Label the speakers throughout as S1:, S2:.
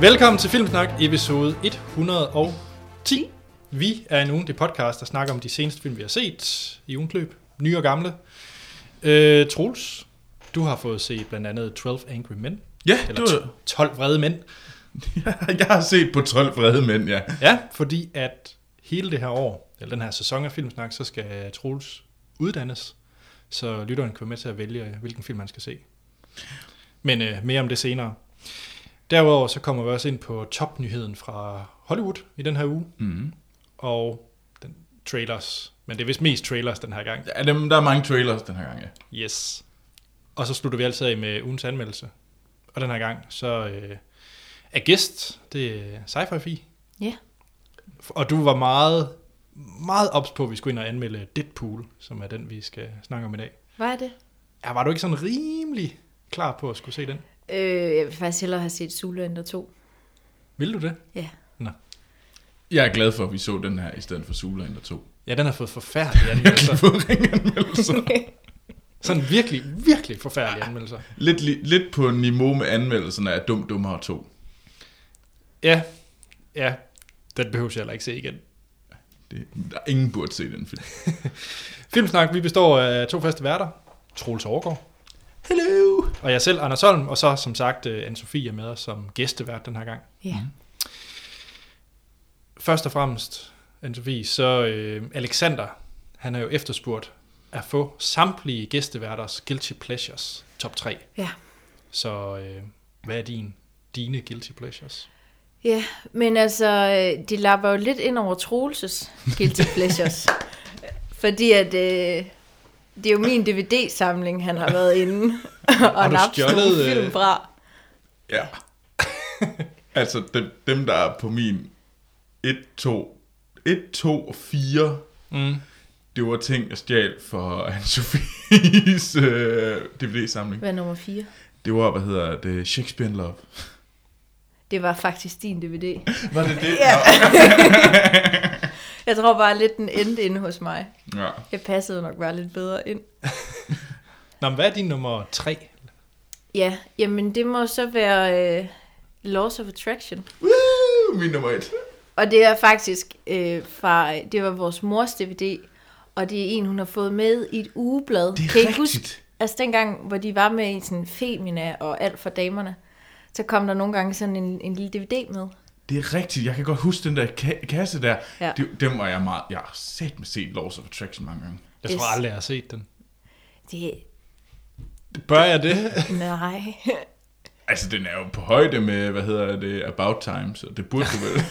S1: Velkommen til Filmsnak, episode 110. Vi er en ugentlig podcast, der snakker om de seneste film, vi har set i ugens løb, nye og gamle. Øh, Troels, du har fået set blandt andet 12 Angry Men,
S2: Ja, det
S1: eller
S2: var,
S1: 12 Vrede Mænd.
S2: jeg har set på 12 vrede mænd, ja.
S1: Ja, fordi at hele det her år, eller den her sæson af Filmsnak, så skal Troels uddannes, så lytteren kan være med til at vælge, hvilken film man skal se. Men øh, mere om det senere. Derudover så kommer vi også ind på topnyheden fra Hollywood i den her uge,
S2: Mm.
S1: og den, trailers. Men det er vist mest trailers den her gang.
S2: ja dem, der er mange trailers den her gang, ja.
S1: Yes. Og så slutter vi altid af med ugens anmeldelse. Og den her gang, så øh, er gæst, det er sci fi
S3: Ja.
S1: Og du var meget, meget ops på, at vi skulle ind og anmelde Deadpool, som er den, vi skal snakke om i dag.
S3: Hvad er det?
S1: Ja, var du ikke sådan rimelig klar på at skulle se den?
S3: Øh, jeg vil faktisk hellere have set Zoolander 2.
S1: Vil du det?
S3: Ja.
S2: Jeg er glad for, at vi så den her, i stedet for Zoolander 2.
S1: Ja, den har fået forfærdelige
S2: Virkelig
S1: anmeldelser.
S2: fået ringanmeldelser.
S1: Sådan virkelig, virkelig forfærdelige anmeldelser.
S2: lidt, li- lidt på niveau med anmeldelserne af Dum Dummer 2.
S1: Ja, ja. Den behøver jeg heller ikke se igen.
S2: Det, der, ingen burde se den film.
S1: Filmsnak, vi består af to faste værter. Troels Overgaard.
S2: Hello!
S1: Og jeg selv, Anders Holm, og så som sagt øh, Anne-Sophie er med os som gæstevært den her gang.
S3: Ja.
S1: Først og fremmest, Anne-Sophie, så øh, Alexander, han er jo efterspurgt at få samtlige gæsteværters Guilty Pleasures top 3.
S3: Ja.
S1: Så øh, hvad er din, dine Guilty Pleasures?
S3: Ja, men altså, øh, de lapper jo lidt ind over Troelses Guilty Pleasures. fordi at, øh, det er jo min DVD-samling, han har været inde og
S1: du
S3: nappet nogle
S1: stjålet, øh,
S3: film fra.
S2: Ja. altså, dem, dem, der er på min 1, 2, 1, 2 og 4,
S1: Mm.
S2: det var ting, jeg stjal for Anne-Sophies øh, DVD-samling.
S3: Hvad er nummer 4?
S2: Det var, hvad hedder det, Shakespeare in Love.
S3: Det var faktisk din DVD.
S2: Var det det?
S3: Ja. Jeg tror bare lidt, den endte inde hos mig.
S2: Nå. ja.
S3: Jeg passede nok bare lidt bedre ind.
S1: Nå, men hvad er din nummer 3?
S3: Ja, jamen det må så være øh, Laws of Attraction.
S2: Woo, min nummer et.
S3: Og det er faktisk øh, fra, det var vores mors DVD, og det er en, hun har fået med i et ugeblad.
S2: Det er
S3: kan I
S2: rigtigt.
S3: Huske, altså dengang, hvor de var med i sådan Femina og alt for damerne, så kom der nogle gange sådan en, en lille DVD med.
S2: Det er rigtigt. Jeg kan godt huske den der ka- kasse der.
S3: Ja.
S2: Det, den var jeg meget... Jeg har sat med set Laws of Attraction mange gange.
S1: Jeg tror
S3: Yes.
S1: aldrig, jeg har set den.
S3: Det,
S1: Bør jeg det?
S3: nej.
S2: Altså, den er jo på højde med, hvad hedder det, About Time, så det burde du vel.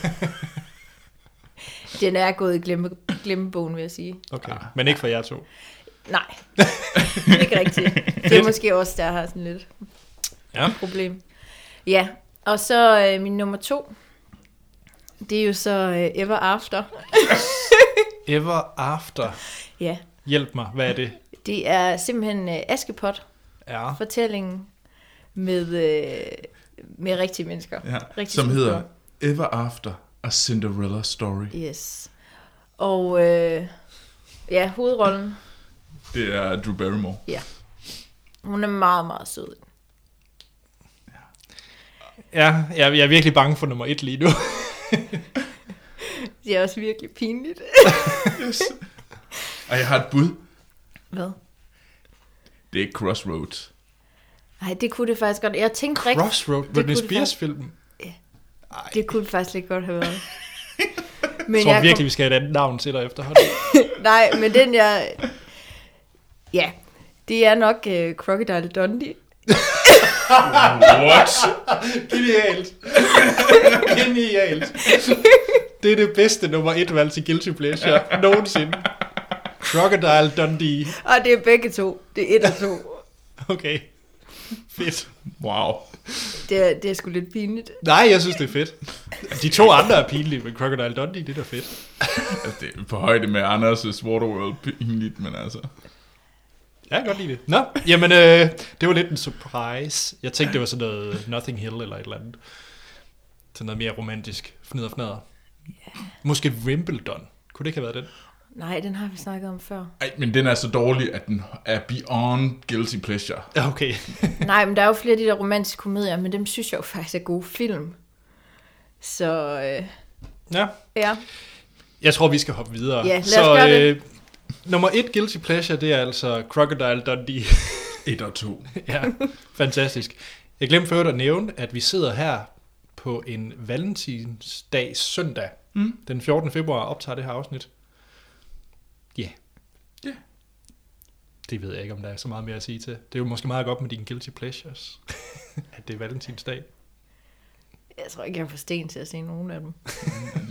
S3: Den er gået i glemme, glemmebogen, vil jeg sige.
S1: Okay, men ikke for jer to.
S3: Nej, ikke rigtigt. Det er måske også der har sådan lidt
S1: Ja.
S3: problem. Ja, og så øh, min nummer to, det er jo så øh, Ever After.
S1: Ever After.
S3: Ja,
S1: Hjælp mig, hvad er det?
S3: Det er simpelthen øh, Askepot-fortællingen
S1: Ja.
S3: med, øh, med rigtige mennesker.
S2: ja.
S3: Rigtig
S2: Som
S3: super.
S2: hedder Ever After, A Cinderella Story.
S3: Yes. Og øh, ja, hovedrollen,
S2: Det er Drew Barrymore.
S3: hun er meget, meget sød.
S1: Ja, jeg, jeg er virkelig bange for nummer 1 lige nu.
S3: Det er også virkelig pinligt.
S2: Yes. Og jeg har et bud.
S3: Hvad?
S2: Det er Crossroads.
S3: Nej, det kunne det faktisk godt. Jeg tænkte rigtigt,
S1: Crossroad,
S3: kunne
S1: Britney
S3: det faktisk.
S1: Spears-filmen.
S3: det kunne det faktisk lidt godt have været. Men
S1: Jeg tror virkelig, vi skal have et andet navn til dig efterhånden.
S3: Kom, nej, men den jeg... Ja, det er nok øh, Crocodile Dundee.
S2: What?
S1: Genialt. Genialt. Det er det bedste nummer et valg til Guilty Pleasure nogensinde. Crocodile Dundee.
S3: Og det er begge to. Det er et og to.
S1: Okay. Fedt.
S2: Wow.
S3: Det er, det er sgu lidt pinligt.
S1: Nej, jeg synes, det er fedt. De to andre er pinlige, men Crocodile Dundee, det er da fedt.
S2: Altså, det er på højde med Anders' Waterworld pinligt, men altså...
S1: Jeg kan godt lide det. Nå, jamen, øh, det var lidt en surprise. Jeg tænkte, det var sådan noget Nothing Hill eller et eller andet. Sådan noget mere romantisk. Fnider, fnader. Måske Wimbledon. Kunne det ikke have været den?
S3: Nej, den har vi snakket om før.
S2: Ej, men den er så dårlig, at den er beyond guilty pleasure.
S1: Ja, Okay.
S3: Nej, men der er jo flere af de der romantiske komedier, men dem synes jeg jo faktisk er gode film. Så øh,
S1: Ja,
S3: ja,
S1: jeg tror, vi skal hoppe videre.
S3: Ja, lad os
S1: så,
S3: gøre det.
S1: Øh, nummer et guilty pleasure, det er altså Crocodile Dundee.
S2: 1 og 2.
S1: ja, fantastisk. Jeg glemte før at nævne, at vi sidder her på en valentinsdag søndag.
S2: Mm.
S1: Den 14. februar optager det her afsnit. Ja. Yeah.
S2: Ja.
S1: Det ved jeg ikke, om der er så meget mere at sige til. Det er jo måske meget godt med dine guilty pleasures, at det er valentinsdag.
S3: jeg tror ikke, jeg får sten til at se nogen af dem.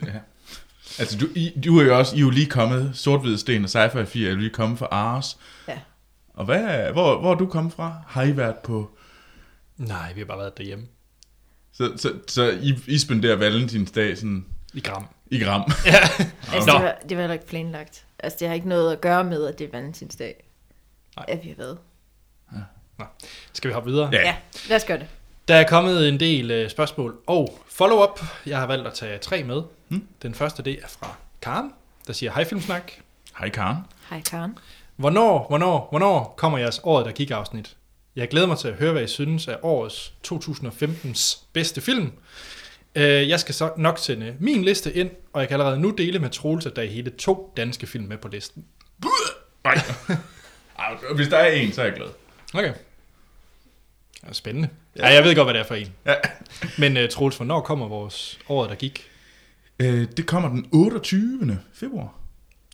S2: Ja. Altså, du, I, du er jo også, I er jo lige kommet, sort Sten og Cypher 4 er jo lige kommet fra Ars.
S3: Ja.
S2: Og hvad, hvor, hvor er du kommet fra? Har I været på...
S1: Nej, vi har bare været derhjemme.
S2: Så, så, så I, I spenderer valentinsdag sådan
S1: I gram.
S2: i gram.
S3: Altså,
S1: Nå.
S3: det var, det var heller ikke planlagt. Altså, det har ikke noget at gøre med, at det er valentinsdag.
S1: Nej.
S3: Nej. At vi har været.
S1: Skal vi hoppe videre?
S2: Ja.
S3: Ja, lad os gøre det.
S1: Der er kommet en del øh, spørgsmål og follow-up. Jeg har valgt at tage tre med.
S2: Mm.
S1: Den første, det er fra Karen, der siger, hej Filmsnak.
S2: Hej Karen.
S3: Hej Karen.
S1: Hvornår, hvornår, hvornår kommer jeres året, der gik afsnit? Jeg glæder mig til at høre, hvad I synes af årets 2015's bedste film. Øh, Jeg skal så nok sende min liste ind, og jeg kan allerede nu dele med Troels, at der er hele to danske film med på listen.
S2: Nej. Ej, Hvis der er en, så er jeg glad.
S1: Okay. Det er Spændende. Ja. Ej, jeg ved godt, hvad det er for en.
S2: Ja.
S1: Men uh, Troels, hvornår kommer vores året, der gik?
S2: Øh, det kommer den 28. februar.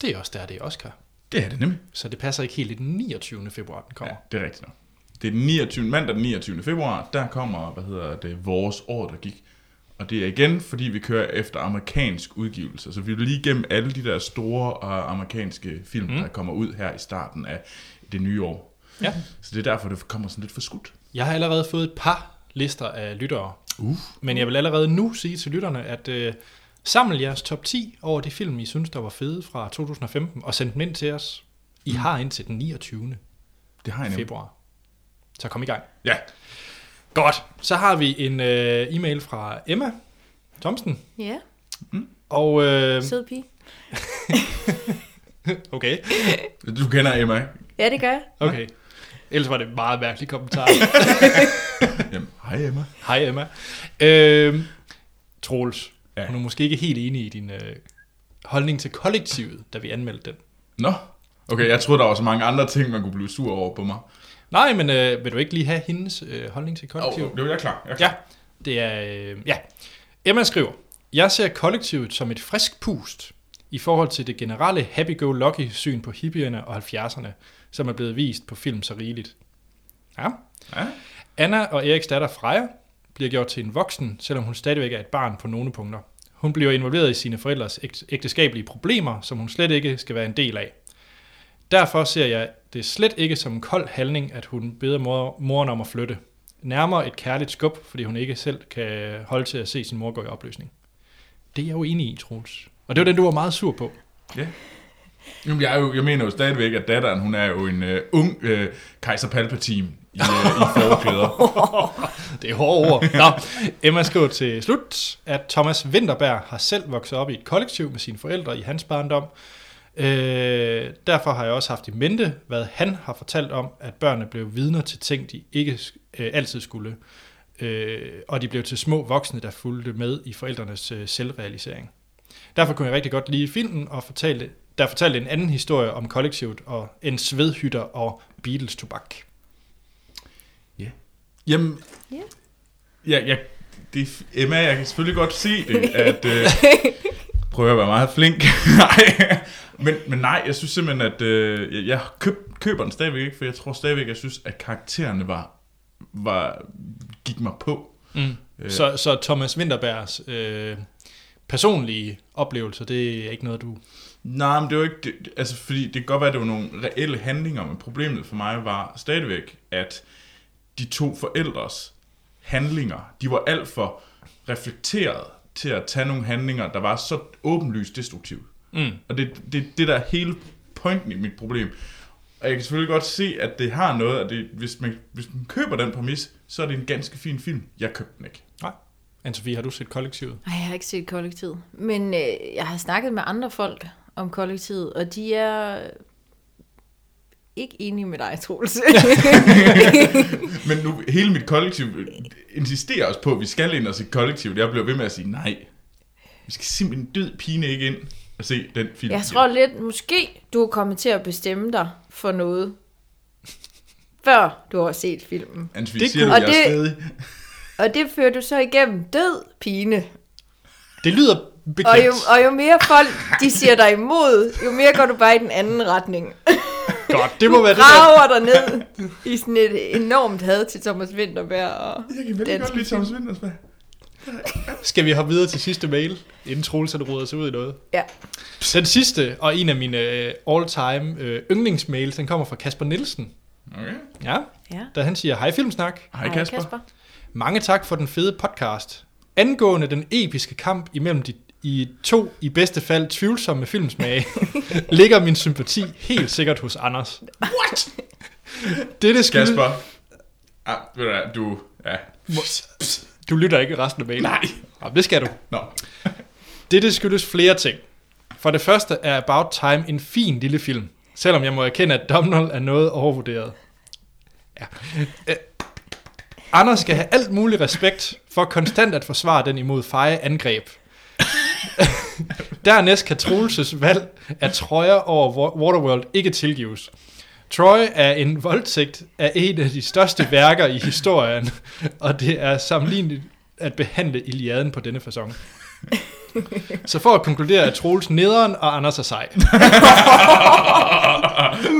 S1: Det er også der, det er Oscar.
S2: Det er det nemlig.
S1: Så det passer ikke helt i den 29. februar, den kommer.
S2: Ja, det er rigtigt nok. Det er den 29. mandag den 29. februar, der kommer, hvad hedder det, vores år, der gik. Og det er igen, fordi vi kører efter amerikansk udgivelse. Så vi er lige igennem alle de der store øh, amerikanske film, mm. der kommer ud her i starten af det nye år.
S1: Mhm. Ja. ja.
S2: Så det er derfor, det kommer sådan lidt for skudt.
S1: Jeg har allerede fået et par lister af lyttere,
S2: Uh.
S1: Men jeg vil allerede nu sige til lytterne, at øh, samle jeres top 10 over de film, I synes, der var fede fra 2015, og send dem ind til os.
S2: Mm.
S1: I har indtil den 29.
S2: Det har jeg nemlig.
S1: februar. Så kom i gang.
S2: Ja.
S1: Godt. Så har vi en øh, e-mail fra Emma Thomsen.
S3: Ja,
S1: Og øh,
S3: sød pige.
S1: okay,
S2: Du kender Emma, ikke?
S3: Ja, det gør jeg.
S1: okay. Ellers var det en meget mærkelig kommentar.
S2: Jamen, hej Emma.
S1: Hej Emma. Øh, Troels,
S2: Ja.
S1: ja. hun er måske ikke helt enig i din øh, holdning til kollektivet, da vi anmeldte den.
S2: Nå. Okay, jeg troede, der var så mange andre ting, man kunne blive sur over på mig.
S1: Nej, men øh, vil du ikke lige have hendes øh, holdning til kollektivet?
S2: Åh, det var jeg klar. Jeg er klar.
S1: Ja, det er... Øh, ja. Emma skriver, Jeg ser kollektivet som et frisk pust i forhold til det generelle happy-go-lucky syn på hippierne og 70'erne, som er blevet vist på film så rigeligt. Ja.
S2: Ja.
S1: Anna og Eriks datter Freja bliver gjort til en voksen, selvom hun stadigvæk er et barn på nogle punkter. Hun bliver involveret i sine forældres ægt- ægteskabelige problemer, som hun slet ikke skal være en del af. Derfor ser jeg det slet ikke som en kold handling, at hun beder mor- moren om at flytte. Nærmere et kærligt skub, fordi hun ikke selv kan holde til at se sin mor gå i opløsning. Det er jeg jo enig i, Troels. Og det var den, du var meget sur på.
S2: Jamen, jeg, er jo, jeg mener jo stadigvæk, at datteren, hun er jo en øh, ung øh, kejser Palpatine i, øh, i forklæder.
S1: Det er hårde ord. Nå, Emma skriver til slut, at Thomas Winterberg har selv vokset op i et kollektiv med sine forældre i hans barndom. Øh, derfor har jeg også haft i mente, hvad han har fortalt om, at børnene blev vidner til ting, de ikke øh, altid skulle. Øh, og de blev til små voksne, der fulgte med i forældrenes øh, selvrealisering. Derfor kunne jeg rigtig godt lide filmen, og fortalte, der fortalte en anden historie om kollektivet og en svedhytter og Beatles-tobak.
S2: Jamen,
S3: Ja.
S2: ja, jeg, det, er f- Emma, jeg kan selvfølgelig godt se det, at... Øh, prøver at være meget flink. nej, men, men nej, jeg synes simpelthen, at øh, jeg, jeg køb, køber den stadigvæk ikke, for jeg tror stadigvæk, jeg synes, at karaktererne var, var gik mig på.
S1: Mm.
S2: Øh.
S1: Så, så Thomas Winterbergs øh, personlige oplevelser, det er ikke noget, du...
S2: Nej, men det var ikke... Det, altså, fordi det kan godt være, at det var nogle reelle handlinger, men problemet for mig var stadigvæk, at de to forældres handlinger, de var alt for reflekteret til at tage nogle handlinger, der var så åbenlyst destruktive.
S1: Mm.
S2: Og det, det, det der er hele pointen i mit problem. Og jeg kan selvfølgelig godt se, at det har noget, og det, hvis, man, hvis man køber den præmis, så er det en ganske fin film. Jeg købte den ikke.
S1: Nej. Anne-Sophie, har du set kollektivet?
S3: Nej, jeg har ikke set kollektivet. Men øh, jeg har snakket med andre folk om kollektivet, og de er ikke enig med dig, Troels.
S2: Men nu, hele mit kollektiv øh, insisterer også på, at vi skal ind og se kollektivet. Jeg bliver ved med at sige nej. Vi skal simpelthen død pine ikke ind og se den film.
S3: jeg tror lidt, måske du er kommet til at bestemme dig for noget, før du har set filmen.
S2: Hans, vi
S1: Det
S2: siger,
S1: kunne-
S2: at
S3: Og
S2: jeg er
S3: det-
S2: stadig.
S3: Og det fører du så igennem død pine.
S1: Det lyder
S3: Og
S1: bekendt.
S3: jo, og jo mere folk, de siger dig imod, jo mere går du bare i den anden retning.
S1: Godt, det må være det der.
S3: Graver dig ned i sådan et enormt had til Thomas Vinterberg. Og...
S2: Jeg kan
S3: Danske
S2: virkelig godt lide Thomas Vintersberg.
S1: Skal vi hoppe videre til sidste mail, inden Troels han roder sig ud i noget?
S3: Ja.
S1: Den sidste, og en af mine øh, all-time øh, yndlingsmails, den kommer fra Kasper Nielsen.
S2: Okay.
S1: Ja,
S3: ja.
S1: da han siger, hej Filmsnak.
S2: Hej Kasper. Kasper.
S1: Mange tak for den fede podcast. Angående den episke kamp imellem de i to i bedste fald tvivlsomme filmsmage, ligger min sympati helt sikkert hos Anders.
S2: What?
S1: Dette skyldes...
S2: Kasper. Ah, ved du, hvad, du ja.
S1: Du lytter ikke resten af mailen.
S2: Nej.
S1: Jamen, det skal du.
S2: Nå.
S1: Dette skyldes flere ting. For det første er About Time en fin lille film, selvom jeg må erkende, at Domhnall er noget overvurderet. Ja. Øh, Anders skal have alt mulig respekt for konstant at forsvare den imod feje angreb. Dernæst kan Troelses valg af trøjer over Wa- Waterworld ikke tilgives. Troy er en voldtægt af et af de største værker i historien, og det er sammenligneligt at behandle Iliaden på denne façon. Så for at konkludere, at Troels nederen og Anders er sej.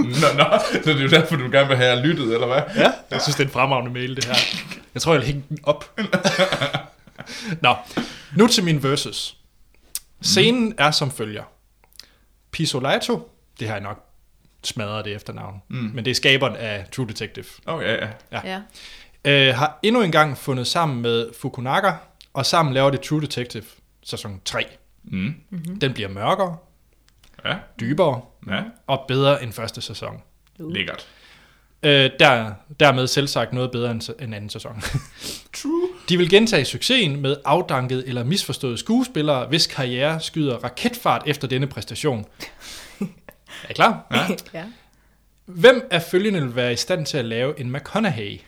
S2: nå, nå. Så det er jo derfor, du gerne vil have jer lyttet, eller hvad?
S1: Ja, jeg synes, det er en fremragende mail, det her. Jeg tror, jeg vil hænge den op. Nå, nu til min versus. Scenen er som følger. Pisolato, det har jeg nok smadret det efternavn, mm. men det er skaberen af True Detective,
S2: Oh, ja, ja.
S3: Ja.
S1: øh, har endnu en gang fundet sammen med Fukunaga, og sammen laver det True Detective sæson 3.
S2: Mm.
S1: Den bliver mørkere,
S2: Ja,
S1: dybere
S2: ja.
S1: og bedre end første sæson.
S2: Lækkert.
S1: Øh, der, dermed selv sagt noget bedre end, end anden sæson.
S2: True.
S1: De vil gentage succesen med afdankede eller misforståede skuespillere, hvis karriere skyder raketfart efter denne præstation. Er I klar?
S2: Ja.
S3: ja.
S1: Hvem af følgende vil være i stand til at lave en McConaughey?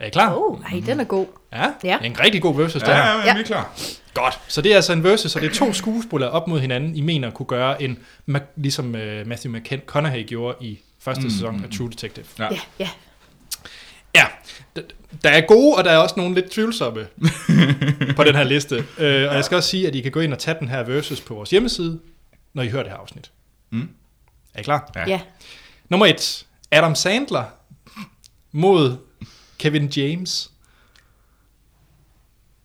S1: Er I klar?
S3: Oh, ej, den er god.
S1: Ja,
S3: Ja.
S1: det er en rigtig god versus
S2: Ja,
S1: der.
S2: ja, men
S3: Ja.
S2: vi er klar.
S1: Godt. Så det er altså en versus, og det er to skuespillere op mod hinanden, I mener kunne gøre en, Mac- ligesom øh, Matthew McConaughey gjorde i første mm. sæson af True Detective.
S2: Ja.
S3: Ja, ja.
S1: Ja, d- der er gode, og der er også nogle lidt tvivlsomme på den her liste. Uh, og jeg skal også sige, at I kan gå ind og tage den her versus på vores hjemmeside, når I hører det her afsnit.
S2: Mm.
S1: Er I klar?
S2: Ja.
S3: ja.
S1: Nummer et. Adam Sandler mod Kevin James.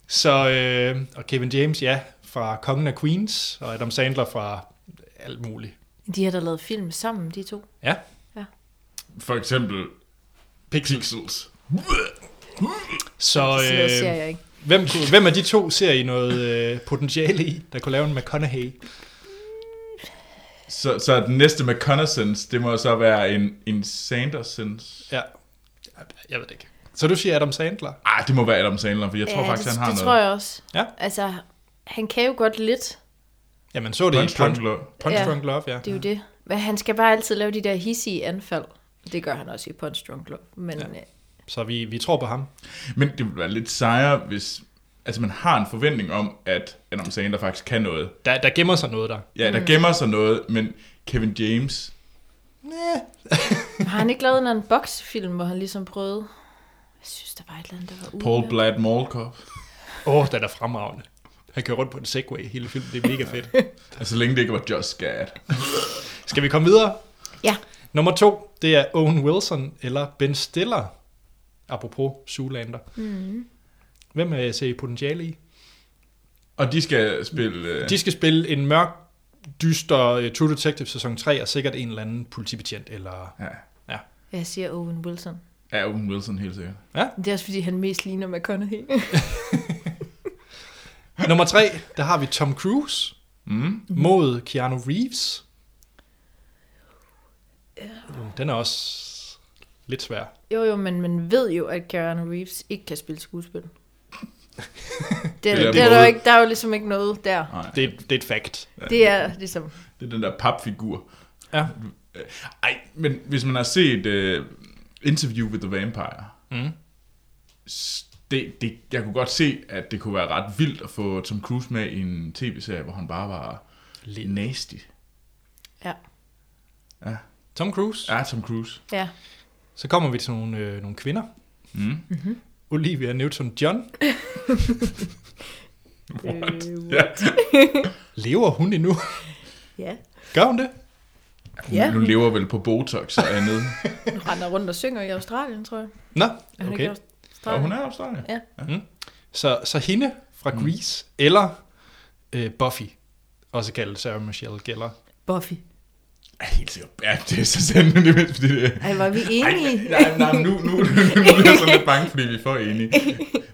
S1: Så, øh, og Kevin James, ja, fra Kongen af Queens, og Adam Sandler fra alt muligt.
S3: De har da lavet film sammen, de to.
S1: Ja,
S2: For eksempel
S1: Pixels.
S2: Pixels.
S1: Så
S3: Det øh... ser
S1: øh,
S3: jeg ikke.
S1: hvem, kunne- hvem af de to ser I noget øh, potentiale i, der kunne lave en McConaughey?
S2: Så, så den næste med Connaissance, det må så være en, en Sandersons.
S1: Ja. Jeg ved det ikke. Så du siger Adam Sandler?
S2: Ah, det må være Adam Sandler, for jeg tror
S3: ja,
S2: faktisk,
S3: det,
S2: han har
S3: det tror
S2: noget.
S3: jeg også.
S1: Ja.
S3: Altså, han kan jo godt lidt.
S1: Jamen, så det
S2: Punch Drunk Love.
S1: Punch
S3: Ja.
S1: Drunk Love, ja.
S3: Det er jo det. Men han skal bare altid lave de der hissige anfald. Det gør han også i Punch Drunk Love. Men
S1: Ja.
S3: ja. øh,
S1: Så vi, vi tror på ham.
S2: Men det ville være lidt sejere, hvis altså man har en forventning om, at Adam Sandler faktisk kan noget.
S1: Der, der gemmer sig noget der.
S2: Ja, der
S3: Mm.
S2: gemmer sig noget, men Kevin James,
S3: har han ikke lavet en anden boksfilm, hvor han ligesom prøvede? Jeg synes, der var et eller andet, der var ude.
S2: Paul Blad Mallkov.
S1: Åh, oh, den er fremragende. Han kører rundt på en Segway hele filmen. Det er mega fedt.
S2: Altså, så længe det ikke var Just Gad.
S1: Skal vi komme videre?
S3: Ja.
S1: Nummer to, det er Owen Wilson eller Ben Stiller. Apropos Zoolander. Mm. Hvem er jeg ser I potentiale i?
S2: Og de skal spille... øh,
S1: De skal spille en mørk, dyster øh, True Detective sæson 3, og sikkert en eller anden politibetjent, eller...
S2: Ja,
S1: Ja.
S3: Jeg siger Owen Wilson.
S2: ja Owen Wilson helt sikkert.
S3: Det er også, fordi han mest ligner McConaughey.
S1: Nummer tre, der har vi Tom Cruise
S2: Mm.
S1: Mm-hmm. mod Keanu Reeves. Uh, Den er også lidt svær.
S3: jo, jo, men man ved jo, at Keanu Reeves ikke kan spille skuespil. det,
S2: er
S3: er,
S2: der
S3: det er der, jo
S2: måde.
S3: ikke, der er jo ligesom ikke noget der.
S2: Nej, det,
S1: Det, det er et fact.
S3: Det er ligesom...
S2: det er den der papfigur. Øh,
S1: Ja.
S2: Ej, men hvis man har set uh, Interview with the Vampire,
S1: Mm.
S2: s- det, det, jeg kunne godt se, at det kunne være ret vildt at få Tom Cruise med i en tv-serie, hvor han bare var
S1: Lidt.
S2: nasty.
S3: Ja.
S2: Ja,
S1: Tom Cruise. Ja.
S2: ja Tom Cruise.
S3: Ja.
S1: Så kommer vi til nogle, øh, nogle kvinder.
S2: Mm.
S1: Olivia Newton-John.
S2: What?
S3: Øh,
S2: Ja.
S1: Lever hun endnu?
S3: ja.
S1: Gør hun det?
S2: Hun,
S3: Ja.
S2: ja. Hun lever vel på Botox og andet.
S3: Hun render rundt og synger i Australien, tror jeg.
S1: Nå,
S3: Er hun
S1: okay.
S3: ikke i
S2: og
S3: Australien?
S2: hun er i Australien.
S1: Så, så hende
S2: Mm.
S1: fra Grease, eller øh, Buffy, også kaldet Sarah Michelle Gellar.
S3: Buffy.
S2: Ja, helt sikkert. Ja, det er så sandt, men det er fordi det
S3: Ej, var vi
S2: Ej,
S3: enige?
S2: nej, nej, nu, nu, nu bliver jeg sådan lidt bange, fordi vi er for enige.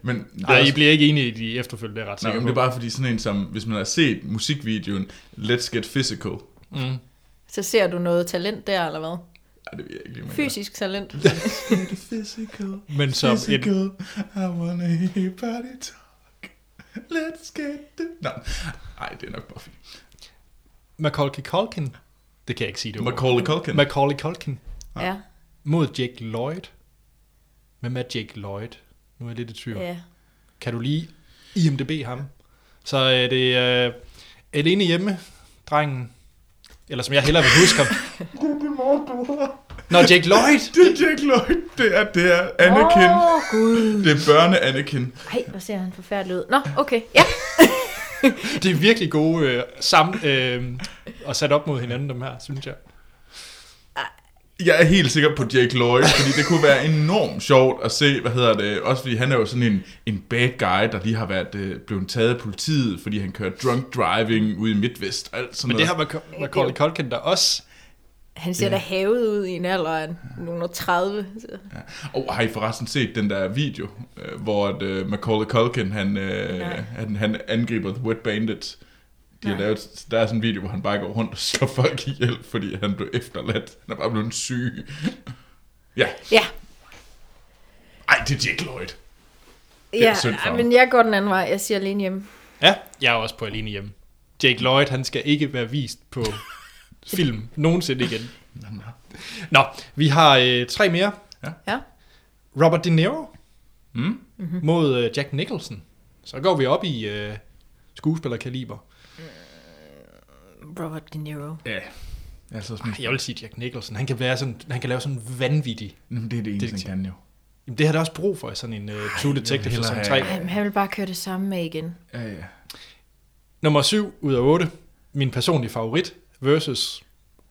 S2: Men det er
S1: Nej, I
S2: også,
S1: bliver ikke enige i de efterfølgende, det er jeg ret
S2: nej,
S1: sikker
S2: men
S1: på.
S2: det er bare fordi sådan en som, hvis man har set musikvideoen Let's Get Physical,
S1: mm.
S3: Så ser du noget talent der, eller hvad?
S2: Ej, det vil jeg ikke lige med.
S3: Fysisk talent.
S2: Get physical,
S1: Men som et,
S2: physical, I wanna hear your body talk. Let's get the... Nå, ej, det er nok Buffy.
S1: Macaulay Culkin, det kan jeg ikke sige det ord.
S2: Macaulay Culkin.
S1: Macaulay Culkin
S3: Ja.
S1: mod Jake Lloyd. Hvem er Jake Lloyd? Nu er jeg lidt i tvivl.
S3: ja.
S1: Kan du lige IMDB ham? Så er det øh, alene hjemme, drengen, eller som jeg hellere vil huske ham.
S2: det er det mor, du har.
S1: Nå, Jake Lloyd!
S2: Det er Jack Lloyd. Det er, det er Anakin.
S3: Åh, oh, Gud.
S2: Det er børne-Anakin.
S3: Ej, hvor ser han forfærdelig ud. Nå, okay. Ja.
S1: Det er virkelig gode øh, sammen øh, og sat op mod hinanden, dem her, synes jeg.
S2: Jeg er helt sikker på Jake Lloyd, fordi det kunne være enormt sjovt at se, hvad hedder det, også fordi han er jo sådan en, en bad guy, der lige har været øh, blevet taget af politiet, fordi han kører drunk driving ude i Midtvest og alt sådan
S1: Men det
S2: noget.
S1: har Maca- Macaulay Culkin der også.
S3: Han ser
S2: Ja.
S3: da havet ud i en alder af nogen 30. så-
S2: Og har I forresten set den der video, øh, hvor at, øh, Macaulay Culkin, han, øh,
S3: Nej.
S2: han, han angriber The Wet Bandits. De har
S3: Nej.
S2: lavet, der er sådan en video, hvor han bare går rundt og slår folk ihjel, fordi han blev efterladt. Han er bare blevet syg. ja,
S3: Ja,
S2: ej, det er Jake Lloyd. er
S3: ja
S2: synd for
S3: ej,
S2: ham.
S3: men jeg går den anden vej. Jeg siger alene hjemme.
S1: Ja, jeg er også på alene hjemme. Jake Lloyd, han skal ikke være vist på film nogensinde igen. Nå, vi har øh, tre mere.
S3: Ja.
S1: Robert De Niro
S2: Mm?
S1: mod øh, Jack Nicholson. Så går vi op i øh, skuespillerkaliber.
S3: Robert De Niro.
S2: Ja. Altså, sådan,
S1: Ej, Jeg vil sige Jack Nicholson. Han kan, være sådan, han kan lave sådan en vanvittig...
S2: Jamen, det er det eneste,
S1: Detektiv.
S2: han kan jo.
S1: Jamen, det har der også brug for i sådan en øh, True
S2: jeg vil
S1: Detective
S2: hellere
S1: sæson
S2: have-
S1: 3.
S3: Ej, men han vil bare køre det samme med igen.
S2: Ja, ja.
S1: Nummer 7 ud af 8. Min personlige favorit versus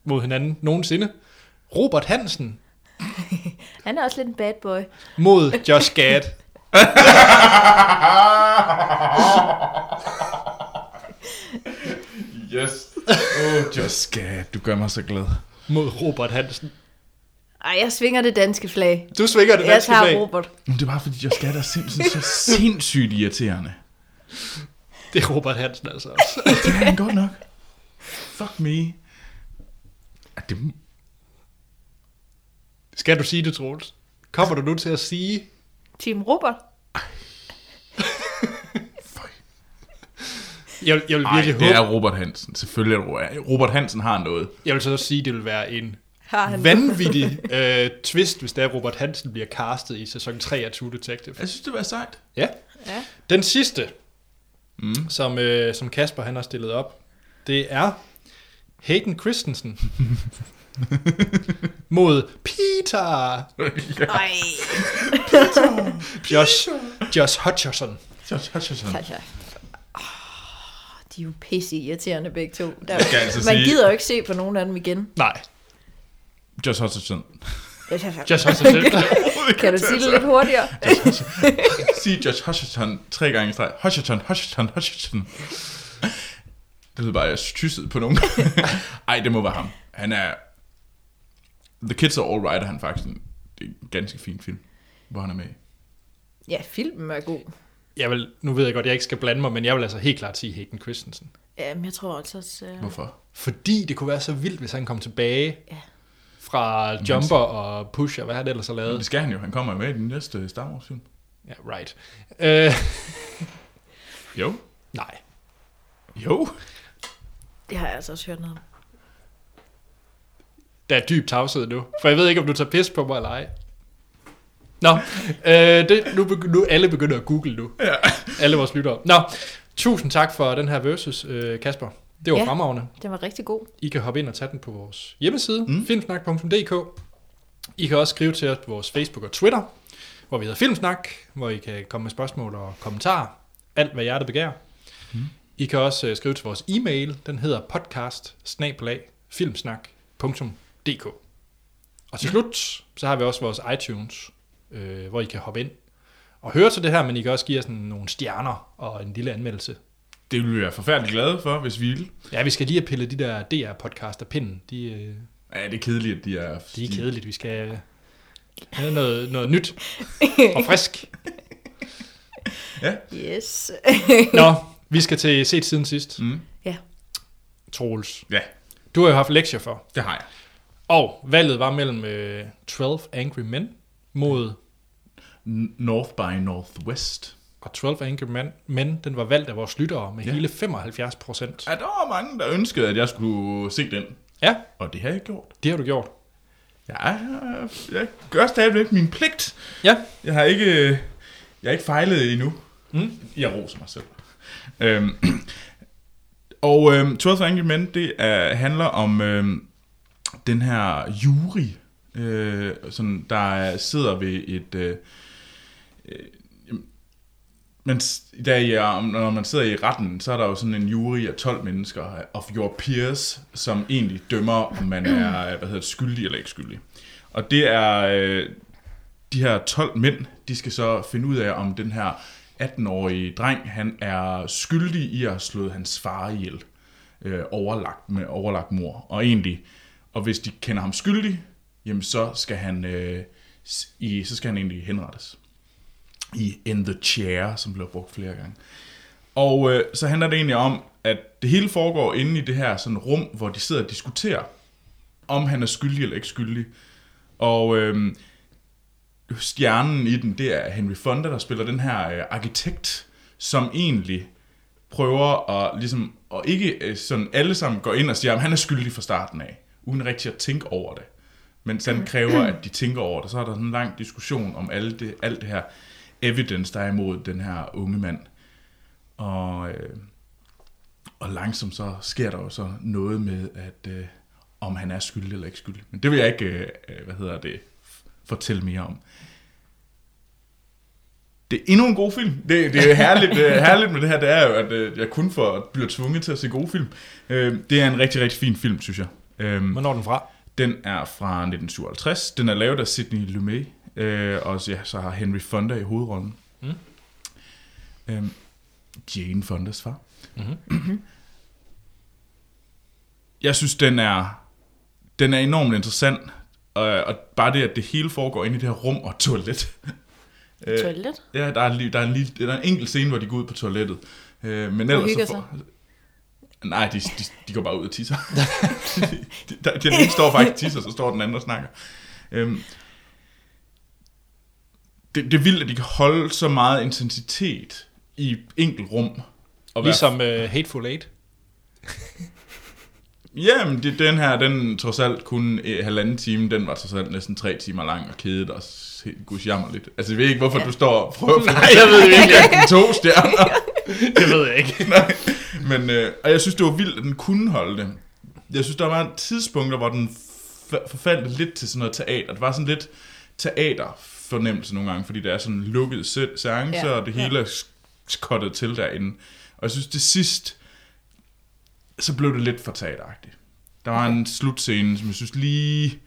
S1: mod hinanden nogensinde. Robert Hansen
S3: Han er også lidt en bad boy.
S1: mod Josh Gad.
S2: Yes. Oh, just skat. Du gør mig så glad.
S1: mod Robert Hansen.
S3: Ej, jeg svinger det danske flag.
S1: Du svinger det
S3: Jeg
S1: danske
S3: tager
S1: flag.
S3: Robert.
S2: Men det er bare fordi, jeg skat er simpelthen så sindssygt irriterende.
S1: Det er Robert Hansen altså også.
S2: Det er han godt nok. Fuck me. Er det...
S1: Skal du sige det, Troels? Kommer du nu til at sige...
S3: Team Robert.
S2: Fuck.
S1: Jeg, jeg vil
S2: Ej,
S1: virkelig håbe...
S2: det er Robert Hansen. Selvfølgelig er det Robert. Robert Hansen har noget.
S1: Jeg vil så også sige, at det vil være en
S3: Har han.
S1: vanvittig øh, twist, hvis det er Robert Hansen bliver castet i sæson 3 af True Detective.
S2: Jeg synes, det var sejt.
S1: Ja.
S3: Ja.
S1: Den sidste,
S2: Mm.
S1: som, øh, som Kasper han har stillet op, det er Hayden Christensen mod Peter
S3: Ej.
S1: Josh, Josh Hutcherson.
S3: Tak, tak. Åh, Ah, De er jo pisse irriterende begge to. Der,
S2: skal altså
S3: man
S2: sige-
S3: gider jo ikke se på nogen af dem igen.
S1: Nej,
S2: Just Hutcherson.
S1: Josh Hutcherson.
S3: Kan du sige det lidt hurtigere?
S2: Sig Josh Hutcherson tre gange i streg. Hutcherson, Hutcherson, Hutcherson. Det lyder bare, jeg tyssede på nogen. Ej, det må være ham. Han er... The Kids Are Alright er han faktisk en, det er en ganske fin film, hvor han er med. i.
S3: Ja, filmen er god.
S1: jeg vil, nu ved jeg godt, at jeg ikke skal blande mig, men jeg vil altså helt klart sige Hayden Christensen.
S3: Jamen, jeg tror altså også... Uh...
S2: Hvorfor?
S1: Fordi det kunne være så vildt, hvis han kom tilbage
S3: Ja.
S1: fra Jumper og Push og hvad han ellers har
S2: Det
S1: lavet.
S2: skal han jo. Han kommer jo med i den næste Star Wars film.
S1: Ja, right. Øh,
S2: Jo.
S1: nej.
S2: Jo.
S3: Det har jeg altså også hørt noget om.
S1: Der er dyb tavshed nu, for jeg ved ikke, om du tager pis på mig eller ej. Nå, øh, det, nu, begy- nu alle begynder at google nu.
S2: Ja.
S1: Alle vores lyttere. Nå, tusind tak for den her versus, øh, Kasper. Det var
S3: Ja.
S1: ja. fremragende.
S3: Den var rigtig god.
S1: I kan hoppe ind og tage den på vores hjemmeside,
S2: Mm.
S1: mm. filmsnak.dk. I kan også skrive til os på vores Facebook og Twitter, hvor vi hedder Filmsnak, hvor I kan komme med spørgsmål og kommentarer. Alt, hvad hjertet begærer. Mm. I kan også øh, skrive til vores e-mail. Den hedder podcast filmsnak.dk Og til slut, så har vi også vores iTunes, øh, hvor I kan hoppe ind og høre til det her, men I kan også give os sådan nogle stjerner og en lille anmeldelse.
S2: Det ville vi være forfærdeligt glade for, hvis vi ville.
S1: Ja, vi skal lige have pillet de der DR-podcast af pinden. De, øh,
S2: Ja, det er kedeligt, at de er...
S1: Det er kedeligt, vi skal have noget, noget nyt og frisk.
S3: Yes.
S1: Nå, vi skal til set siden sidst.
S2: Mm.
S3: ja.
S1: Troels,
S2: Ja,
S1: du har jo haft lektier for.
S2: det har jeg.
S1: Og valget var mellem øh, 12 Angry Men mod...
S2: N- North by Northwest.
S1: Og 12 Angry Men, men den var valgt af vores lyttere med
S2: Ja.
S1: ja. hele 75 procent.
S2: Ja, der var mange, der ønskede, at jeg skulle se den.
S1: Ja,
S2: Og det har jeg gjort.
S1: det har du gjort.
S2: Jeg, jeg gør stadigvæk min pligt.
S1: Ja,
S2: Jeg har ikke, øh, jeg har ikke fejlet endnu.
S1: Mm.
S2: Jeg roser mig selv. Øhm, og øhm, 12 Angry Men, det er, handler om øhm, den her jury, øh, sådan, der sidder ved et... Øh, øh, men s- i dag, ja, når man sidder i retten, så er der jo sådan en jury af 12 mennesker øh, of your peers, som egentlig dømmer, om man er øh, hvad hedder det, skyldig eller ikke skyldig. Og det er, øh, de her 12 mænd, de skal så finde ud af, om den her 18-årige dreng, han er skyldig i at have slået hans far ihjel øh, overlagt med overlagt mor. Og egentlig, og hvis de kender ham skyldig, jamen så skal han, øh, s- i, så skal han egentlig henrettes. I In the Chair, som blev brugt flere gange. Og øh, så handler det egentlig om, at det hele foregår inde i det her sådan rum, hvor de sidder og diskuterer, om han er skyldig eller ikke skyldig. Og øh, stjernen i den, det er Henry Fonda, der spiller den her øh, arkitekt, som egentlig prøver at ligesom, og ikke øh, sådan alle sammen går ind og siger, at han er skyldig fra starten af, uden rigtig at tænke over det. Men han kræver, at de tænker over det. Så er der sådan en lang diskussion om alle det, alt det her evidence, der er imod den her unge mand. Og, øh, og langsomt så sker der jo så noget med, at øh, om han er skyldig eller ikke skyldig. Men det vil jeg ikke, øh, øh, hvad hedder det, f- fortælle mere om. Det er endnu en god film. Det, det er jo herligt, øh, herligt med det her, det er jo, at øh, jeg kun får, bliver tvunget til at se gode film. Øh, det er en rigtig, rigtig fin film, synes jeg. Øhm,
S1: hvornår er den fra?
S2: den er fra 1957. Den er lavet af Sidney Lumet. Øh, og så- ja, så har Henry Fonda i hovedrollen.
S1: Mm.
S2: Øhm, Jane Fondas far.
S1: Mm-hmm.
S2: Jeg synes, den er, den er enormt interessant. Og, og bare det, at det hele foregår inde i det her rum og toilet. Øh,
S3: Toilet.
S2: ja, der er, lige- der, er en lille, der er en enkelt scene, hvor de går ud på toilettet. Øh, men ellers
S3: hygger
S2: så får, Nej, de, de, de går bare ud og tisser. De- de- den ene står faktisk og tisser, så står den anden og snakker. Øhm, det, det er vildt, at de kan holde så meget intensitet i et enkelt rum. Og være-
S1: Ligesom øh, Hateful Eight.
S2: Jamen, det, den her, den trods alt kun øh, halvanden time, den var trods alt næsten tre timer lang og kedet og se- gudsjammer lidt. Altså, jeg ved ikke, hvorfor ja. du står og prøver. Nej, jeg ved ikke, jeg er to stjerner.
S1: Det ved jeg ikke.
S2: Nej. Men, øh, og jeg synes, det var vildt, at den kunne holde det. Jeg synes, der var tidspunkter, hvor den f- forfaldt lidt til sådan noget teater. Det var sådan lidt teaterfornemmelse nogle gange, fordi det er sådan lukkede se- seancer,
S3: Ja,
S2: ja, og det hele ja. er skottet til derinde. Og jeg synes, det sidst, så blev det lidt for teateragtigt. Der var en slutscene, som jeg synes lige...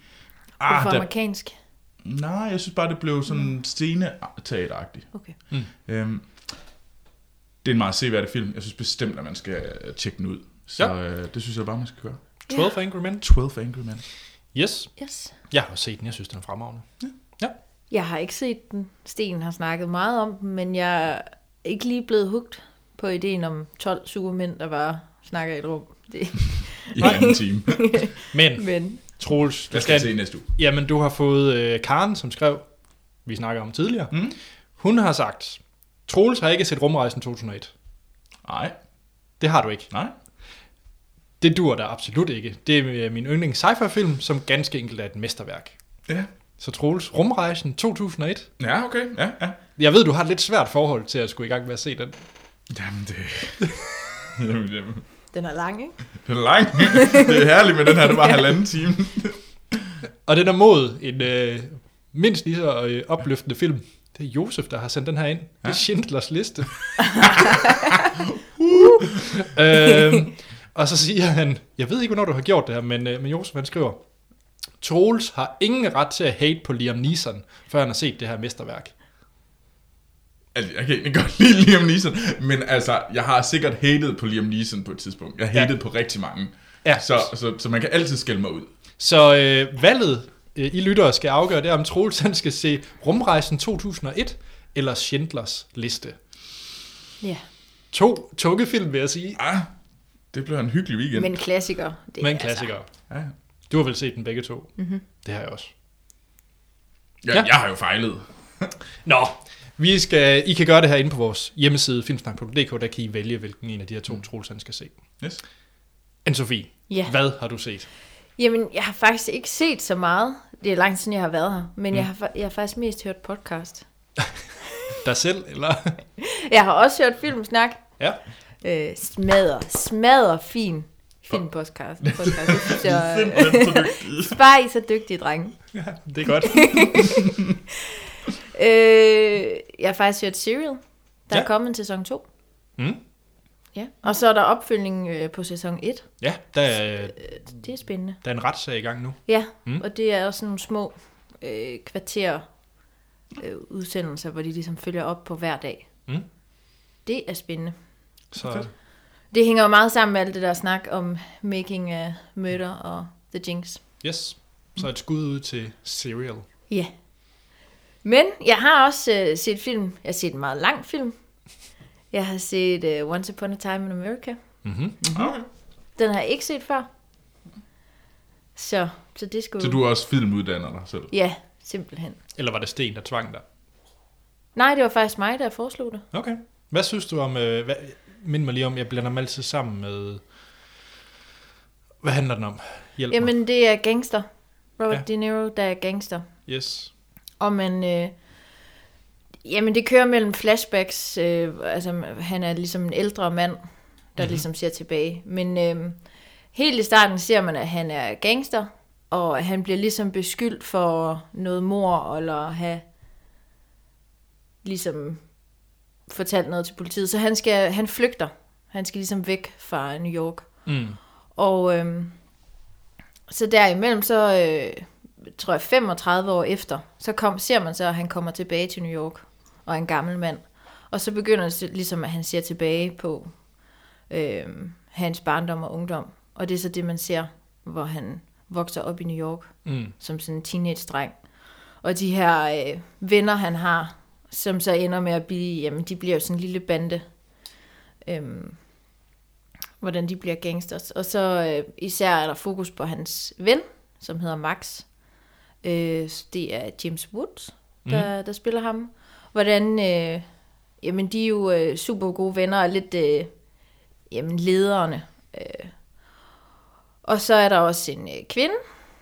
S3: Ah, for
S2: der,
S3: amerikansk.
S2: nej, jeg synes bare, det blev sådan sceneteateragtigt.
S3: Okay.
S2: Øhm, det er en meget seværdig film. Jeg synes bestemt, at man skal øh, tjekke den ud. Så
S1: Ja.
S2: ja. øh, det synes jeg bare, man skal gøre.
S1: 12 Angry Men.
S2: 12 Angry Men.
S1: Yes,
S3: Yes.
S1: jeg har set den. Jeg synes, den er fremragende.
S3: Jeg har ikke set den. Sten har snakket meget om den, men jeg er ikke lige blevet hugt på ideen om 12 supermænd, der bare snakker i et rum. Det,
S2: I en anden time.
S1: Men
S3: men
S1: Troels, du
S2: Jeg skal
S1: skal,
S2: se næste uge.
S1: Jamen, du har fået øh, Karen, som skrev, vi snakker om tidligere.
S2: Mm.
S1: Hun har sagt, Troels har ikke set rumrejsen 2001.
S2: Nej,
S1: Det har du ikke.
S2: nej.
S1: Det dur der absolut ikke. Det er øh, min yndlings sci-fi film, som ganske enkelt er et mesterværk.
S2: Ja.
S1: Så Troels, Rumrejsen 2001.
S2: Ja, okay. Ja, ja.
S1: Jeg ved, du har et lidt svært forhold til at skulle i gang med at se den.
S2: Jamen, det... jamen, jamen.
S3: Den er lang, ikke?
S2: Det er langt. det er herligt med den her, det var halvanden time.
S1: Og den er mod en øh, mindst lige så øh, opløftende film. Det er Josef, der har sendt den her ind. Det er Schindlers liste. uh. øhm, og så siger han, jeg ved ikke, hvornår du har gjort det her, men, øh, men Josef han skriver, Troels har ingen ret til at hate på Liam Neeson, før han har set det her mesterværk.
S2: Altså, jeg kan egentlig godt lide Liam Neeson, men altså, jeg har sikkert hated på Liam Neeson på et tidspunkt. Jeg hated ja. på rigtig mange.
S1: Ja.
S2: Så, så, så man kan altid skælde mig ud.
S1: Så øh, valget, øh, I lyttere skal afgøre, det er, om Troels han skal se Rumrejsen 2001 eller Schindlers liste.
S3: Ja.
S1: To tukkefilm, vil jeg sige.
S2: Ah, det blev en hyggelig weekend. Ah.
S3: Men klassiker. Det altså-
S1: Men klassikere.
S2: Ja.
S1: Du har vel set den begge to? Mm-hmm. Det har jeg også.
S2: Jeg,
S1: Ja.
S2: ja. jeg har jo fejlet.
S1: Nå, vi skal, I kan gøre det her inde på vores hjemmeside, filmsnak.dk, der kan I vælge, hvilken en af de her to mm. Troels han skal se.
S2: Yes.
S1: Anne-Sophie,
S3: Ja.
S1: hvad har du set?
S3: Jamen, jeg har faktisk ikke set så meget. Det er langt siden, jeg har været her. Men mm. jeg, har, fa- jeg har faktisk mest hørt podcast.
S1: Dig selv, eller?
S3: Jeg har også hørt filmsnak.
S1: ja.
S3: Øh, smadrer, smadrer fin. Fin podcast. podcast. Det synes jeg, øh,
S2: Simpelthen så dygtig.
S3: bare I er så dygtige, drenge.
S1: ja, det er godt.
S3: Øh, jeg har faktisk hørt Serial. Der ja.
S1: Ja.
S3: er kommet en sæson 2.
S1: Mm.
S3: Ja. Og så er der opfølgning øh, på sæson 1.
S1: Ja, der er,
S3: Øh, Det er spændende.
S1: der er en retssag i gang nu.
S3: Ja,
S1: Mm.
S3: mm. og det er også nogle små øh, kvarter øh, udsendelser, hvor de ligesom følger op på hver dag.
S1: Mm.
S3: Det er spændende.
S1: Så
S3: Det hænger jo meget sammen med alt det der snak om making a murder og The Jinx.
S1: yes, så et skud ud til Serial.
S3: Ja. Yeah. Men jeg har også øh, set film. Jeg har set en meget lang film. Jeg har set øh, Once Upon a Time in America.
S1: Mm-hmm.
S2: Okay.
S3: Den har jeg ikke set før. Så, så det skulle...
S2: Så du er også filmuddanner dig selv.
S3: Ja, simpelthen.
S1: Eller var det Sten, der tvang dig?
S3: Nej, det var faktisk mig, der foreslog det.
S1: Okay. Hvad synes du om... Øh, hvad, mind mig lige om, jeg blander dem altid sammen med... Hvad handler den om? Hjælp mig.
S3: Jamen, det er gangster. Robert
S1: Ja.
S3: ja. De Niro, der er gangster.
S1: Yes.
S3: Og man... Øh, jamen, det kører mellem flashbacks. Øh, altså, han er ligesom en ældre mand, der
S1: Mhm.
S3: mm-hmm. ligesom ser tilbage. Men øh, helt i starten ser man, at han er gangster. Og han bliver ligesom beskyldt for noget mor, eller at have ligesom fortalt noget til politiet. Så han, skal, han flygter. Han skal ligesom væk fra New York.
S1: Mm.
S3: Og øhm, så derimellem, så øh, tror jeg 35 år efter, så kom, ser man så, at han kommer tilbage til New York, og er en gammel mand. Og så begynder det så ligesom, at han ser tilbage på øh, hans barndom og ungdom. Og det er så det, man ser, hvor han vokser op i New York
S1: Mm.
S3: som sådan en teenage-dreng. Og de her øh, venner, han har, som så ender med at blive, jamen de bliver jo sådan en lille bande. Øhm, hvordan de bliver gangsters. Og så øh, især er der fokus på hans ven, som hedder Max. Øh, det er James Wood, der, mm. der spiller ham. Hvordan, øh, jamen de er jo øh, super gode venner og lidt, øh, jamen lederne. Øh. Og så er der også en øh, kvinde,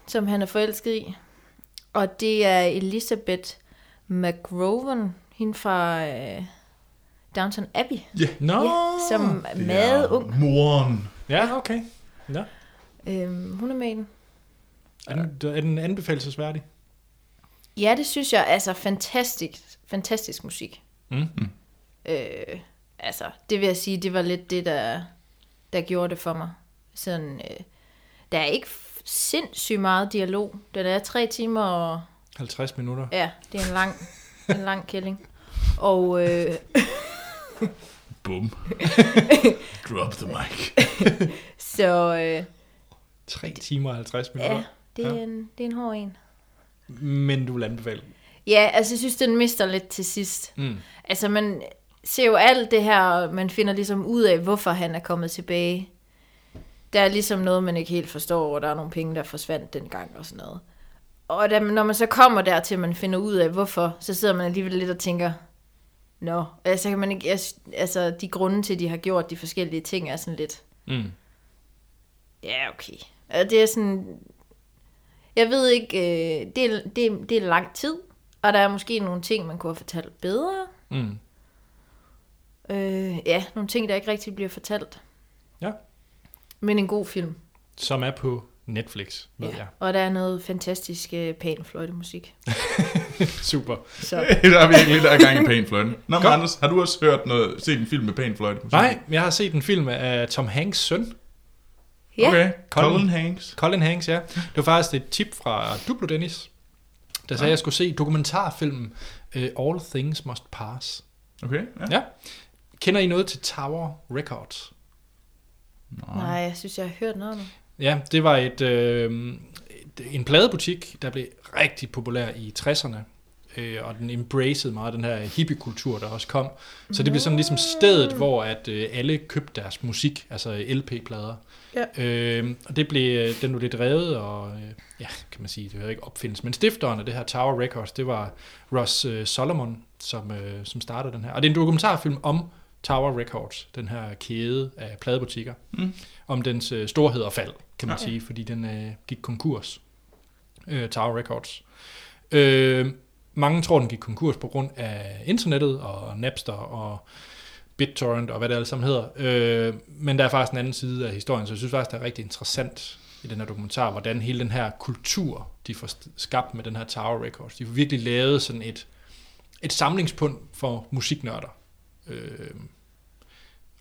S3: som han er forelsket i. Og det er Elizabeth McGroven, hende fra øh, Downton Abbey,
S1: Nå.
S3: ja, som er meget ung.
S2: Moren.
S1: Ja, okay. Ja.
S3: Øhm, hun er med i den.
S1: Er den, er den anbefalesværdig?
S3: Ja, det synes jeg. Altså, fantastisk, fantastisk musik.
S1: Mm.
S3: Øh, altså, det vil jeg sige, det var lidt det, der, der gjorde det for mig. Sådan, øh, der er ikke f- sindssygt meget dialog. Den er tre timer, og
S1: 50 minutter.
S3: ja, det er en lang, en lang kælling. Og øh,
S2: Bum. Drop the mic.
S3: så, øh,
S1: 3 timer og 50 minutter.
S3: ja, det er,
S1: Ja.
S3: en, det er en hård en.
S1: Men du vil anbefale den.
S3: Ja, altså, jeg synes, den mister lidt til sidst.
S1: Mm.
S3: Altså, man ser jo alt det her, og man finder ligesom ud af, hvorfor han er kommet tilbage. Der er ligesom noget, man ikke helt forstår, og der er nogle penge, der forsvandt dengang og sådan noget. Og da, når man så kommer dertil, man finder ud af, hvorfor, så sidder man alligevel lidt og tænker, nå, altså kan man ikke, altså de grunde til, de har gjort de forskellige ting, er sådan lidt,
S1: Mm.
S3: Ja, okay. Og det er sådan... Jeg ved ikke, øh, det, er, det, er- det er lang tid, og der er måske nogle ting, man kunne have fortalt bedre.
S1: Mm.
S3: Øh, ja, nogle ting, der ikke rigtig bliver fortalt.
S1: Ja.
S3: Men en god film.
S1: Som er på Netflix, ved ja.
S3: ja.
S1: jeg.
S3: Og der er noget fantastisk øh, panfløjtemusik.
S1: Super.
S3: Så
S2: der er virkelig der er gang i panfløjten. Nå, men
S1: Godt.
S2: Anders, har du også hørt noget, set en film med panfløjte?
S1: Nej, men jeg har set en film af Tom Hanks' søn.
S3: ja, okay.
S2: Okay,
S1: Colin.
S2: Colin, Hanks.
S1: Colin Hanks, ja. Det var faktisk et tip fra Duplo Dennis, der sagde, at
S3: Ah.
S1: jeg skulle se dokumentarfilmen uh, All Things Must Pass.
S2: Okay, ja.
S1: Ja. Kender I noget til Tower Records?
S3: nej, jeg synes, jeg har hørt noget om det.
S1: Ja, det var et, øh, et- en pladebutik, der blev rigtig populær i 60'erne. Øh, og den embracede meget den her hippiekultur, der også kom. Så det blev sådan ligesom stedet, hvor at øh, alle købte deres musik, altså LP-plader. Ja. Øh, og det blev, øh, den blev lidt drevet, og øh, ja, kan man sige, det var ikke opfindes. Men stifteren af det her Tower Records, det var Ross øh, Solomon, som, øh, som startede den her. Og det er en dokumentarfilm om Tower Records, den her kæde af pladebutikker om dens øh, storhed og fald, kan man
S2: Ja.
S1: ja. sige, fordi den øh, gik konkurs. Øh, Tower Records. Øh, mange tror, den gik konkurs på grund af internettet og Napster og BitTorrent og hvad det alle sammen hedder. Øh, men der er faktisk en anden side af historien, så jeg synes faktisk, det er rigtig interessant i den her dokumentar, hvordan hele den her kultur, de får st- skabt med den her Tower Records, de får virkelig lavet sådan et, et samlingspunkt for musiknørder. Øh,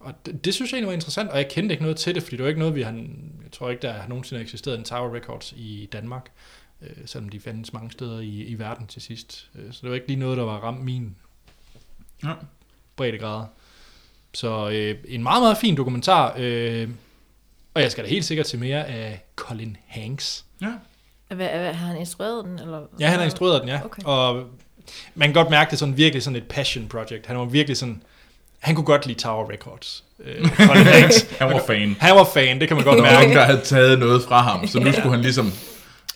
S1: og det, det synes jeg egentlig var interessant, og jeg kendte ikke noget til det, fordi det var ikke noget, vi har, jeg tror ikke, der har nogensinde eksisteret en Tower Records i Danmark, øh, selvom de fandtes mange steder i, i verden til sidst. Øh, så det var ikke lige noget, der var ramt min
S2: Ja.
S1: breddegrader. Så øh, en meget, meget fin dokumentar, øh, og jeg skal da helt sikkert se mere af Colin Hanks.
S2: ja.
S3: Hvad, hvad, har han instrueret den? Eller?
S1: Ja, han har instrueret den, ja. Okay.
S3: Okay.
S1: Og man kan godt mærke, det er sådan virkelig sådan et passion project. Han var virkelig sådan, han kunne godt lide Tower Records. Øh, Colin Hanks.
S2: Han var fan.
S1: Han var fan, det kan man
S2: Der
S1: godt
S2: var
S1: mærke.
S2: nogen, der havde taget noget fra ham, så nu skulle han ligesom...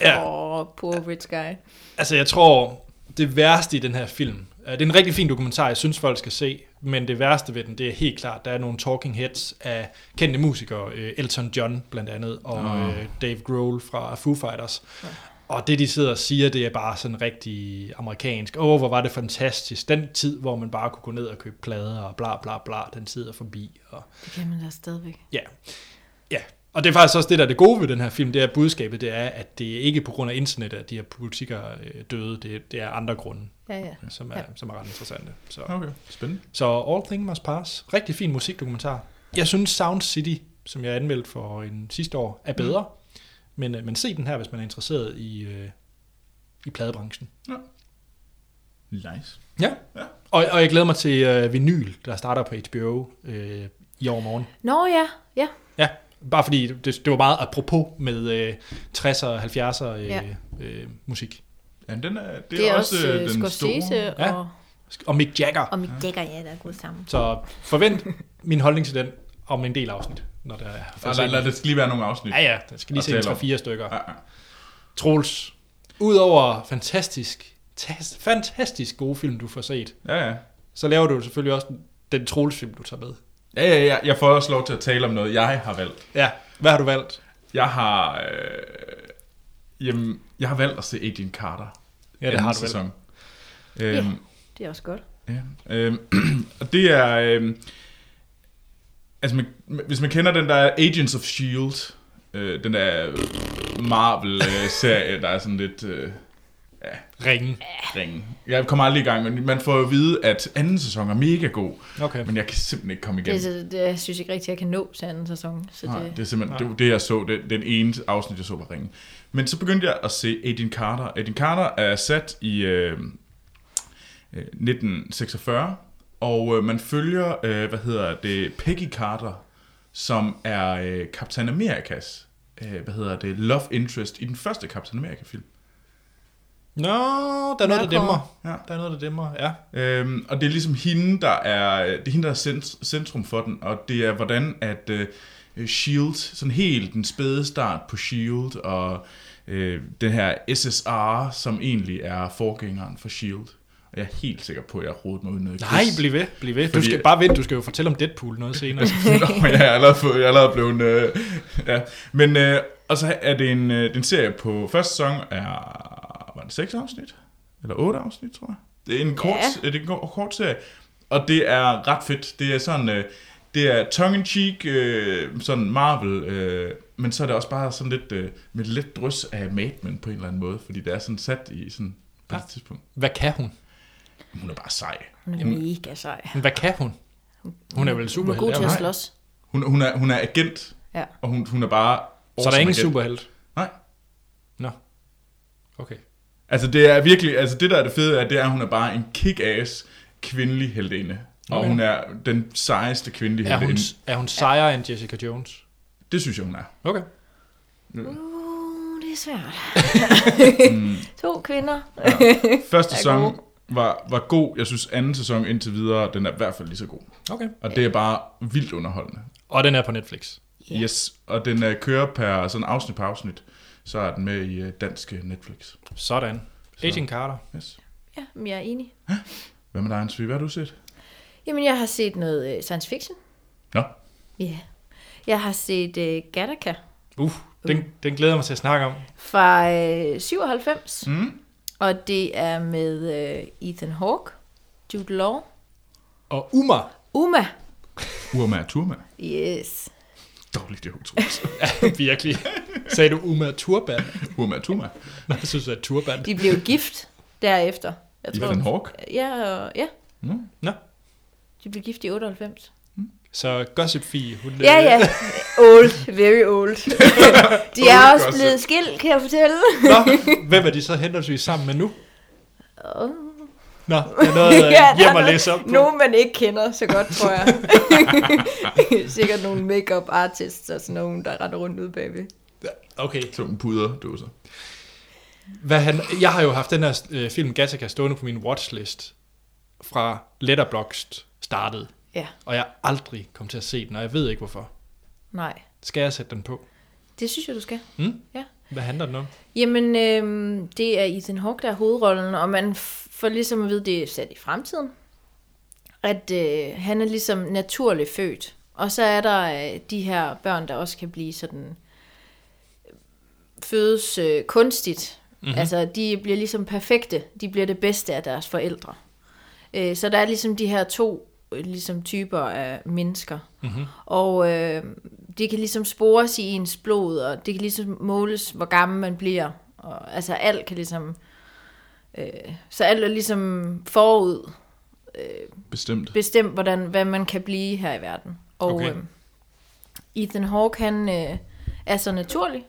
S1: Ja,
S3: Åh, oh, poor rich guy.
S1: altså jeg tror, det værste i den her film, øh, det er en rigtig fin dokumentar, jeg synes folk skal se, men det værste ved den, det er helt klart, der er nogle talking heads af kendte musikere, øh, Elton John blandt andet, og
S2: Nå.
S1: øh, Dave Grohl fra Foo Fighters. Og det, de sidder og siger, det er bare sådan rigtig amerikansk. Åh, oh, hvor var det fantastisk. Den tid, hvor man bare kunne gå ned og købe plader og bla bla bla, den tid er forbi. Og
S3: Det kan man da stadigvæk.
S1: Ja. ja. Og det er faktisk også det, der er det gode ved den her film, det er at budskabet, det er, at det er ikke på grund af internet, at de her politikere øh, døde, det, det er andre grunde,
S3: Ja, ja.
S1: som er,
S3: Ja.
S1: ja. som er ret interessante. Så.
S2: Okay, spændende.
S1: så All Things Must Pass, rigtig fin musikdokumentar. Jeg synes Sound City, som jeg anmeldte for en sidste år, er bedre, men, øh, men se den her, hvis man er interesseret i, øh, i pladebranchen.
S2: Nice.
S1: Ja.
S2: Ja.
S1: Og, og jeg glæder mig til øh, vinyl, der starter på HBO øh, i overmorgen.
S3: Nå ja, ja.
S1: Ja, bare fordi det, det var meget apropos med øh, 60'er og 70'er øh,
S3: Ja.
S1: ja. øh, musik.
S2: Ja, den er, det,
S3: Det er også
S2: øh,
S3: øh, Scorsese
S2: store.
S1: Ja.
S3: og,
S1: Og Mick Jagger.
S3: og Mick Jagger, ja, der er gået sammen.
S1: Så forvent min holdning til den om en del afsnit, når der er
S2: Og lad, lad, det skal lige være nogle afsnit.
S1: Ja, ja, der skal lige
S2: Og
S1: se en
S2: tale om.
S1: 3-4 stykker.
S2: Ja, ja.
S1: Troels, udover fantastisk, tas, fantastisk gode film, du får set,
S2: Ja, ja.
S1: så laver du selvfølgelig også den Troels-film, du tager med.
S2: Ja, ja, ja. Jeg får også lov til at tale om noget, jeg har valgt.
S1: Ja, hvad har du valgt?
S2: Jeg har... Øh, jamen, jeg har valgt at se Agent Carter.
S1: Ja, det
S2: anden
S1: har du vel.
S2: sæson. Øhm,
S3: Ja. Det er også godt.
S2: Ja. Øhm, og det er... Øhm, altså, man, hvis man kender den der Agents of S.H.I.E.L.D., E øh, den der Marvel-serie, der er sådan lidt... Øh,
S1: Ringen.
S2: ringe. Jeg kommer aldrig i gang, men man får jo at vide, at anden sæson er mega god,
S1: Okay.
S2: men jeg kan simpelthen ikke komme
S3: Det,
S2: igennem.
S3: er så- det, jeg synes ikke rigtigt, jeg kan nå til anden sæson. Så det,
S2: Nej, det er simpelthen
S1: Nej.
S2: det, var det, jeg så, det, den ene afsnit, jeg så var ringen. Men så begyndte jeg at se Agent Carter. Agent Carter er sat i øh, øh, 1946, og øh, man følger, øh, hvad hedder det, Peggy Carter, som er øh, Captain Amerikas, øh, hvad hedder det, love interest i den første Captain America-film.
S1: Nå, der er noget, der
S3: Nørre.
S1: dæmmer.
S2: Ja.
S1: Der er noget, der dæmmer, ja.
S2: Øhm, og det er ligesom hende, der er, det er hende, der er cent- centrum for den, og det er hvordan, at øh, S.H.I.E.L.D., sådan helt den spæde start på S.H.I.E.L.D., og øh, den her SSR, som egentlig er forgængeren for S.H.I.E.L.D., Og jeg er helt sikker på, at jeg rodede mig ud i noget
S1: Nej,
S2: quiz.
S1: bliv ved, bliv ved. Du
S2: Fordi-
S1: skal bare vente, du skal jo fortælle om Deadpool noget senere.
S2: Nå, jeg er allerede, fået, jeg er allerede blevet... Øh, ja. Men, øh, og så er det en, øh, det er en serie på første sæson er... Var det seks afsnit? Eller otte afsnit, tror jeg. Det er en kort,
S3: Ja.
S2: ja. det er en ko- kort serie. Og det er ret fedt. Det er sådan... Øh, det er tongue-in-cheek, øh, sådan Marvel, øh, men så er det også bare sådan lidt øh, med let drys af Mad Men på en eller anden måde, fordi det er sådan sat i sådan på
S1: Ja.
S2: det tidspunkt.
S1: Hvad kan hun?
S2: Hun er bare sej.
S3: Hun er
S1: Jamen-
S3: mega sej.
S1: Men Hvad kan hun? Hun er vel
S3: Hun er
S1: superhelt?
S3: god til
S1: er
S3: at
S1: hun ikke?
S3: slås.
S2: Hun, hun, er, hun er agent,
S3: Ja.
S2: og hun, hun er bare...
S1: Så der er
S2: awesome
S1: ingen
S2: agent.
S1: superhelt?
S2: Nej.
S1: Nå. Okay.
S2: Altså det er virkelig, altså det der er det fede er, det er, at hun er bare en kick-ass kvindelig heldinde. Okay. Og
S1: Okay.
S2: hun er den sejeste kvindelige
S1: Er hun,
S2: heldinde.
S1: er hun sejere end Jessica Jones?
S2: Det synes jeg, hun er.
S1: Okay.
S3: Uh, det er svært.
S2: Mm.
S3: to kvinder.
S2: Første
S3: Er
S2: sæson
S3: god.
S2: var, var god. Jeg synes anden sæson indtil videre, den er i hvert fald lige så god.
S1: Okay.
S2: Og det er bare vildt underholdende.
S1: Og den er på Netflix.
S3: Ja.
S2: Yeah. Yes, og den uh, kører per sådan afsnit per afsnit. Så er den med i uh, danske Netflix.
S1: Sådan. Agent Carter.
S2: Yes.
S3: Ja, men jeg er enig.
S2: Hvad med dig, Ansvi? Hvad har du set?
S3: Jamen, jeg har set noget øh, science fiction.
S2: Nå,
S3: Ja. Yeah. Jeg har set øh, Gattaca
S1: Uh, den, den glæder jeg mig til at snakke om.
S3: fra øh, 97.
S2: Mm.
S3: Og det er med øh, Ethan Hawke, Jude Law,
S1: Og Uma.
S3: Uma.
S2: Urma er Turma.
S3: Yes.
S2: Dårligt, jeg tror.
S1: Virkelig. Sagde du Uma Turban?
S2: Urma er Turma.
S1: Nej, jeg synes, det er Turban.
S3: De blev gift derefter. Jeg
S2: Ethan Hawke.
S3: Ja, og- ja,
S1: Nå.
S3: de blev gift i 98.
S1: Så Gossip Fie, hun... øh,
S3: Ja, ja. Old. Very old. De er
S2: Old
S3: også
S2: gossip.
S3: blevet skilt, kan jeg fortælle.
S1: Nå, hvem er de så henholdsvis sammen med nu?
S3: Oh.
S1: Nå, der er noget
S3: Ja,
S1: ja,
S3: der
S1: hjem
S3: er
S1: at
S3: noget-
S1: læse op på.
S3: Nogen, man ikke kender så godt, tror jeg. Sikkert nogle makeup artists og sådan nogen, der render rundt ude bagved.
S1: Okay.
S2: Tunge puderdåser.
S1: Hvad han, jeg har jo haft den her øh, film Gattaca stående på min watchlist fra Letterboxd startede,
S3: Ja,
S1: og jeg er aldrig kom til at se den, og jeg ved ikke hvorfor.
S3: nej.
S1: Skal jeg sætte den på?
S3: Det synes jeg, du skal.
S1: Mm?
S3: Ja.
S1: Hvad handler den om?
S3: Jamen, øhm, det er Ethan Hawke, der er hovedrollen, og man f- får ligesom at vide, det er sat i fremtiden. At øh, han er ligesom naturligt født. Og så er der øh, de her børn, der også kan blive sådan øh, fødes øh, kunstigt. Mm-hmm. Altså, de bliver ligesom perfekte. De bliver det bedste af deres forældre. Øh, så der er ligesom de her to øh, ligesom typer af mennesker.
S1: Mhm.
S3: Mm-hmm. Og øh, det kan ligesom spores i ens blod, og det kan ligesom måles, hvor gammel man bliver. Og, altså alt kan ligesom... Øh, så alt er ligesom forud
S2: Bestemt.
S3: bestemt, hvordan, hvad man kan blive her i verden. Og
S1: Okay.
S3: okay. øh, Ethan Hawke, han øh, er så naturlig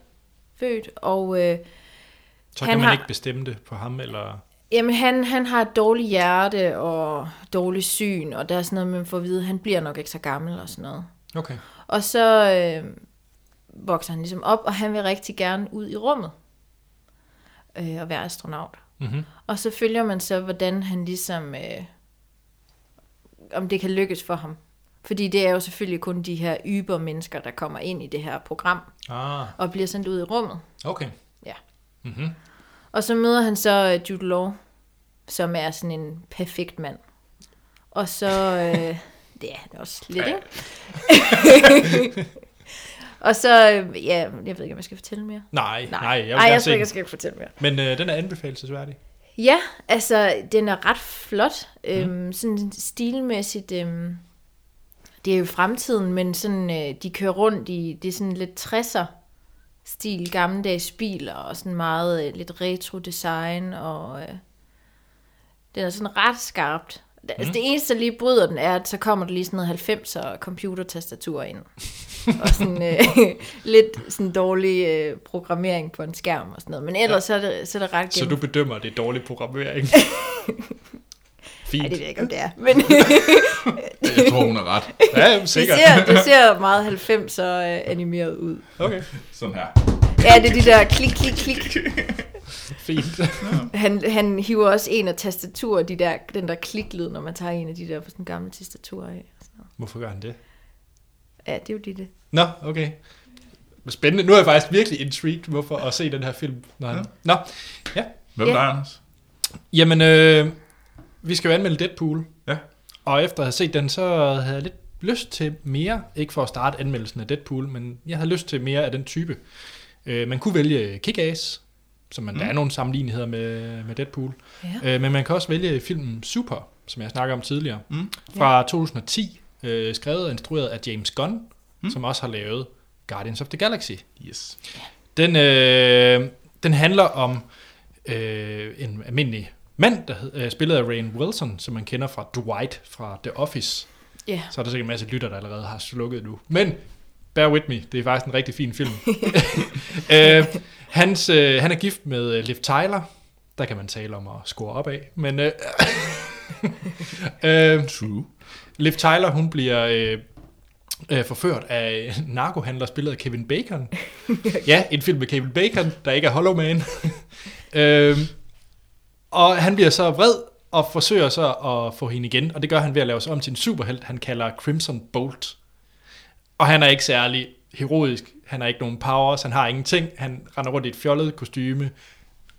S3: født, og øh,
S1: Så
S3: Han
S1: kan man
S3: har-
S1: ikke bestemme det på ham, eller...
S3: Jamen, han, han har et dårligt hjerte og dårligt syn, og der er sådan noget, man får at vide, han bliver nok ikke så gammel og sådan noget.
S1: Okay.
S3: Og så øh, vokser han ligesom op, og han vil rigtig gerne ud i rummet øh, og være astronaut.
S1: Mm-hmm.
S3: Og så følger man så, hvordan han ligesom, øh, om det kan lykkes for ham. Fordi det er jo selvfølgelig kun de her yber-mennesker, der kommer ind i det her program
S1: Ah,
S3: og bliver sendt ud i rummet.
S1: okay.
S3: Ja.
S1: Mm-hmm.
S3: Og så møder han så øh, Jude Law, som er sådan en perfekt mand. Og så... Øh, det er han også lidt, ikke? og så... Øh, ja, jeg ved ikke, om jeg skal fortælle mere.
S1: Nej, nej, nej, jeg vil
S3: Ej,
S1: gerne
S3: jeg
S1: se
S3: tror ikke,
S1: den.
S3: jeg skal fortælle mere.
S1: Men øh, den er anbefalesværdig.
S3: Ja, altså, den er ret flot. Øhm,
S1: Mhm.
S3: Sådan stilmæssigt... Øhm, det er jo fremtiden, men sådan, øh, de kører rundt i... Det er sådan lidt 60'er stil, gammeldags biler og sådan meget øh, lidt retro design og øh, den er sådan ret skarpt. Mm.
S1: Mhm.
S3: Altså, det eneste, der lige bryder den, er, at så kommer der lige sådan noget 90'er computertastatur ind. og sådan øh, lidt sådan dårlig øh, programmering på en skærm og sådan noget. Men ellers ja. så, er det, så er det ret
S1: Så du bedømmer, det er dårlig programmering.
S3: Ej,
S1: Fint.
S3: det ved jeg ikke, om det er. Men
S2: Jeg tror, hun er ret.
S1: Ja, jamen,
S3: det,
S1: sikkert.
S3: ser, det ser meget 90'er øh, animeret ud.
S1: Okay,
S2: Sådan her.
S3: Ja, det er de der klik, klik, klik.
S1: fint.
S3: Han, han hiver også en af tastaturer, de der, den der kliklyd, når man tager en af de der sådan gamle tastaturer af. og sådan noget.
S1: Hvorfor gør han det?
S3: Ja, det er jo lige det.
S1: Nå, okay. Spændende. Nu er jeg faktisk virkelig intrigued, hvorfor at se den her film. Nå, ja. Nå.
S2: Hvem er
S3: Ja.
S2: dig, Anders?
S1: jamen, øh, Vi skal jo anmelde Deadpool.
S2: Ja.
S1: Og efter at have set den, så havde jeg lidt lyst til mere. Ikke for at starte anmeldelsen af Deadpool, men jeg havde lyst til mere af den type. Øh, man kunne vælge Kick-Ass, som man, mm. der er nogle sammenligneligheder med, med Deadpool.
S3: Ja.
S1: Øh, men man kan også vælge filmen Super, som jeg snakker om tidligere,
S2: Mm.
S1: fra 2010, øh, skrevet og instrueret af James Gunn,
S2: Mm.
S1: mm. som også har lavet Guardians of the Galaxy.
S2: Yes.
S1: Den, øh, den handler om øh, en almindelig mand, der hed, øh, spillet af Rain Wilson, som man kender fra Dwight fra The Office.
S3: Ja.
S1: Så er der sikkert en masse lytter, der allerede har slukket nu. Men bear with me, det er faktisk en rigtig fin film. øh, hans, øh, han er gift med øh, Liv Tyler. Der kan man tale om at score op af. Men øh, øh,
S2: True.
S1: Liv Tyler, hun bliver øh, øh, forført af en narkohandler, spillet af Kevin Bacon. ja, en film med Kevin Bacon, der ikke er Hollow Man. øh, og han bliver så vred og forsøger så at få hende igen, og det gør han ved at lave sig om til en superhelt, han kalder Crimson Bolt. Og han er ikke særlig heroisk, han har ikke nogen powers, han har ingenting, han render rundt i et fjollet kostyme,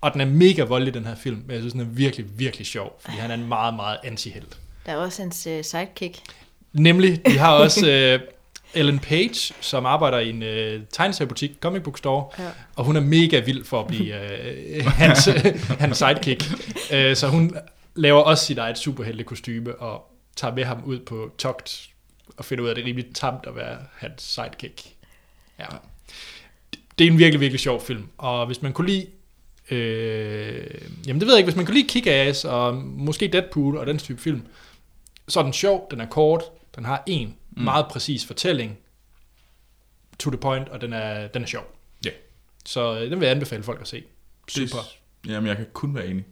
S1: og den er mega voldelig, den her film, men jeg synes, den er virkelig, virkelig sjov, fordi han er en meget, meget antihelt.
S3: Der er også hans øh, sidekick.
S1: Nemlig, de har også øh, Ellen Page, som arbejder i en øh, tegneseriebutik, comic book store,
S3: Ja.
S1: og hun er mega vild for at blive øh, hans, hans sidekick. Øh, så hun laver også sit eget superheltekostyme og tager med ham ud på togt og finder ud af, at det er rimelig tamt at være hans sidekick. Ja. Det er en virkelig, virkelig sjov film, og hvis man kunne lide Øh, jamen det ved jeg ikke, hvis man kunne lide Kick-Ass og måske Deadpool og den type film, så er den sjov, den er kort, den har en mm. meget præcis fortælling, to the point, og den er, den er sjov.
S2: Ja.
S1: Så øh, den vil jeg anbefale folk at se. Super.
S2: Det, jamen, jeg kan kun være enig.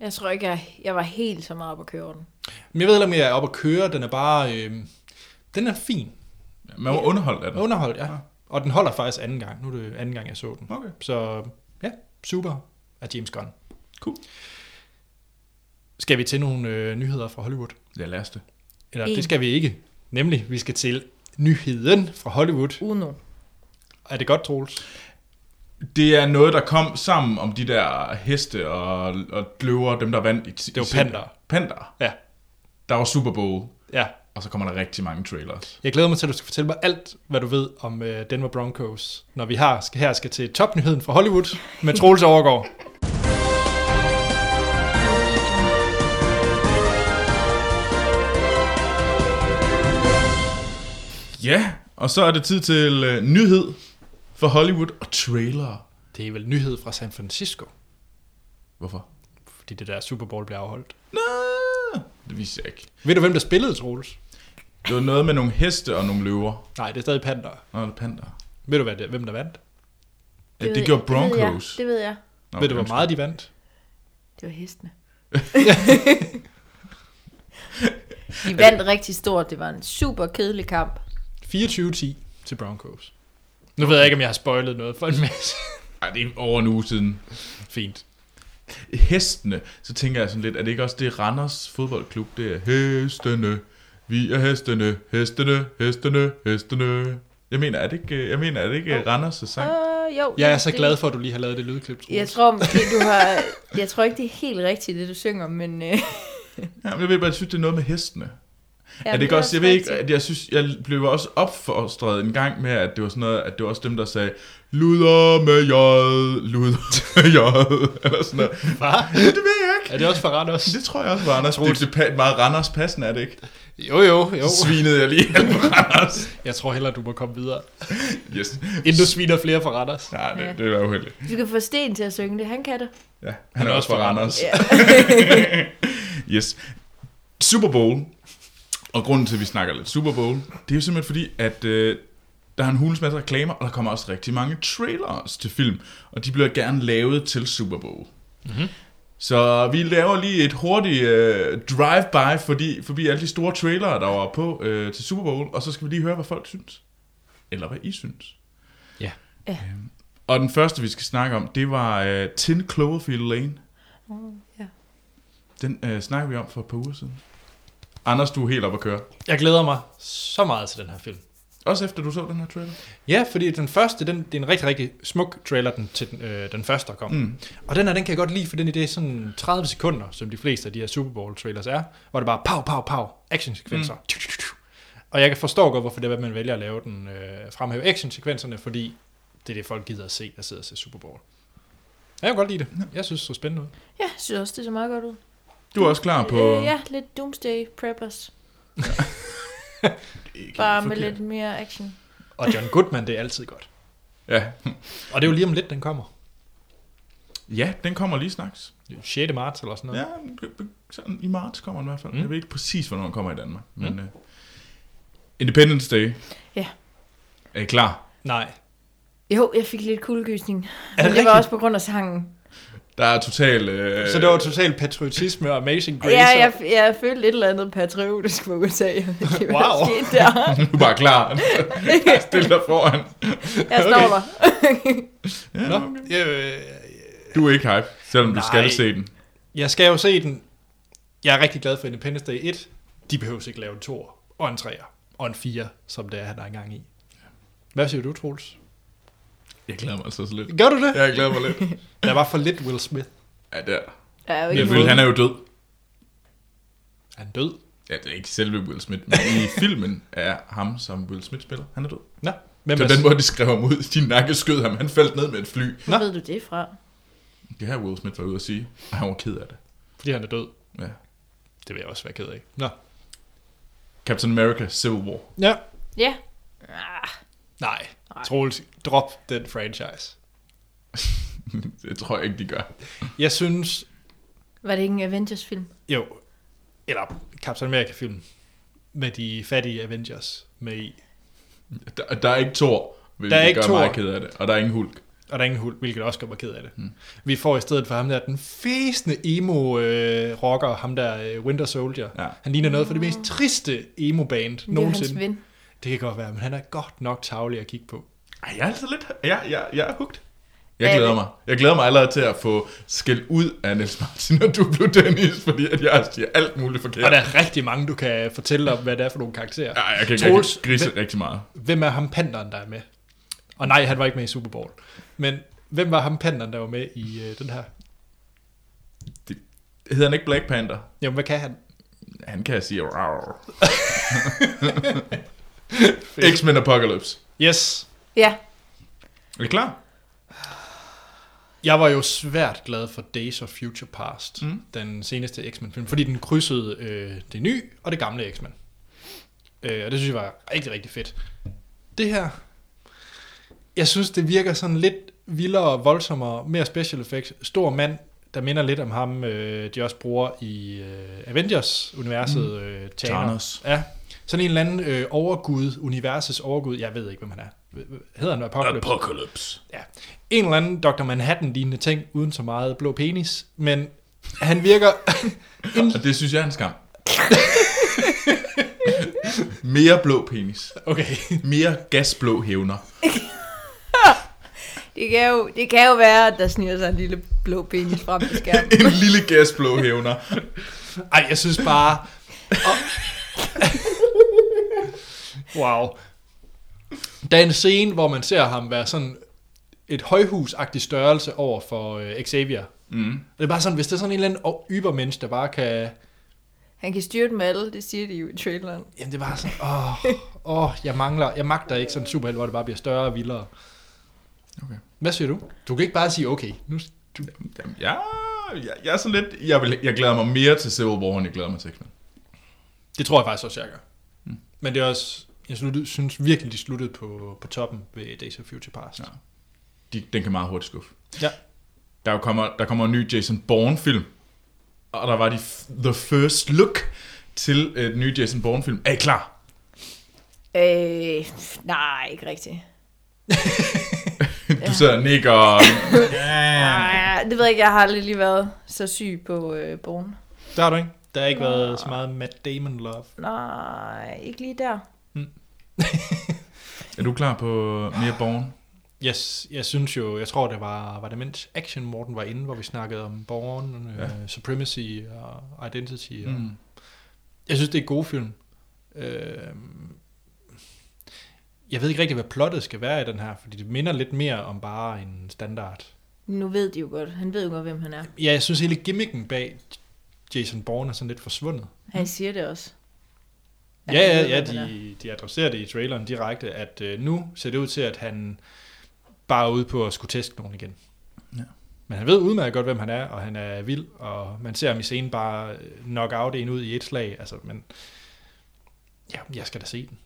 S3: Jeg tror ikke, jeg, jeg var helt så meget på at køre over den.
S1: Men jeg ved heller ikke, om jeg er oppe at køre, den er bare, øh, den er fin,
S2: Man var underholdt af den.
S1: underholdt, ja.
S2: Ja.
S1: Og den holder faktisk anden gang, nu er det anden gang, jeg så den.
S2: Okay.
S1: Så ja, super af James Gunn.
S2: Cool.
S1: Skal vi til nogle øh, nyheder fra Hollywood?
S2: Ja, lad os det.
S1: Eller
S3: En.
S1: det skal vi ikke. Nemlig, vi skal til nyheden fra Hollywood.
S3: Uno.
S1: Er det godt, Troels?
S2: Det er noget, der kom sammen om de der heste og, og løver, dem der vandt. I,
S1: Det var pandaer.
S2: Pandaer.
S1: Ja,
S2: Der var Super Bowl,
S1: ja.
S2: og så kommer der rigtig mange trailers.
S1: Jeg glæder mig til, at du skal fortælle mig alt, hvad du ved om øh, Denver Broncos, når vi har, skal, her skal til topnyheden fra Hollywood med Troels Overgaard.
S2: Ja, og så er det tid til øh, nyhed for Hollywood og trailer.
S1: Det er vel nyhed fra San Francisco,
S2: Hvorfor?
S1: fordi det der Super Bowl bliver afholdt.
S2: Nå, det viser jeg ikke.
S1: Ved du, hvem der spillede, Troels?
S2: Det var noget med nogle heste og nogle løver.
S1: Nej, det er stadig Panther.
S2: Nå, det er pandaer.
S1: Ved du, hvad det, hvem der vandt?
S2: Ja,
S3: ved
S2: det
S3: jeg-
S2: gjorde
S3: ved jeg.
S2: Broncos.
S3: Det ved jeg.
S2: Nå,
S1: Ved du, hvor
S2: undskyld.
S1: meget de vandt?
S3: Det var hestene. De vandt rigtig stort. Det var en super kedelig kamp.
S1: 24-10 til Broncos. Nu ved jeg ikke, om jeg har spoilet noget for en masse.
S2: Ej, det er over en uge siden.
S1: Fint.
S2: Hestene, så tænker jeg sådan lidt, er det ikke også det Randers fodboldklub, det er hestene, vi er hestene, hestene, hestene, hestene. Jeg mener, er det ikke, jeg mener, er det ikke Randers' sang?
S3: Uh, jo,
S1: Jeg er så
S3: det-
S1: glad for, at du lige har lavet det lydklip, Troels.
S3: Jeg tror, måske, du har, jeg tror ikke, det er helt rigtigt, det du synger, men... Øh,
S2: Ja, men jeg ved bare, jeg synes, det er noget med hestene. Ja, er
S3: jamen,
S2: det ikke også, jeg ved ikke,
S3: rigtigt.
S2: at jeg synes, jeg blev også opfostret en gang med, at det var sådan noget, at det var også dem, der sagde, luder med j, luder med j, eller sådan noget.
S1: Hva?
S2: Det ved jeg ikke.
S1: Er det også for ret også?
S2: Det tror jeg også var Anders. Det, det er meget Randers passende, er det ikke?
S1: Jo, jo, jo.
S2: Jo. Svinede jeg lige alt på Randers.
S1: Jeg tror hellere, du må komme videre.
S2: Yes.
S1: Inden du sviner flere for Randers.
S2: Nej, det, det var uheldigt.
S3: Du kan få Sten til at synge det, han kan det.
S2: Ja, han, er, også fra Randers.
S3: Ja.
S2: Yes. Super Bowl. Og grunden til, at vi snakker lidt Super Bowl, det er jo simpelthen fordi, at øh, der er en hulens masse reklamer, og der kommer også rigtig mange trailers til film, og de bliver gerne lavet til Super Bowl. Mm-hmm. Så vi laver lige et hurtigt øh, drive-by fordi, forbi alle de store trailere, der var på øh, til Super Bowl, og så skal vi lige høre, hvad folk synes. Eller hvad I synes.
S1: Ja.
S3: Ja.
S2: Øhm, Og den første, vi skal snakke om, det var øh, 10 Cloverfield Lane.
S3: ja.
S2: Den øh, snakker vi om for et par uger siden. Anders, du er helt oppe at køre.
S1: Jeg glæder mig så meget til den her film.
S2: Også efter du så den her trailer?
S1: Ja, fordi den første, den, det er en rigtig, rigtig smuk trailer, den, til den, øh, den første, der kom. Mm. Og den her, den kan jeg godt lide, for den i det er sådan 30 sekunder, som de fleste af de her Super Bowl-trailers er, hvor det bare pow, pow, pow, actionsekvenser. Mm. Og jeg kan forstå godt, hvorfor det er, at man vælger at lave den, øh, fremhæve actionsekvenserne, fordi det er det, folk gider at se, der sidder og ser Super Bowl. Ja, jeg kan godt lide det. Jeg synes, det så spændende ud.
S3: Ja, jeg synes også, det så meget godt ud.
S2: Du er også klar Ah, på...
S3: Øh, ja, lidt Doomsday Preppers.
S2: Ikke
S3: Bare med
S2: forkert.
S3: lidt mere action.
S1: Og John Goodman, det er altid godt.
S2: Ja.
S1: Og det er jo lige om lidt, den kommer.
S2: ja, den kommer lige snaks.
S1: 6. marts eller sådan noget.
S2: Ja, sådan i marts kommer den i hvert fald.
S1: Mm.
S2: Mm. Jeg ved ikke præcis, hvornår den kommer i Danmark. Men mm. uh, Independence Day.
S3: Ja.
S2: Er I klar?
S1: Nej.
S3: Jo, jeg fik lidt kuldegysning.
S1: det
S3: Men det,
S1: rigtigt?
S3: var også på grund af sangen.
S2: Der er total... Uh,
S1: Så det var total patriotisme og Amazing Grace.
S3: Ja,
S1: og-
S3: jeg, jeg følte et eller andet patriotisk på USA. Jeg ved ikke, hvad
S1: Wow.
S3: der skete der.
S2: Du er bare klar. Bare Stil dig foran.
S3: Jeg står der.
S2: Ja,
S1: Nå,
S2: okay.
S1: øh,
S2: Du er ikke hype, selvom du
S1: Nej.
S2: skal se den.
S1: jeg skal jo se den. Jeg er rigtig glad for Independence Day 1. De behøver ikke lave en 2 og en 3 og en 4, som det er, der er gang i. Hvad siger du, Troels?
S2: Jeg glæder mig altså så lidt.
S1: Gør du det?
S2: Ja, jeg glæder mig lidt.
S1: Der var for lidt Will Smith.
S2: Ja, det er der.
S3: Der er jo
S2: Jeg
S3: ikke
S2: vil,
S3: noget.
S2: han er jo død.
S1: Er han død?
S2: Ja, det er ikke selve Will Smith, men i filmen er ham, som Will Smith spiller, han er død.
S1: Nå, hvem
S2: Så
S1: er
S2: den måde, de skrev ham ud, de nakke skød ham, han faldt ned med et fly.
S3: Hvor ved du det fra?
S2: Det her Will Smith var ude at sige, og han var ked af det.
S1: Fordi han er død.
S2: Ja.
S1: Det vil jeg også være ked af. Nå.
S2: Captain America Civil War.
S1: Ja.
S3: Ja. Ah,
S1: Nej. Troels, drop den franchise.
S2: det tror jeg ikke, de gør.
S1: Jeg synes,
S3: Var det ikke en Avengers-film?
S1: jo, eller Captain America-film med de fattige Avengers med i.
S2: Der, der er ikke Thor, hvilket
S1: Der er ikke
S2: gør
S1: Thor.
S2: mig ked af det. Og der er ingen Hulk.
S1: Og der er ingen hul, hvilket også gør mig ked af det. Mm. Vi får i stedet for ham der, den fæsende emo-rocker, ham der øh, Winter Soldier.
S2: Ja.
S1: Han ligner noget for det mest triste emo-band
S3: Det er jo hans
S1: nogensinde.
S3: ven.
S1: Det kan godt være, men han er godt nok tavlig at kigge på.
S2: Ej, jeg er altså lidt... Jeg, jeg, jeg er hugt.
S3: Ja,
S2: Jeg glæder
S3: det-
S2: mig. Jeg glæder mig allerede til at få skæld ud af Niels Martin og du blev Dennis, fordi at jeg siger alt muligt forkert.
S1: Og der er rigtig mange, du kan fortælle om, hvad det er for nogle karakterer.
S2: Ja, jeg kan ikke
S1: Troels,
S2: jeg kan grise
S1: hvem-
S2: rigtig meget.
S1: Hvem er ham panderen, der er med? Og nej, han var ikke med i Super Bowl. Men hvem var ham panderen, der var med i øh, den her?
S2: Hedder han ikke Black Panther?
S1: Jamen, hvad kan han?
S2: Han kan sige... "Rar." X-Men Apocalypse.
S1: Yes.
S3: Ja,
S2: Er I klar?
S1: Jeg var jo svært glad for Days of Future Past, mm. den seneste X-Men-film, fordi den krydsede øh, det nye og det gamle X-Men. Øh, og det synes jeg var rigtig, rigtig fedt. Det her, jeg synes, det virker sådan lidt vildere, voldsommere, mere special effects. Stor mand, der minder lidt om ham, øh, de også bruger i øh, Avengers-universet, mm. øh, Thanos.
S2: Thanos.
S1: Ja, sådan en eller anden øh, overgud, universets overgud, jeg ved ikke, hvem han er. Hedder han Apocalypse?
S2: Apocalypse.
S1: ja, en eller anden Dr. Manhattan-lignende ting, uden så meget blå penis, men han virker...
S2: Og det synes jeg er en skam. Mere blå penis.
S1: Okay,
S2: Mere gasblå hævner.
S3: det kan, jo, det kan jo være, at der sniger sig en lille blå penis frem på skærmen.
S2: En lille gasblå hævner.
S1: ej, jeg synes bare... Og... wow. Der er en scene, hvor man ser ham være sådan et højhusagtig størrelse over for øh, Xavier.
S2: Mm.
S1: Det er bare sådan, hvis det er sådan en eller anden ybermensch, der bare kan...
S3: Han kan styre dem alle, det siger de jo i traileren.
S1: Jamen det var sådan, åh, åh, jeg mangler, jeg magter ikke sådan en superheld, hvor det bare bliver større og vildere.
S2: Okay.
S1: Hvad siger du? Du kan ikke bare sige, okay, nu, du,
S2: Jamen, ja, jeg, jeg er sådan lidt... Jeg, vil, jeg glæder mig mere til Civil War, end jeg glæder mig til X-Men.
S1: Det tror jeg faktisk også, jeg gør. Mm. Men det er også, jeg sluttede, synes virkelig, de sluttede på, på toppen ved Days of Future Past. Ja.
S2: Ja. De, den kan meget hurtigt skuffe.
S1: Ja.
S2: Der, er jo kommer, der kommer en ny Jason Bourne-film. Og der var de f- The First Look til øh, den nye Jason Bourne-film. Er I klar?
S3: Øh, nej, ikke rigtigt.
S2: Du sidder og nikker. og- Ja.
S3: Nej, det ved jeg ikke, jeg har aldrig lige været så syg på øh, Born.
S1: Der har du ikke? Der har ikke været så meget Matt Damon love.
S3: Nej, ikke lige der.
S2: Er du klar på mere Bourne?
S1: Yes, jeg synes jo, jeg tror det var, var det mens Action Morten var inde, hvor vi snakkede om Born, ja. øh, Supremacy og Identity. Og, mm.
S2: Mm.
S1: Jeg synes, det er gode film. Øh, jeg ved ikke rigtig, hvad plottet skal være i den her, fordi det minder lidt mere om bare en standard.
S3: Nu ved de jo godt. Han ved jo godt, hvem han er.
S1: Ja, jeg synes hele gimmicken bag Jason Bourne er sådan lidt forsvundet.
S3: Han siger det også.
S1: Ja,
S3: Ja,
S1: ja,
S3: jeg ved,
S1: ja
S3: hvad han
S1: de, de adresserer det i traileren direkte, at øh, nu ser det ud til, at han bare er ude på at skulle teste nogen igen.
S2: Ja.
S1: Men han ved udmærket godt, hvem han er, og han er vild, og man ser ham i scenen bare øh, knock out en ud i et slag. Altså, men ja, jeg skal da se den.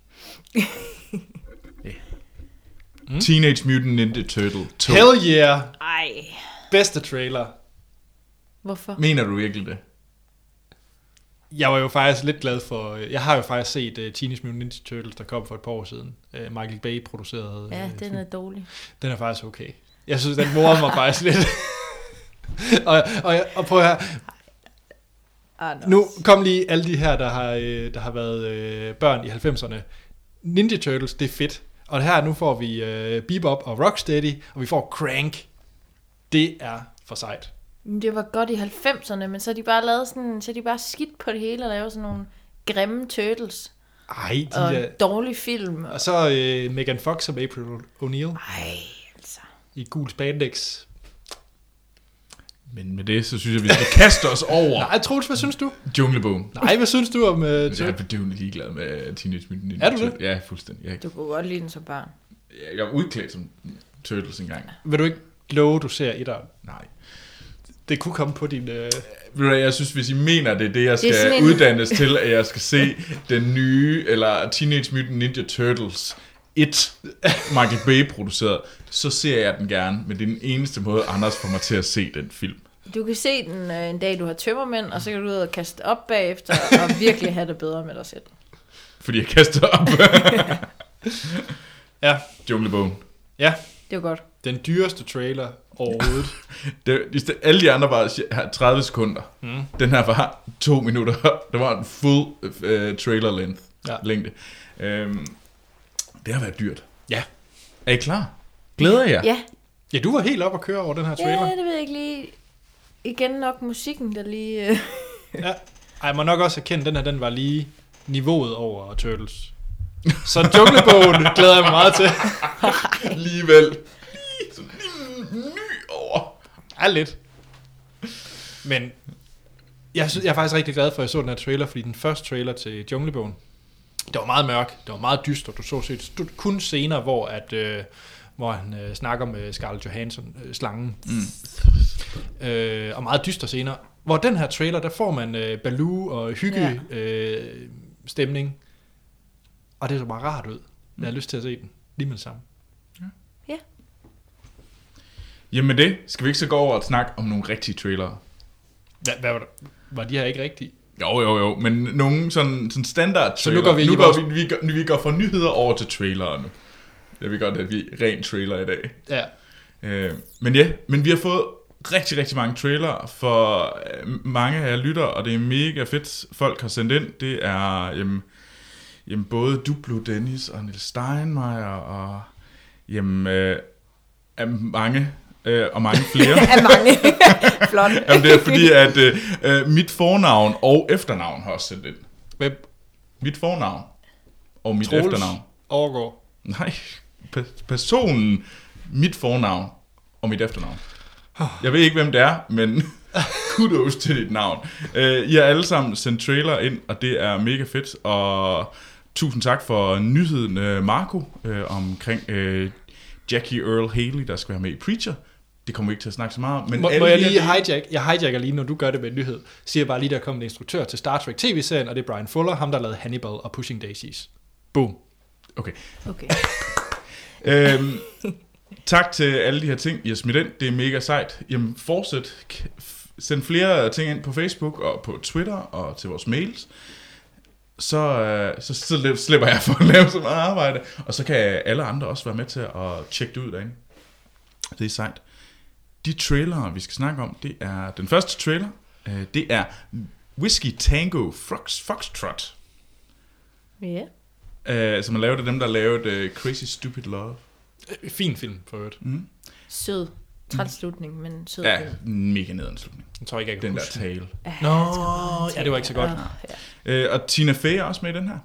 S1: Mm.
S2: Teenage Mutant Ninja Turtle 2.
S1: Hell yeah!
S3: Ej,
S1: Bedste trailer.
S3: hvorfor?
S2: Mener du virkelig det?
S1: Jeg var jo faktisk lidt glad for... øh, Jeg har jo faktisk set uh, Teenage Mutant Ninja Turtles, der kom for et par år siden. Uh, Michael Bay producerede...
S3: Ja,
S1: øh,
S3: den
S1: film.
S3: er dårlig.
S1: den er faktisk okay. Jeg synes, den morer mig faktisk lidt. og, og, og prøv her.
S3: Anders.
S1: Nu kom lige alle de her, der har, øh, der har været øh, børn i 90'erne. Ninja Turtles, det er fedt. Og her nu får vi øh, Bebop og Rocksteady, og vi får Crank. Det er for sejt.
S3: Men Det var godt i 90'erne, men så har de bare lavet sådan, så har de bare skidt på det hele og lavet sådan nogle grimme turtles
S1: Ej, de
S3: og
S1: er...
S3: en dårlig film. Og...
S1: Og så øh, Megan Fox som April O'Neil
S3: Ej, altså.
S1: i gul spandex.
S2: Men med det, så synes jeg, vi skal kaste os over
S1: Nej, Troels, hvad synes du?
S2: Junglebogen.
S1: Nej, hvad synes du om øh,
S2: Jeg er
S1: Turtles?
S2: bedøvende ligeglad med Teenage Mutant Ninja
S1: Er du det?
S2: Turtle. Ja, fuldstændig. Jeg,
S3: Du kunne godt lide den som barn.
S2: jeg, jeg var udklædt som Turtles engang.
S1: Vil du ikke love, du ser etteren?
S2: Nej.
S1: Det kunne komme på din... Øh...
S2: Ved du hvad, jeg synes, hvis I mener, det er det, jeg
S3: Det er
S2: skal
S3: sådan en-
S2: uddannes til, at jeg skal se den nye, eller Teenage Mutant Ninja Turtles 1, Michael Bay produceret, så ser jeg den gerne, men det er den eneste måde, Anders får mig til at se den film.
S3: Du kan se den øh, en dag, du har tømmermænd, og så kan du ud og kaste op bagefter og virkelig have det bedre med dig selv.
S2: Fordi jeg kaster op.
S1: Ja,
S2: Junglebogen.
S1: ja.
S3: Det var godt.
S1: Den dyreste trailer overhovedet.
S2: Det, i stedet- alle de andre var sj- 30 sekunder.
S1: Mm.
S2: Den her var to minutter. Det var en full uh, trailer length,
S1: Ja.
S2: ja. længde. Øhm, det har været dyrt.
S1: Ja.
S2: Er I klar? Glæder jeg?
S3: Ja,
S1: ja, du var helt op at køre over den her trailer.
S3: ja det ved jeg ikke lige. Igen nok musikken, der lige... Øh...
S1: Ja. Ej, jeg må nok også erkende, at den her den var lige niveauet over Turtles. Så junglebogen glæder jeg mig meget til.
S2: Alligevel. Lige, så lige ny over.
S1: Ja, lidt. Men jeg, synes, jeg er faktisk rigtig glad for, at jeg så den her trailer, fordi den første trailer til Junglebogen, det var meget mørk, det var meget dyster. Du så set du, kun scener, hvor, at, øh, hvor han øh, snakker med Scarlett Johansson, øh, slangen. Mm. Øh, og meget dyster scener. Hvor den her trailer, der får man øh, Baloo og hygge ja. øh, stemning. Og det er så bare rart ud. Jeg har lyst til at se den lige med det samme.
S2: Jamen det, skal vi ikke så gå over og snakke om nogle rigtige trailere?
S1: Hvad, hvad var, det? var de her ikke rigtige?
S2: Jo, jo, jo, men nogle sådan, sådan standard trailer.
S1: Så nu går vi i
S2: nu går
S1: vores-
S2: vi, vi, går, vi går fra nyheder over til trailere nu. Jeg ved godt, at vi er ren trailer i dag.
S1: Ja.
S2: Øh, men ja, men vi har fået rigtig, rigtig mange trailere for øh, mange af jer lytter, og det er mega fedt, folk har sendt ind. Det er jamen, jamen, både Duplo Dennis og Niels Steinmeier og jamen, øh, er mange øh, og mange flere.
S3: Af mange. Flot.
S2: jamen, det er fordi, at øh, øh, mit fornavn og efternavn har også sendt ind.
S1: Hvem?
S2: Mit fornavn og mit
S1: Troels
S2: efternavn.
S1: Overgaard.
S2: Nej, pe- personen, mit fornavn og mit efternavn.
S1: Ah.
S2: Jeg ved ikke, hvem det er, men kudos til dit navn. Øh, I har alle sammen sendt trailer ind, og det er mega fedt. Og tusind tak for nyheden, øh, Marco, øh, omkring øh, Jackie Earl Haley, der skal være med i Preacher. Det kommer vi ikke til at snakke så meget om. Men
S1: Må,
S2: alle
S1: må jeg
S2: de her-
S1: lige hijack? Jeg hijacker lige, når du gør det med en nyhed. Siger bare lige, der er kommet en instruktør til Star Trek tv-serien, og det er Brian Fuller, ham der lavede Hannibal og Pushing Daisies. Boom.
S2: Okay.
S3: Okay.
S2: øhm, tak til alle de her ting, I har smidt ind. Det er mega sejt. Jamen, fortsæt. K- f- Send flere ting ind på Facebook og på Twitter og til vores mails. Så, øh, så sli- slipper jeg for at lave så meget arbejde. Og så kan alle andre også være med til at tjekke det ud derinde. Det er sejt. De trailere, vi skal snakke om, det er den første trailer. Øh, det er Whiskey Tango Fox, Foxtrot,
S3: Ja.
S2: øh, som er lavet af dem, der lavede øh, Crazy Stupid Love.
S1: Øh, Fin film, for øvrigt.
S3: Sød. Træt slutning, men sød.
S2: Ja,
S3: film.
S2: mega nedadslutning.
S1: Jeg tror ikke, jeg kan
S2: Den der
S1: huske
S2: tale.
S3: Ja,
S1: Nå,
S3: jeg tror,
S1: ja, det var ikke så godt.
S3: Åh, ja.
S2: Øh, og Tina Fey er også med i den her.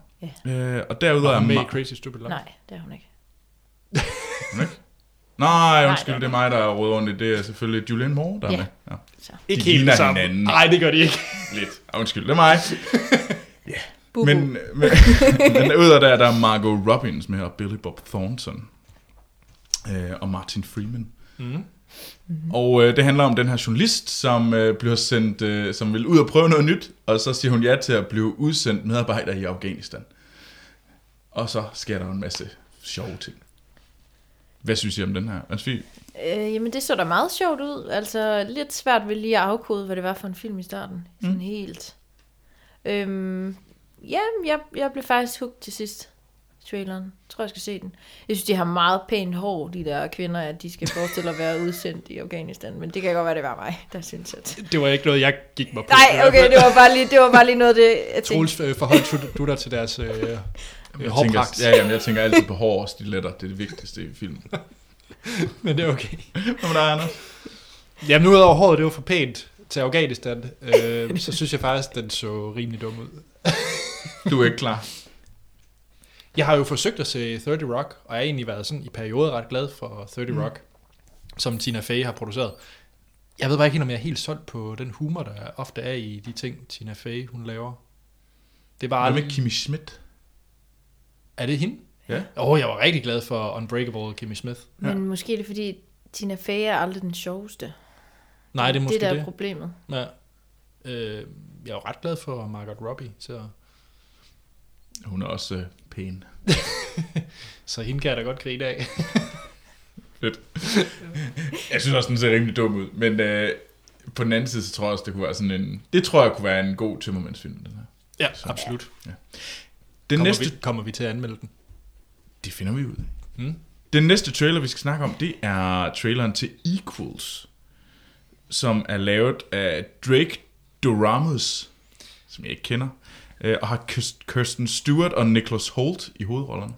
S2: Øh, og derudover
S1: Og
S2: er
S1: er med i
S2: Ma-
S1: Crazy Stupid Love.
S3: Nej, det er hun ikke.
S2: Hun ikke? Nej,
S3: det
S2: undskyld,
S3: er
S2: det er mig, der er rodet rundt i det. er selvfølgelig Julian Moore, der er
S3: Ja.
S2: med. Ja.
S1: Ikke
S2: De
S1: helt
S2: ligner
S1: det samme.
S2: hinanden.
S1: Nej, det gør de ikke.
S2: Lidt. Ah, undskyld, det er mig.
S3: Bubu.
S2: Men, men, men derudover der er der Margot Robbins med, og Billy Bob Thornton. Øh, og Martin Freeman.
S1: Mm.
S2: Og øh, det handler om den her journalist, som øh, bliver sendt, øh, som vil ud og prøve noget nyt, og så siger hun ja til at blive udsendt medarbejder i Afghanistan. Og så sker der en masse sjove ting. Hvad synes I om den her? Altså, vi-
S3: Øh, jamen, det så da meget sjovt ud. Altså, lidt svært ved lige at afkode, hvad det var for en film i starten. Sådan mm. helt. Øhm, ja, jeg, jeg blev faktisk hooked til sidst. Traileren. Jeg tror, jeg skal se den. Jeg synes, de har meget pænt hår, de der kvinder, at de skal forestille at være udsendt i Afghanistan. Men det kan godt være, det var mig, der synes at...
S1: Det var ikke noget, jeg gik mig på.
S3: Nej, okay, det var bare lige, det var bare lige noget, af det, jeg tænkte.
S1: Troels, øh, forholdt du, du dig til deres øh, øh,
S2: Jeg
S1: hårpragt?
S2: tænker, ja, jamen, jeg tænker altid på hår og stiletter. Det er det vigtigste i filmen.
S1: Men det er okay.
S2: Hvad med dig, Anders?
S1: Jamen, udover håret, det var for pænt til Afghanistan, øh, så synes jeg faktisk, den så rimelig dum ud.
S2: Du er ikke klar.
S1: Jeg har jo forsøgt at se 30 Rock, og jeg har egentlig været sådan i perioder ret glad for 30 mm. Rock, som Tina Fey har produceret. Jeg ved bare ikke helt, om jeg er helt solgt på den humor, der ofte er i de ting, Tina Fey hun laver. Det var
S2: Hvad med Kimi Schmidt?
S1: Er det hende?
S2: Ja.
S1: Åh, oh, jeg var rigtig glad for Unbreakable Kimmy Smith.
S2: Ja.
S3: Men måske er det, fordi Tina Fey er aldrig den sjoveste.
S1: Nej, det er måske
S3: det. der
S1: det.
S3: er problemet.
S1: Ja. Øh, jeg er jo ret glad for Margot Robbie, så,
S2: Hun er også øh, pæn.
S1: så hende kan jeg da godt grine af.
S2: Jeg synes også, den ser rimelig dum ud. Men øh, på den anden side, så tror jeg også, det kunne være sådan en... Det tror jeg kunne være en god tømmermandsfilm, den her.
S1: ja, absolut.
S2: Den
S1: kommer,
S2: næste...
S1: vi, kommer vi til at anmelde den?
S2: Det finder vi ud af.
S1: Mm.
S2: Den næste trailer, vi skal snakke om, det er traileren til Equals, som er lavet af Drake Doramus, som jeg ikke kender, øh, og har Kirst- Kirsten Stewart og Nicholas Holt i hovedrollerne.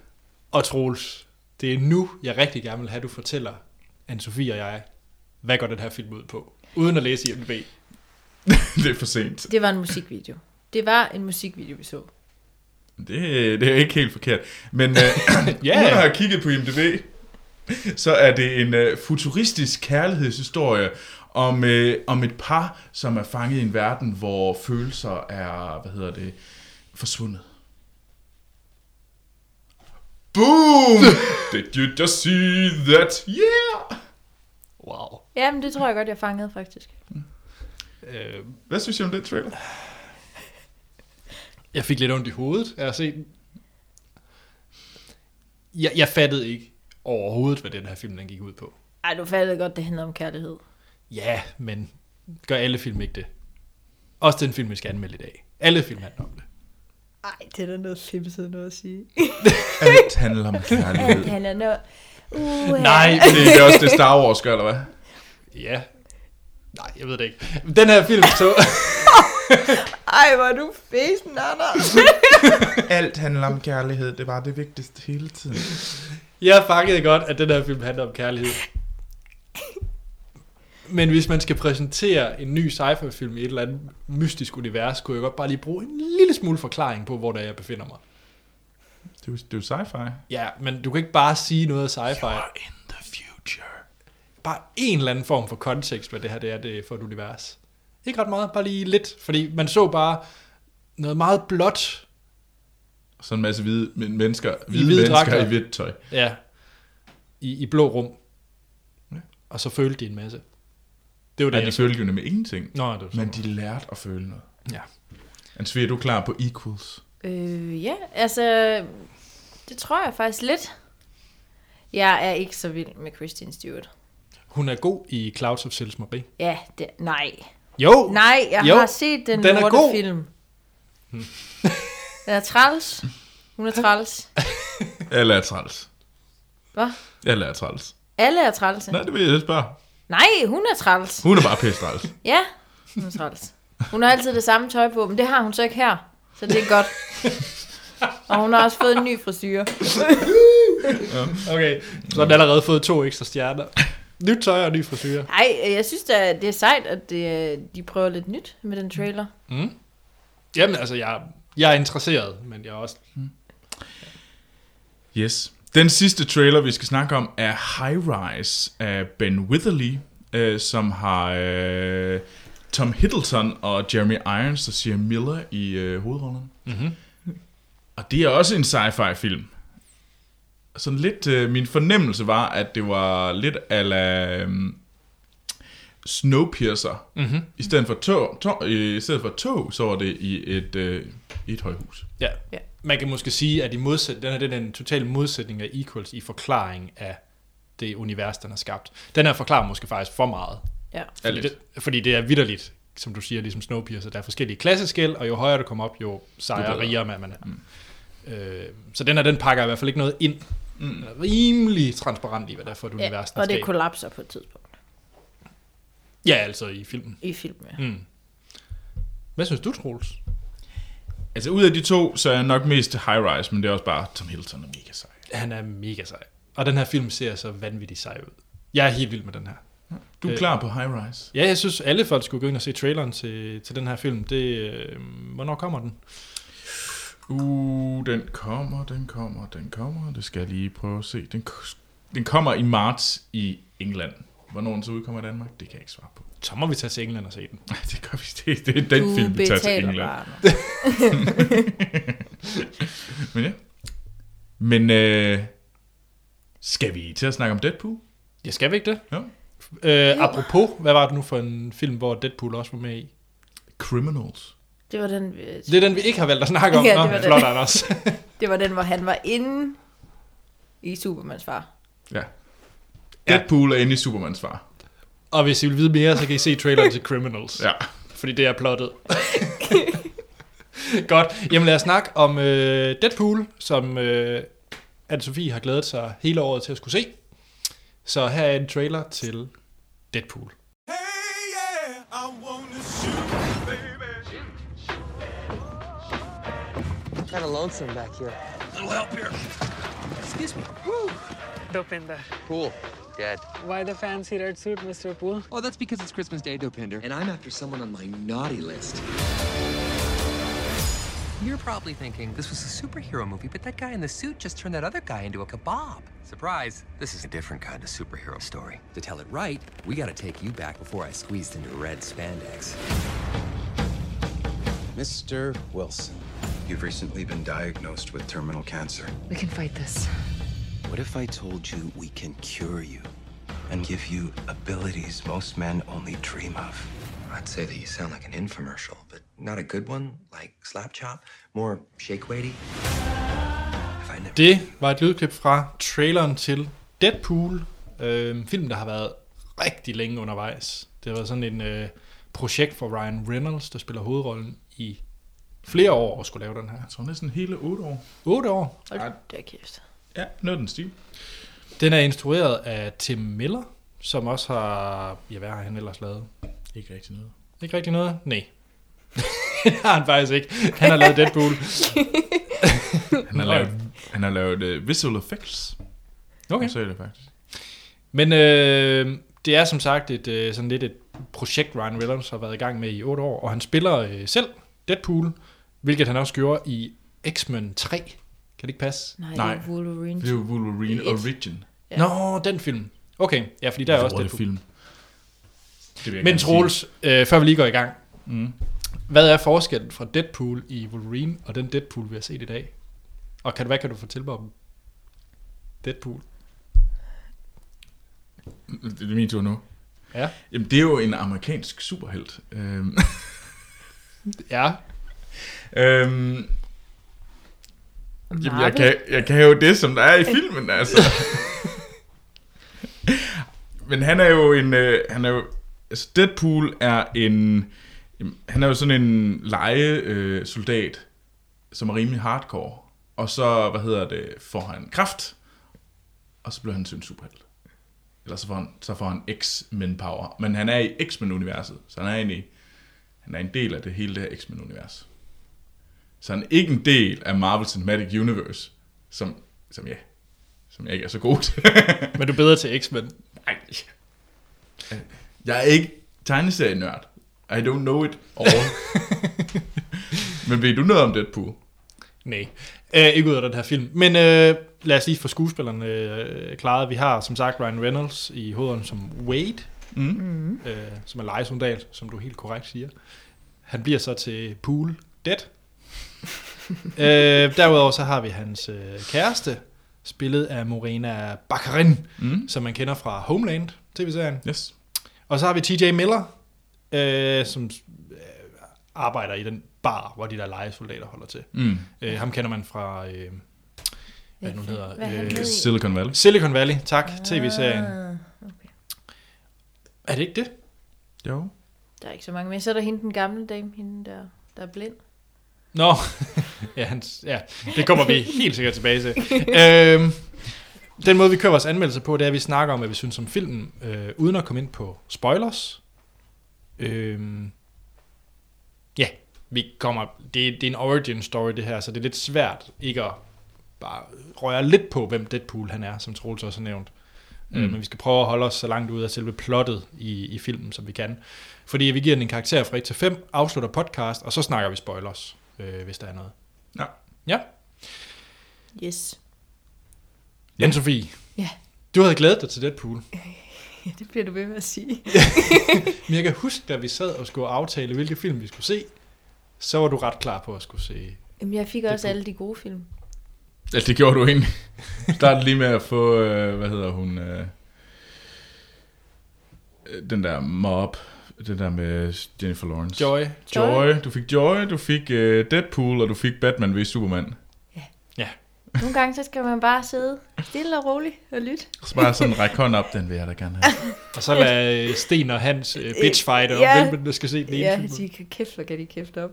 S1: Og Troels, det er nu, jeg rigtig gerne vil have, at du fortæller anne Sofie og jeg, hvad går den her film ud på? Uden at læse IMDb.
S2: det er for sent.
S3: Det var en musikvideo. Det var en musikvideo, vi så.
S2: Det, det er ikke helt forkert. Men øh,
S1: Ja.
S2: yeah. uden at have kigget på IMDb, så er det en øh, futuristisk kærlighedshistorie om, øh, om et par, som er fanget i en verden, hvor følelser er, hvad hedder det, forsvundet. Boom! Did you just see that? Yeah!
S1: Wow.
S3: Jamen, det tror jeg godt, jeg fangede, faktisk.
S1: Øh,
S2: Hvad synes I om den trailer?
S1: jeg fik lidt ondt i hovedet af at se den. Jeg, jeg fattede ikke overhovedet, hvad den her film den gik ud på.
S3: Ej, du fattede godt, det handler om kærlighed.
S1: Ja, men gør alle film ikke det? Også den film, vi skal anmelde i dag. Alle film handler om det.
S3: Ej, det er da noget flimset noget at sige.
S2: Alt handler om kærlighed.
S3: Alt handler noget... Uh,
S1: Nej,
S2: Det er også det Star Wars gør, eller hvad?
S1: Ja. Nej, jeg ved det ikke. Den her film så...
S3: Ej, hvor er du fesen, Anders.
S2: Alt handler om kærlighed. Det var det vigtigste hele tiden.
S1: Jeg fangede godt, at den her film handler om kærlighed. Men hvis man skal præsentere en ny sci-fi film i et eller andet mystisk univers, kunne jeg godt bare lige bruge en lille smule forklaring på, hvor der jeg befinder mig.
S2: Det er jo, det er jo sci-fi.
S1: Ja, men du kan ikke bare sige noget af sci-fi.
S2: in the future.
S1: Bare en eller anden form for kontekst, hvad det her det er det er for et univers. Ikke ret meget, bare lige lidt. Fordi man så bare noget meget blåt.
S2: Og så en masse hvide men- mennesker, hvide,
S1: hvide
S2: hvide mennesker
S1: dragter.
S2: i hvidt tøj.
S1: Ja. I, i blå rum.
S2: Ja.
S1: Og så følte de en masse. Det var det,
S2: Men de
S1: jeg...
S2: følte jo nemlig ingenting.
S1: Nå, det var sådan.
S2: Men de lærte at føle noget.
S1: Ja.
S2: Ansvi, er du klar på Equals?
S3: øh, ja, altså... Det tror jeg faktisk lidt. Jeg er ikke så vild med Christian Stewart.
S1: Hun er god i Clouds of Sils Marie.
S3: Ja, det, nej.
S1: Jo!
S3: Nej, jeg
S1: Jo,
S3: jo, har set den,
S1: den
S3: den
S1: er god. Hmm.
S3: film. Den er træls. Hun er træls.
S2: Alle er træls.
S3: Hvad?
S2: Alle er træls.
S3: Alle er trælse.
S2: Nej, det vil jeg ikke spørge.
S3: Nej, hun er træls.
S2: Hun er bare pisse træls.
S3: Ja, hun er træls. Hun har altid det samme tøj på, men det har hun så ikke her. Så det er godt. Og hun har også fået en ny frisyr.
S1: Okay, så har den allerede fået to ekstra stjerner. Nyt tøj og ny frisyr.
S3: Ej, jeg synes da, det er sejt, at det, de prøver lidt nyt med den trailer.
S1: Mm. Jamen, altså, jeg jeg er interesseret, men jeg er også...
S2: Yes. Den sidste trailer, vi skal snakke om, er High Rise af Ben Witherly, øh, som har øh, Tom Hiddleston og Jeremy Irons og Sierra Miller i øh, hovedrollen.
S1: Mm-hmm.
S2: Og det er også en sci-fi film. Sådan lidt, øh, min fornemmelse var, at det var lidt ala øh, Snowpiercer.
S1: Mm-hmm.
S2: I stedet for tog, tog, øh, i stedet for tog så var det i et, øh, i et højhus.
S1: Ja.
S3: Ja.
S1: ja. Man kan måske sige, at i modsæt, den her den er en total modsætning af Equals i forklaring af det univers, den har skabt. Den her forklarer måske faktisk for meget.
S3: Ja.
S2: Ja,
S1: Fordi
S2: lidt.
S1: det, fordi det er vidderligt, som du siger, ligesom Snowpiercer. Der er forskellige klasseskæld, og jo højere du kommer op, jo
S2: Jo
S1: sejere og
S2: bedre.
S1: rigere man er. Mm. Øh, så den her, den pakker i hvert fald ikke noget ind. Den
S2: Mm.
S1: er rimelig transparent i, hvad det er for et
S3: ja.
S1: univers, den
S3: Og det
S1: skaber.
S3: kollapser på et tidspunkt
S1: Ja, altså i filmen.
S3: i filmen. Ja.
S1: Mm. Hvad synes du, Troels?
S2: Altså ud af de to, så er jeg nok mest High Rise, men det er også bare Tom Hiddleston er mega sej.
S1: Han er mega sej. Og den her film ser så vanvittigt sej ud. Jeg er helt vild med den her.
S2: Du er
S1: Øh.
S2: klar på High Rise?
S1: Ja, jeg synes, alle folk skulle gå ind og se traileren til, til den her film. Det, øh, hvornår kommer den?
S2: Uh, den kommer, den kommer, den kommer. Det skal jeg lige prøve at se. Den, k- den kommer i marts i England. Hvornår den så udkommer i Danmark, det kan jeg ikke svare på.
S1: Så må vi tage til England og se den.
S2: Nej, det gør vi ikke. Det er den
S3: du
S2: film, vi tager til
S3: betaler
S2: England.
S3: bare.
S2: Men ja. Men øh, skal vi til at snakke om Deadpool?
S1: Ja, skal vi ikke det?
S2: Ja.
S1: Øh, apropos, hvad var det nu for en film, hvor Deadpool også var med i?
S2: Criminals.
S3: Det var den, vi-
S1: Det er den, vi ikke har valgt at snakke om.
S3: Ja,
S1: Nå,
S3: det var den.
S1: flot, Anders.
S3: det var den, hvor han var inde i Supermans far.
S2: Ja.
S1: Ja.
S2: Deadpool er inde i Supermans far.
S1: og hvis I vil vide mere, så kan I se traileren til Criminals.
S2: Ja.
S1: Fordi det er plottet. Godt. Jamen lad os snakke om øh, Deadpool, som øh, Anne-Sophie har glædet sig hele året til at skulle se. Så her er en trailer til Deadpool.
S4: Hey, yeah, I wanna shoot, baby.
S5: Kind of lonesome back here.
S6: Dopinder.
S5: Cool. Dead.
S6: Why the fancy red suit, Mr. Poole?
S7: Oh, that's because it's Christmas Day, Dopinder.
S5: And I'm after someone on my naughty list.
S7: You're probably thinking this was a superhero movie, but that guy in the suit just turned that other guy into a kebab. Surprise! This is a different kind of superhero story. To tell it right, we gotta take you back before I squeezed into red spandex.
S8: Mr. Wilson, you've recently been diagnosed with terminal cancer.
S9: We can fight this.
S8: What if I told you we can cure you and give you abilities most men only dream of?
S7: I'd say that you sound like an infomercial, but not a good one, like slap chop, more shake weighty. If I never
S1: Det var et lydklip fra traileren til Deadpool. Øh, film, der har været rigtig længe undervejs. Det var sådan en øh, projekt for Ryan Reynolds, der spiller hovedrollen i flere år og skulle lave den her.
S2: Jeg tror næsten hele 8 år.
S1: 8 år.
S3: Hold da kæft.
S2: Ja, noget den stil.
S1: Den er instrueret af Tim Miller, som også har... Ja, hvad har han ellers lavet?
S2: Ikke rigtig noget.
S1: Ikke rigtig noget? Nej. det har han faktisk ikke. Han har lavet Deadpool.
S2: Han har lavet, han har lavet uh, visual effects.
S1: Okay.
S2: Så er det faktisk.
S1: Men øh, det er som sagt et, øh, sådan lidt et projekt, Ryan Reynolds har været i gang med i 8 år, og han spiller øh, selv Deadpool, hvilket han også gjorde i X-Men 3. Kan det ikke passe?
S3: Nej,
S2: Nej.
S3: Nej. Wolverine.
S2: Det er jo Wolverine
S3: I et.
S2: Origin.
S1: Ja. Nå, den film. Okay, ja, fordi der er også
S2: det
S1: Deadpool.
S2: film. Det vil jeg
S1: Men
S2: gerne
S1: Troels, øh, før vi lige går i gang,
S2: Mm.
S1: hvad er forskellen fra Deadpool i Wolverine og den Deadpool, vi har set i dag? Og kan, hvad kan du fortælle mig om Deadpool?
S2: sige. Det er min tur nu.
S1: Ja.
S2: Jamen, det er jo en amerikansk superhelt. Øhm,
S1: Ja,
S2: øhm, jamen, jeg,
S3: Marvel.
S2: kan, jeg kan jo det, som der er i filmen, altså. Men han er jo en... Øh, han er jo, altså, Deadpool er en... jamen, Han er jo sådan en legesoldat, øh, soldat, som er rimelig hardcore. Og så, hvad hedder det, får han kraft, og så bliver han til en superhelt. Eller så får han, så får han X-Men power. Men han er i X-Men-universet, så han er egentlig han er en del af det hele det her X-Men-univers. Så han er ikke en del af Marvel Cinematic Universe, som, som, ja, som jeg ikke er så god til.
S1: men du er bedre til X-Men.
S2: Ej. Jeg er ikke tegneserienørd. I don't know it all. Men ved du noget om Deadpool?
S1: Nej, øh, ikke ud af den her film. Men øh, lad os lige få skuespillerne øh, klaret. Vi har som sagt Ryan Reynolds i hovedånden som Wade, mm. øh, som er lejesoldat, som du helt korrekt siger. Han bliver så til Pool Dead. øh, derudover så har vi hans øh, kæreste, spillet af Morena Baccarin, mm. som man kender fra Homeland, tv-serien.
S2: Yes.
S1: Og så har vi TJ Miller, øh, som øh, arbejder i den bar, hvor de der lejesoldater holder til.
S2: Mm.
S1: Øh, ham kender man fra, øh, hvad nu Ah. hedder,
S3: Hvad han
S1: øh,
S3: hed?
S2: Silicon Valley.
S1: Silicon Valley, tak, tv-serien.
S3: Ah.
S1: Er det ikke det?
S2: Jo.
S3: Der er ikke så mange mere. Så er der hende, den gamle dame, hende der, der er blind.
S1: Nå, ja, hans, ja, det kommer vi helt sikkert tilbage til. øhm, den måde, vi kører vores anmeldelse på, det er, at vi snakker om, hvad vi synes om filmen, øh, uden at komme ind på spoilers. Øhm, ja, vi kommer, det, det er en origin story, det her, så det er lidt svært ikke at bare røre lidt på, hvem Deadpool han er, som Troels også har nævnt. Mm. Øh, men vi skal prøve at holde os så langt ud af selve plottet i, i filmen, som vi kan. Fordi vi giver den en karakter fra 1 til 5, afslutter podcast, og så snakker vi spoilers, øh, hvis der er noget.
S2: Ja.
S1: Ja.
S3: Yes.
S1: Jan Sofie,
S3: Ja.
S1: du havde glædet dig til Deadpool.
S3: ja, det bliver du ved med at sige.
S1: Men jeg kan huske, da vi sad og skulle aftale, hvilke film vi skulle se, så var du ret klar på at skulle se.
S3: Jamen, jeg fik også alle de gode film.
S2: Altså, det gjorde du egentlig. Start lige med at få, øh, hvad hedder hun, øh, den der mob, den der med Jennifer Lawrence.
S1: Joy.
S2: Joy. Du fik Joy, du fik øh, Deadpool, og du fik Batman ved Superman.
S1: Ja.
S3: Nogle gange, så skal man bare sidde stille og roligt og lytte.
S2: Så bare sådan række hånden op, den vil jeg da gerne have.
S1: Og så lad øh, Sten og Hans øh, bitchfighter,
S3: Ja.
S1: ja. hvem der skal se den ene
S3: Ja,
S1: film.
S3: de kan kæft, hvor kan de kæft op.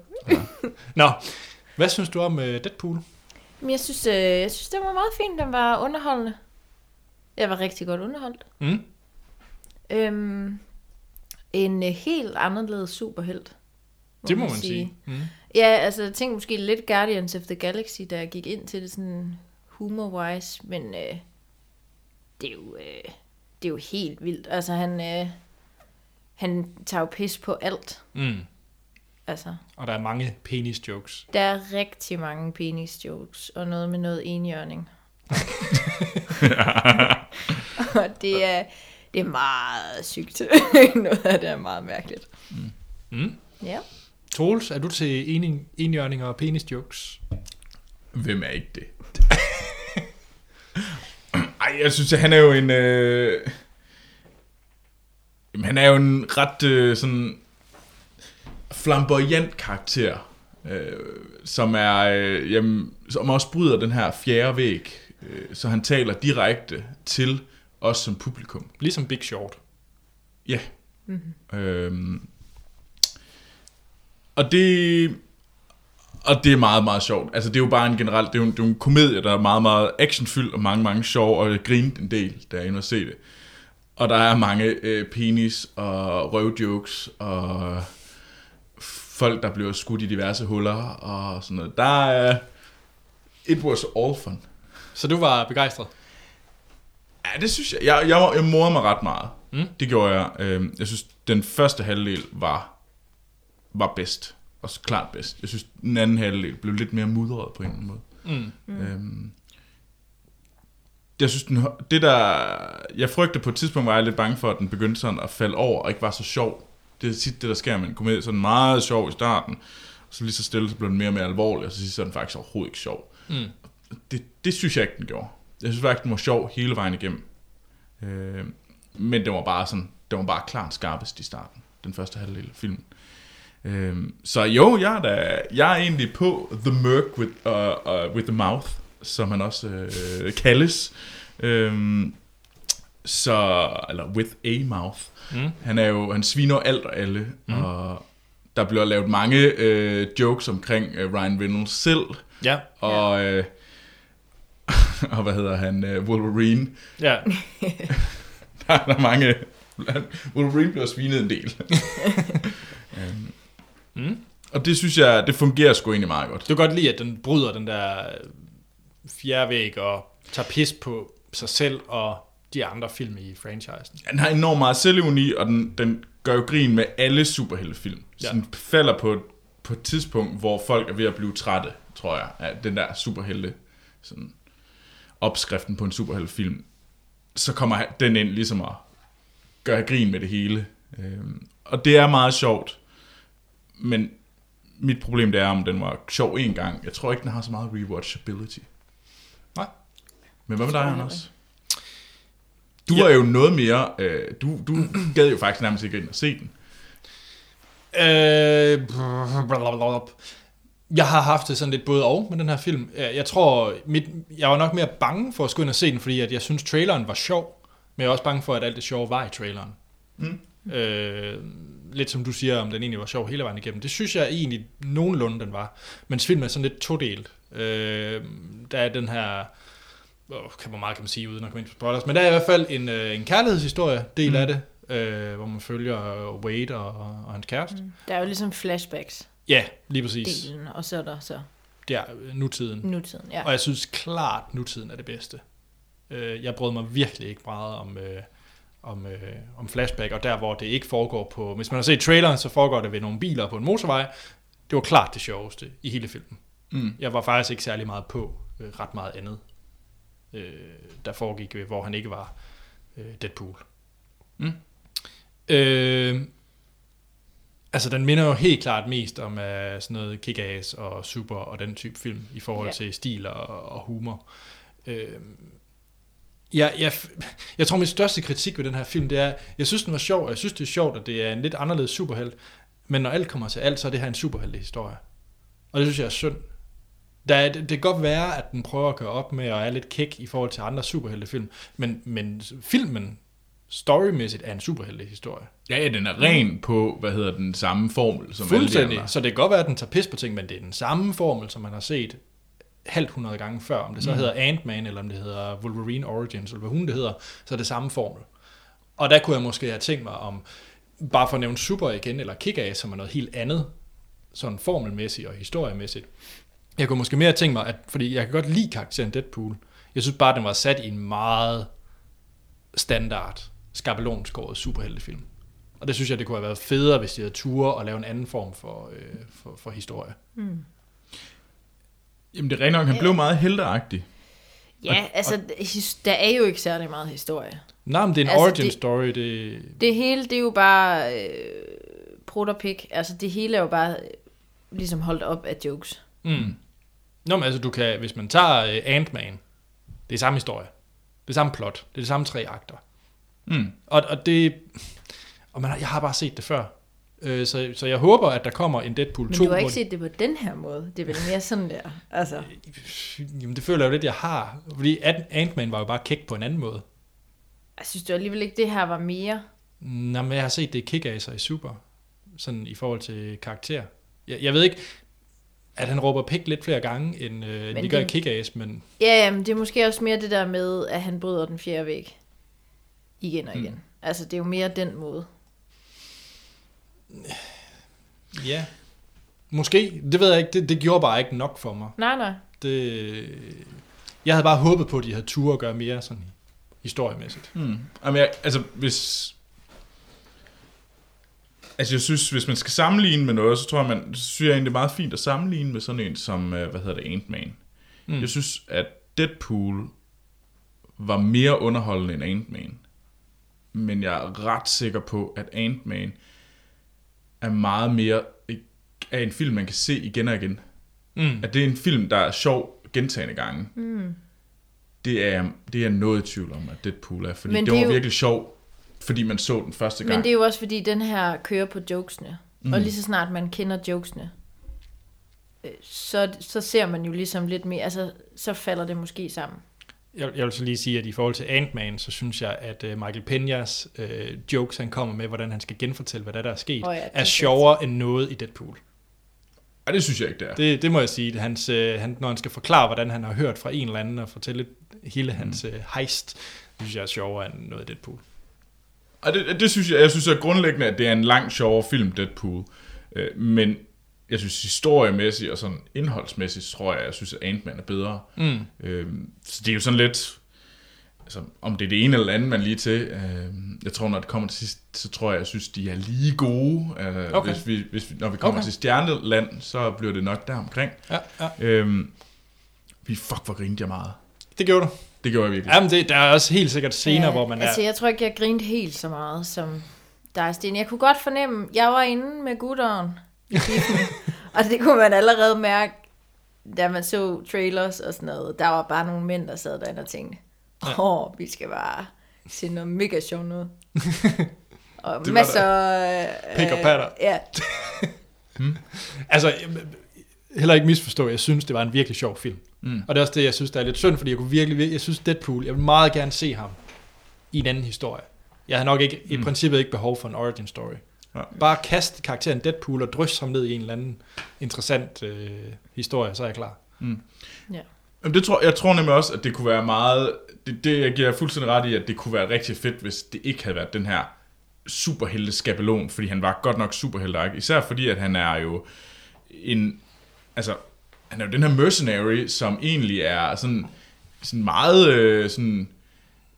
S1: Nå, hvad synes du om øh, Deadpool?
S3: Men jeg synes, øh, jeg synes, den var meget fin. Den var underholdende. Jeg var rigtig godt underholdt.
S1: Mm.
S3: Øhm, en øh, helt anderledes superhelt.
S1: Det må man sige. Mm.
S3: Ja, altså jeg tænkte måske lidt Guardians of the Galaxy, da jeg gik ind til det sådan humor-wise, men øh, det, er jo, øh, det er jo helt vildt. Altså han, øh, han tager jo pis på alt.
S1: Mm.
S3: Altså,
S1: Og der er mange penis jokes.
S3: der er rigtig mange penis jokes og noget med noget enhjørning. og det er, det er meget sygt. noget af det er meget mærkeligt. Mm. Ja.
S1: Troels, er du til ening, enhjørninger og penis jokes?
S2: Hvem er ikke det? Ej, jeg synes, at han er jo en... Øh... Jamen, han er jo en ret øh, sådan flamboyant karakter, øh, som er øh, jamen, som også bryder den her fjerde væg, øh, så han taler direkte til os som publikum.
S1: Ligesom Big Short.
S2: Ja. Mm-hmm. Øhm, og det og det er meget, meget sjovt. Altså, det er jo bare en generelt, det er jo en, det er jo en komedie, der er meget, meget actionfyldt og mange, mange sjov, og jeg grinede en del, da jeg var inde og se det. Og der er mange øh, penis og røvjokes og folk, der bliver skudt i diverse huller og sådan noget. Der er... It was all fun.
S1: Så du var begejstret?
S2: Ja, det synes jeg. Jeg, jeg, jeg morede mig ret meget. Mm. Det gjorde jeg. Øhm, Jeg synes, den første halvdel var, var bedst. Og så klart bedst. Jeg synes, den anden halvdel blev lidt mere mudret på en eller anden måde. Mm. Mm. Øhm, jeg synes, den, det der... Jeg frygtede på et tidspunkt, var jeg lidt bange for, at den begyndte sådan at falde over og ikke var så sjov. Det er tit det, der sker med en komedie. Så er den meget sjov i starten. Så lige så stille, så blev den mere og mere alvorlig, og så sidst så er den faktisk overhovedet ikke sjov.
S1: Mm.
S2: Det, det synes jeg ikke, den gjorde. Jeg synes faktisk, den var sjov hele vejen igennem. Øh, men den var bare sådan, den var bare klart skarpest i starten, den første halvdel af filmen. Øh, så jo, jeg er, da, jeg er egentlig på The Merc with, uh, uh, with the Mouth, som han også øh, kaldes. Øh, så, eller with a mouth. Mm. Han er jo, han sviner alt og alle, mm. og der bliver lavet mange øh, jokes omkring øh, Ryan Reynolds selv,
S1: Ja.
S2: og, øh, og hvad hedder han, øh, Wolverine.
S1: Ja.
S2: Der er der mange... Wolverine bliver svinet en del. Øhm,
S1: Mm.
S2: Og det synes jeg, det fungerer sgu egentlig meget godt.
S1: Du kan godt lide, at den bryder den der øh, fjerde væg og tager pis på sig selv og de andre film i franchisen.
S2: Den har enormt meget selvironi, og den, den gør jo grin med alle superheltefilm. Så
S1: Ja.
S2: den falder på, på et tidspunkt, hvor folk er ved at blive trætte, tror jeg, af den der superhelte, sådan opskriften på en superheltefilm, så kommer den ind ligesom at gøre grin med det hele. Øhm, og det er meget sjovt, men mit problem det er, om den var sjov en gang. Jeg tror ikke, den har så meget rewatchability. Nej. Men hvad med dig,
S3: jeg
S2: Anders? Du er jo noget mere... Øh, du, du gad jo faktisk nærmest ikke ind og se den.
S1: Øh, blablabla. jeg har haft det sådan lidt både og med den her film. Øh, Jeg jeg tror, mit, jeg var nok mere bange for at skulle ind og se den, fordi at jeg synes, traileren var sjov, men jeg var også bange for, at alt det sjove var i traileren. Mm. Øh, lidt som du siger, om den egentlig var sjov hele vejen igennem. Det synes jeg egentlig nogenlunde, den var. Men filmen er sådan lidt todelt. Øh, der er den her... Åh, kan, hvor meget kan man sige, uden at komme ind på spoilers. Men der er i hvert fald en, øh, en kærlighedshistorie, del mm. af det, øh, hvor man følger øh, Wade og, og hans kæreste. Mm.
S3: Der er jo ligesom flashbacks
S1: Ja, lige præcis.
S3: delen, og så er der så
S1: der øh, nutiden.
S3: nutiden. Ja.
S1: Og jeg synes klart, nutiden er det bedste. Øh, jeg brød mig virkelig ikke meget om, øh, om, øh, om flashback, og der hvor det ikke foregår på... Hvis man har set traileren, så foregår det ved nogle biler på en motorvej. Det var klart det sjoveste i hele filmen.
S2: Mm.
S1: Jeg var faktisk ikke særlig meget på øh, ret meget andet, øh, der foregik, øh, hvor han ikke var øh, Deadpool.
S2: Mm.
S1: Øh, altså, den minder jo helt klart mest om uh, sådan noget Kick-Ass og Super og den type film i forhold
S3: Ja.
S1: til stil og, og humor. Øh, jeg, jeg, jeg tror, min største kritik ved den her film, det er, jeg synes, den var sjov, og jeg synes, det er sjovt, at det er en lidt anderledes superhelt, men når alt kommer til alt, så er det her en superheltehistorie. Og det synes jeg er synd. Der er, det, det kan godt være, at den prøver at køre op med og er lidt kæk i forhold til andre superheltefilm, men, men filmen storymæssigt er en superheltehistorie.
S2: Ja, ja, den er ren på, hvad hedder den samme formel, som alle de
S1: Fuldstændig.
S2: andre.
S1: Så det kan godt være, at den tager pis på ting, men det er den samme formel, som man har set halvt hundrede gange før. Om det så mm. hedder Ant-Man, eller om det hedder Wolverine Origins, eller hvad hun det hedder, så er det samme formel. Og der kunne jeg måske have tænkt mig om, bare for at nævne Super igen, eller Kick-Ass, som er noget helt andet, sådan formelmæssigt og historiemæssigt. Jeg kunne måske mere tænke mig, at, fordi jeg kan godt lide karakteren Deadpool, jeg synes bare, at den var sat i en meget standard, skabelonskåret superheltefilm. Og det synes jeg, det kunne have været federe, hvis de havde ture og lave en anden form for, øh, for, for historie.
S2: Jamen, det er rent nok, han blev meget helteagtig.
S3: ja, altså, his- der er jo ikke særlig meget historie.
S1: Nej, men det er en altså, origin
S3: Altså,
S1: det...
S3: det-
S1: story. Det...
S3: Det hele, det er jo bare øh, prut og pik. Altså, det hele er jo bare øh, ligesom holdt op af jokes.
S1: Nå, men altså, du kan, hvis man tager øh, Ant-Man, det er samme historie. Det er samme plot. Det er de samme tre akter.
S2: Mm.
S1: Og, og det... Og man, har- jeg har bare set det før. Øh, så, så jeg håber, at der kommer en Deadpool
S3: Men
S1: 2.
S3: du har
S1: hvor-
S3: ikke set det på den her måde. Det er vel mere sådan der. Altså,
S1: Jamen, det føler jeg jo lidt, jeg har. Fordi Ant- Ant-Man var jo bare kæk på en anden måde.
S3: jeg synes du alligevel ikke, det her var mere.
S1: Nå, men jeg har set det i kick i Super, sådan i forhold til karakter. Jeg, jeg ved ikke, at han råber pik lidt flere gange, end øh,
S3: Men
S1: de gør i
S3: det-
S1: kick men
S3: Ja, ja, men det er måske også mere det der med, at han bryder den fjerde væg igen og igen. Mm. Altså, det er jo mere den måde.
S1: ja, måske, det ved jeg ikke, det, det gjorde bare ikke nok for mig.
S3: Nej, nej.
S1: Det, jeg havde bare håbet på, at de havde tur at gøre mere sådan historiemæssigt.
S3: Hmm.
S2: Mm. Jamen, jeg, altså, hvis... Altså, jeg synes, hvis man skal sammenligne med noget, så tror jeg, man, så synes jeg egentlig, det er meget fint at sammenligne med sådan en som, øh, hvad hedder det, Ant-Man. Mm. Jeg synes, at Deadpool var mere underholdende end Ant-Man. Men jeg er ret sikker på, at Ant-Man er meget mere er en film, man kan se igen og igen.
S1: Mm.
S2: At det er en film, der er sjov gentagende gange. Mm. Det, er, det er jeg noget i tvivl om, at Deadpool er. Fordi det
S3: Men det
S2: var
S3: er jo-
S2: virkelig sjov, fordi man så den første gang.
S3: Men det er jo også fordi, den her kører på jokesene. Mm. Og lige så snart man kender jokesene, øh, så, så ser man jo ligesom lidt mere, altså så falder det måske sammen.
S1: Jeg, jeg vil så lige sige, at i forhold til Ant-Man, så synes jeg, at øh, Michael Peñas øh, jokes, han kommer med, hvordan han skal genfortælle, hvad der, er, der er sket,
S3: Åh ja, det er
S1: er
S3: fedt.
S1: sjovere end noget i Deadpool.
S2: Ej, det synes jeg ikke, det er. Det...
S1: Det, det må jeg sige, hans, øh, han, når han skal forklare, hvordan han har hørt fra en eller anden, og fortælle hele hans øh, heist, det synes jeg er sjovere end noget Deadpool.
S2: Og det, det synes jeg, jeg synes at grundlæggende, at det er en langt sjovere film, Deadpool. Øh, Men jeg synes historiemæssigt og sådan Øh, indholdsmæssigt, tror jeg, jeg synes, at Ant-Man er bedre. Mm. Så det er jo sådan lidt... altså, om det er det ene eller det andet, man lige til. Øh, jeg tror, når det kommer til sidst, så tror jeg, jeg synes, de er lige gode. Øh,
S1: Okay.
S2: okay. hvis vi, hvis vi, når vi kommer
S1: Okay.
S2: okay. til Stjerneland, så bliver det nok der omkring.
S1: Ja, ja.
S2: Øh, vi fuck, hvor grinte jeg meget.
S1: Det gjorde du.
S2: Det gjorde jeg virkelig.
S1: Jamen, det, der er også helt sikkert scener, ja, hvor man
S3: altså,
S1: er...
S3: jeg tror ikke, jeg grinede helt så meget som dig, Sten. Jeg kunne godt fornemme, jeg var inde med gutteren. i biffen, og det kunne man allerede mærke, da man så trailers og sådan noget. Der var bare nogle mænd, der sad derinde og tænkte, åh, oh, vi skal bare se noget mega sjovt noget. og
S1: der.
S3: masser af...
S1: Pik og patter.
S3: Ja,
S1: Altså, jeg- heller ikke misforstå, jeg synes, det var en virkelig sjov film. Mm. Og det er også det, jeg synes, der er lidt synd, fordi jeg kunne virkelig... vir- Jeg synes, Deadpool, jeg vil meget gerne se ham i en anden historie. Jeg har nok ikke, mm. i princippet ikke behov for en origin story.
S2: Ja.
S1: Bare kast karakteren Deadpool og drys ham ned i en eller anden interessant øh, historie, så er jeg klar.
S2: Jamen, det tror, jeg tror nemlig også, at det kunne være meget... Det, det jeg giver fuldstændig ret i, at det kunne være rigtig fedt, hvis det ikke havde været den her superhelte skabelon, fordi han var godt nok superhelteagtig. Især fordi, at han er jo en... Altså, han er jo den her mercenary, som egentlig er sådan, sådan meget... Øh, sådan,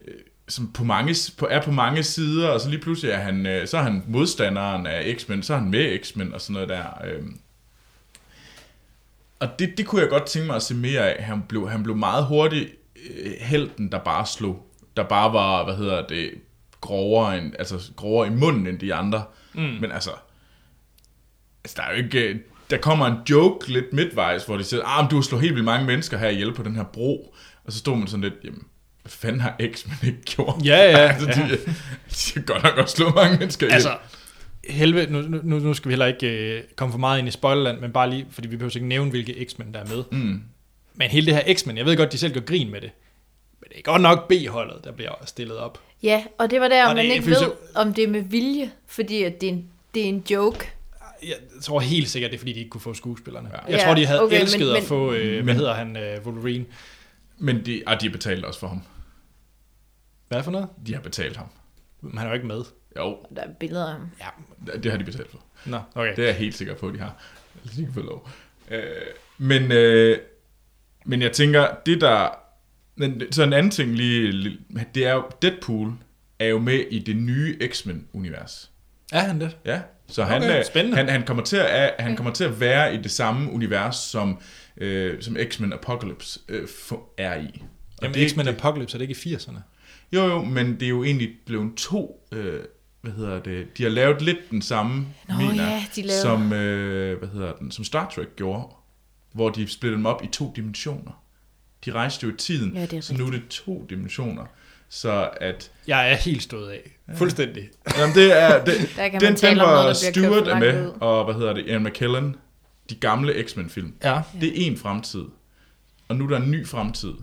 S2: øh, som på mange, på, er på mange sider, og så lige pludselig er han, øh, så er han modstanderen af X-Men, så er han med X-Men og sådan noget der. Øh, og det, det kunne jeg godt tænke mig at se mere af. Han blev, han blev meget hurtigt øh, helten, der bare slog. Der bare var, hvad hedder det, grovere, end, altså, grovere i munden end de andre. Mm. Men altså, altså, der er jo ikke... øh, Der kommer en joke lidt midtvejs, hvor de siger, ah, men du har slået helt vildt mange mennesker her ihjel på den her bro. Og så stod man sådan lidt, jamen, hvad fanden har X-Men ikke gjort?
S1: Ja, ja,
S2: altså,
S1: ja.
S2: De, de har godt nok også slået mange mennesker ihjel.
S1: Altså, helvede, nu, nu, nu skal vi heller ikke øh, komme for meget ind i spoilerland, men bare lige, fordi vi behøver ikke nævne, hvilke X-Men der er med.
S2: Mm.
S1: Men hele det her X-Men, jeg ved godt, de selv gør grin med det, men det er godt nok B-holdet, der bliver stillet op.
S3: ja og det var der,
S1: Og
S3: og man
S1: det-
S3: ikke
S1: fordi så-
S3: ved, om det er med vilje, fordi at det er en, det er en joke.
S1: Jeg tror helt sikkert, det er fordi, de ikke kunne få skuespillerne. Ja.
S2: Ja.
S1: Jeg
S3: Ja,
S1: tror, de havde okay,
S3: okay,
S1: elsket men,
S3: men-
S1: at få, øh, hvad
S2: Men-
S1: hedder han, øh, Wolverine.
S2: Men de, ah, de har betalt også for ham.
S1: Hvad for noget?
S2: De har betalt ham.
S1: Men Han er jo ikke med.
S2: Jo,
S3: Der er billeder af ham.
S2: det har de betalt for.
S1: Nå, okay.
S2: Det er jeg helt sikker på, at de har. Ellers de kan få lov. Øh, men, øh, men jeg tænker, det der... Men, så en anden ting lige, lige- det er jo, Deadpool er jo med i det nye X-Men-univers.
S1: Er han det?
S2: Ja, så han,
S1: Okay,
S2: øh,
S1: spændende.
S2: han, han, kommer, til at, er- han kommer til at være i det samme univers, som, øh, som X-Men Apocalypse øh, fu- er i. Og
S1: Jamen,
S2: det er
S1: X-Men
S2: ikke-
S1: Apocalypse, er det ikke i 80'erne?
S2: Jo, jo, men det er jo egentlig blevet to, øh, hvad hedder det, de har lavet lidt den samme,
S3: Nå ja, de lavede-
S2: som, øh, hvad hedder den, som Star Trek gjorde, hvor de splittede dem op i to dimensioner. De rejste jo i tiden,
S3: Ja, det er
S2: så nu er det to dimensioner. Så at, øh,
S1: Jeg er helt stået af. Fuldstændig.
S2: jamen det er, det,
S3: Der kan man
S2: den,
S3: tale
S2: den
S3: om noget,
S2: var
S3: der bliver kørt
S2: Stewart
S3: for
S2: er
S3: langt
S2: med,
S3: ud.
S2: og hvad hedder det, Ian McKellen, de gamle X-Men-film.
S1: Ja.
S2: Det er en fremtid, og nu er der en ny fremtid,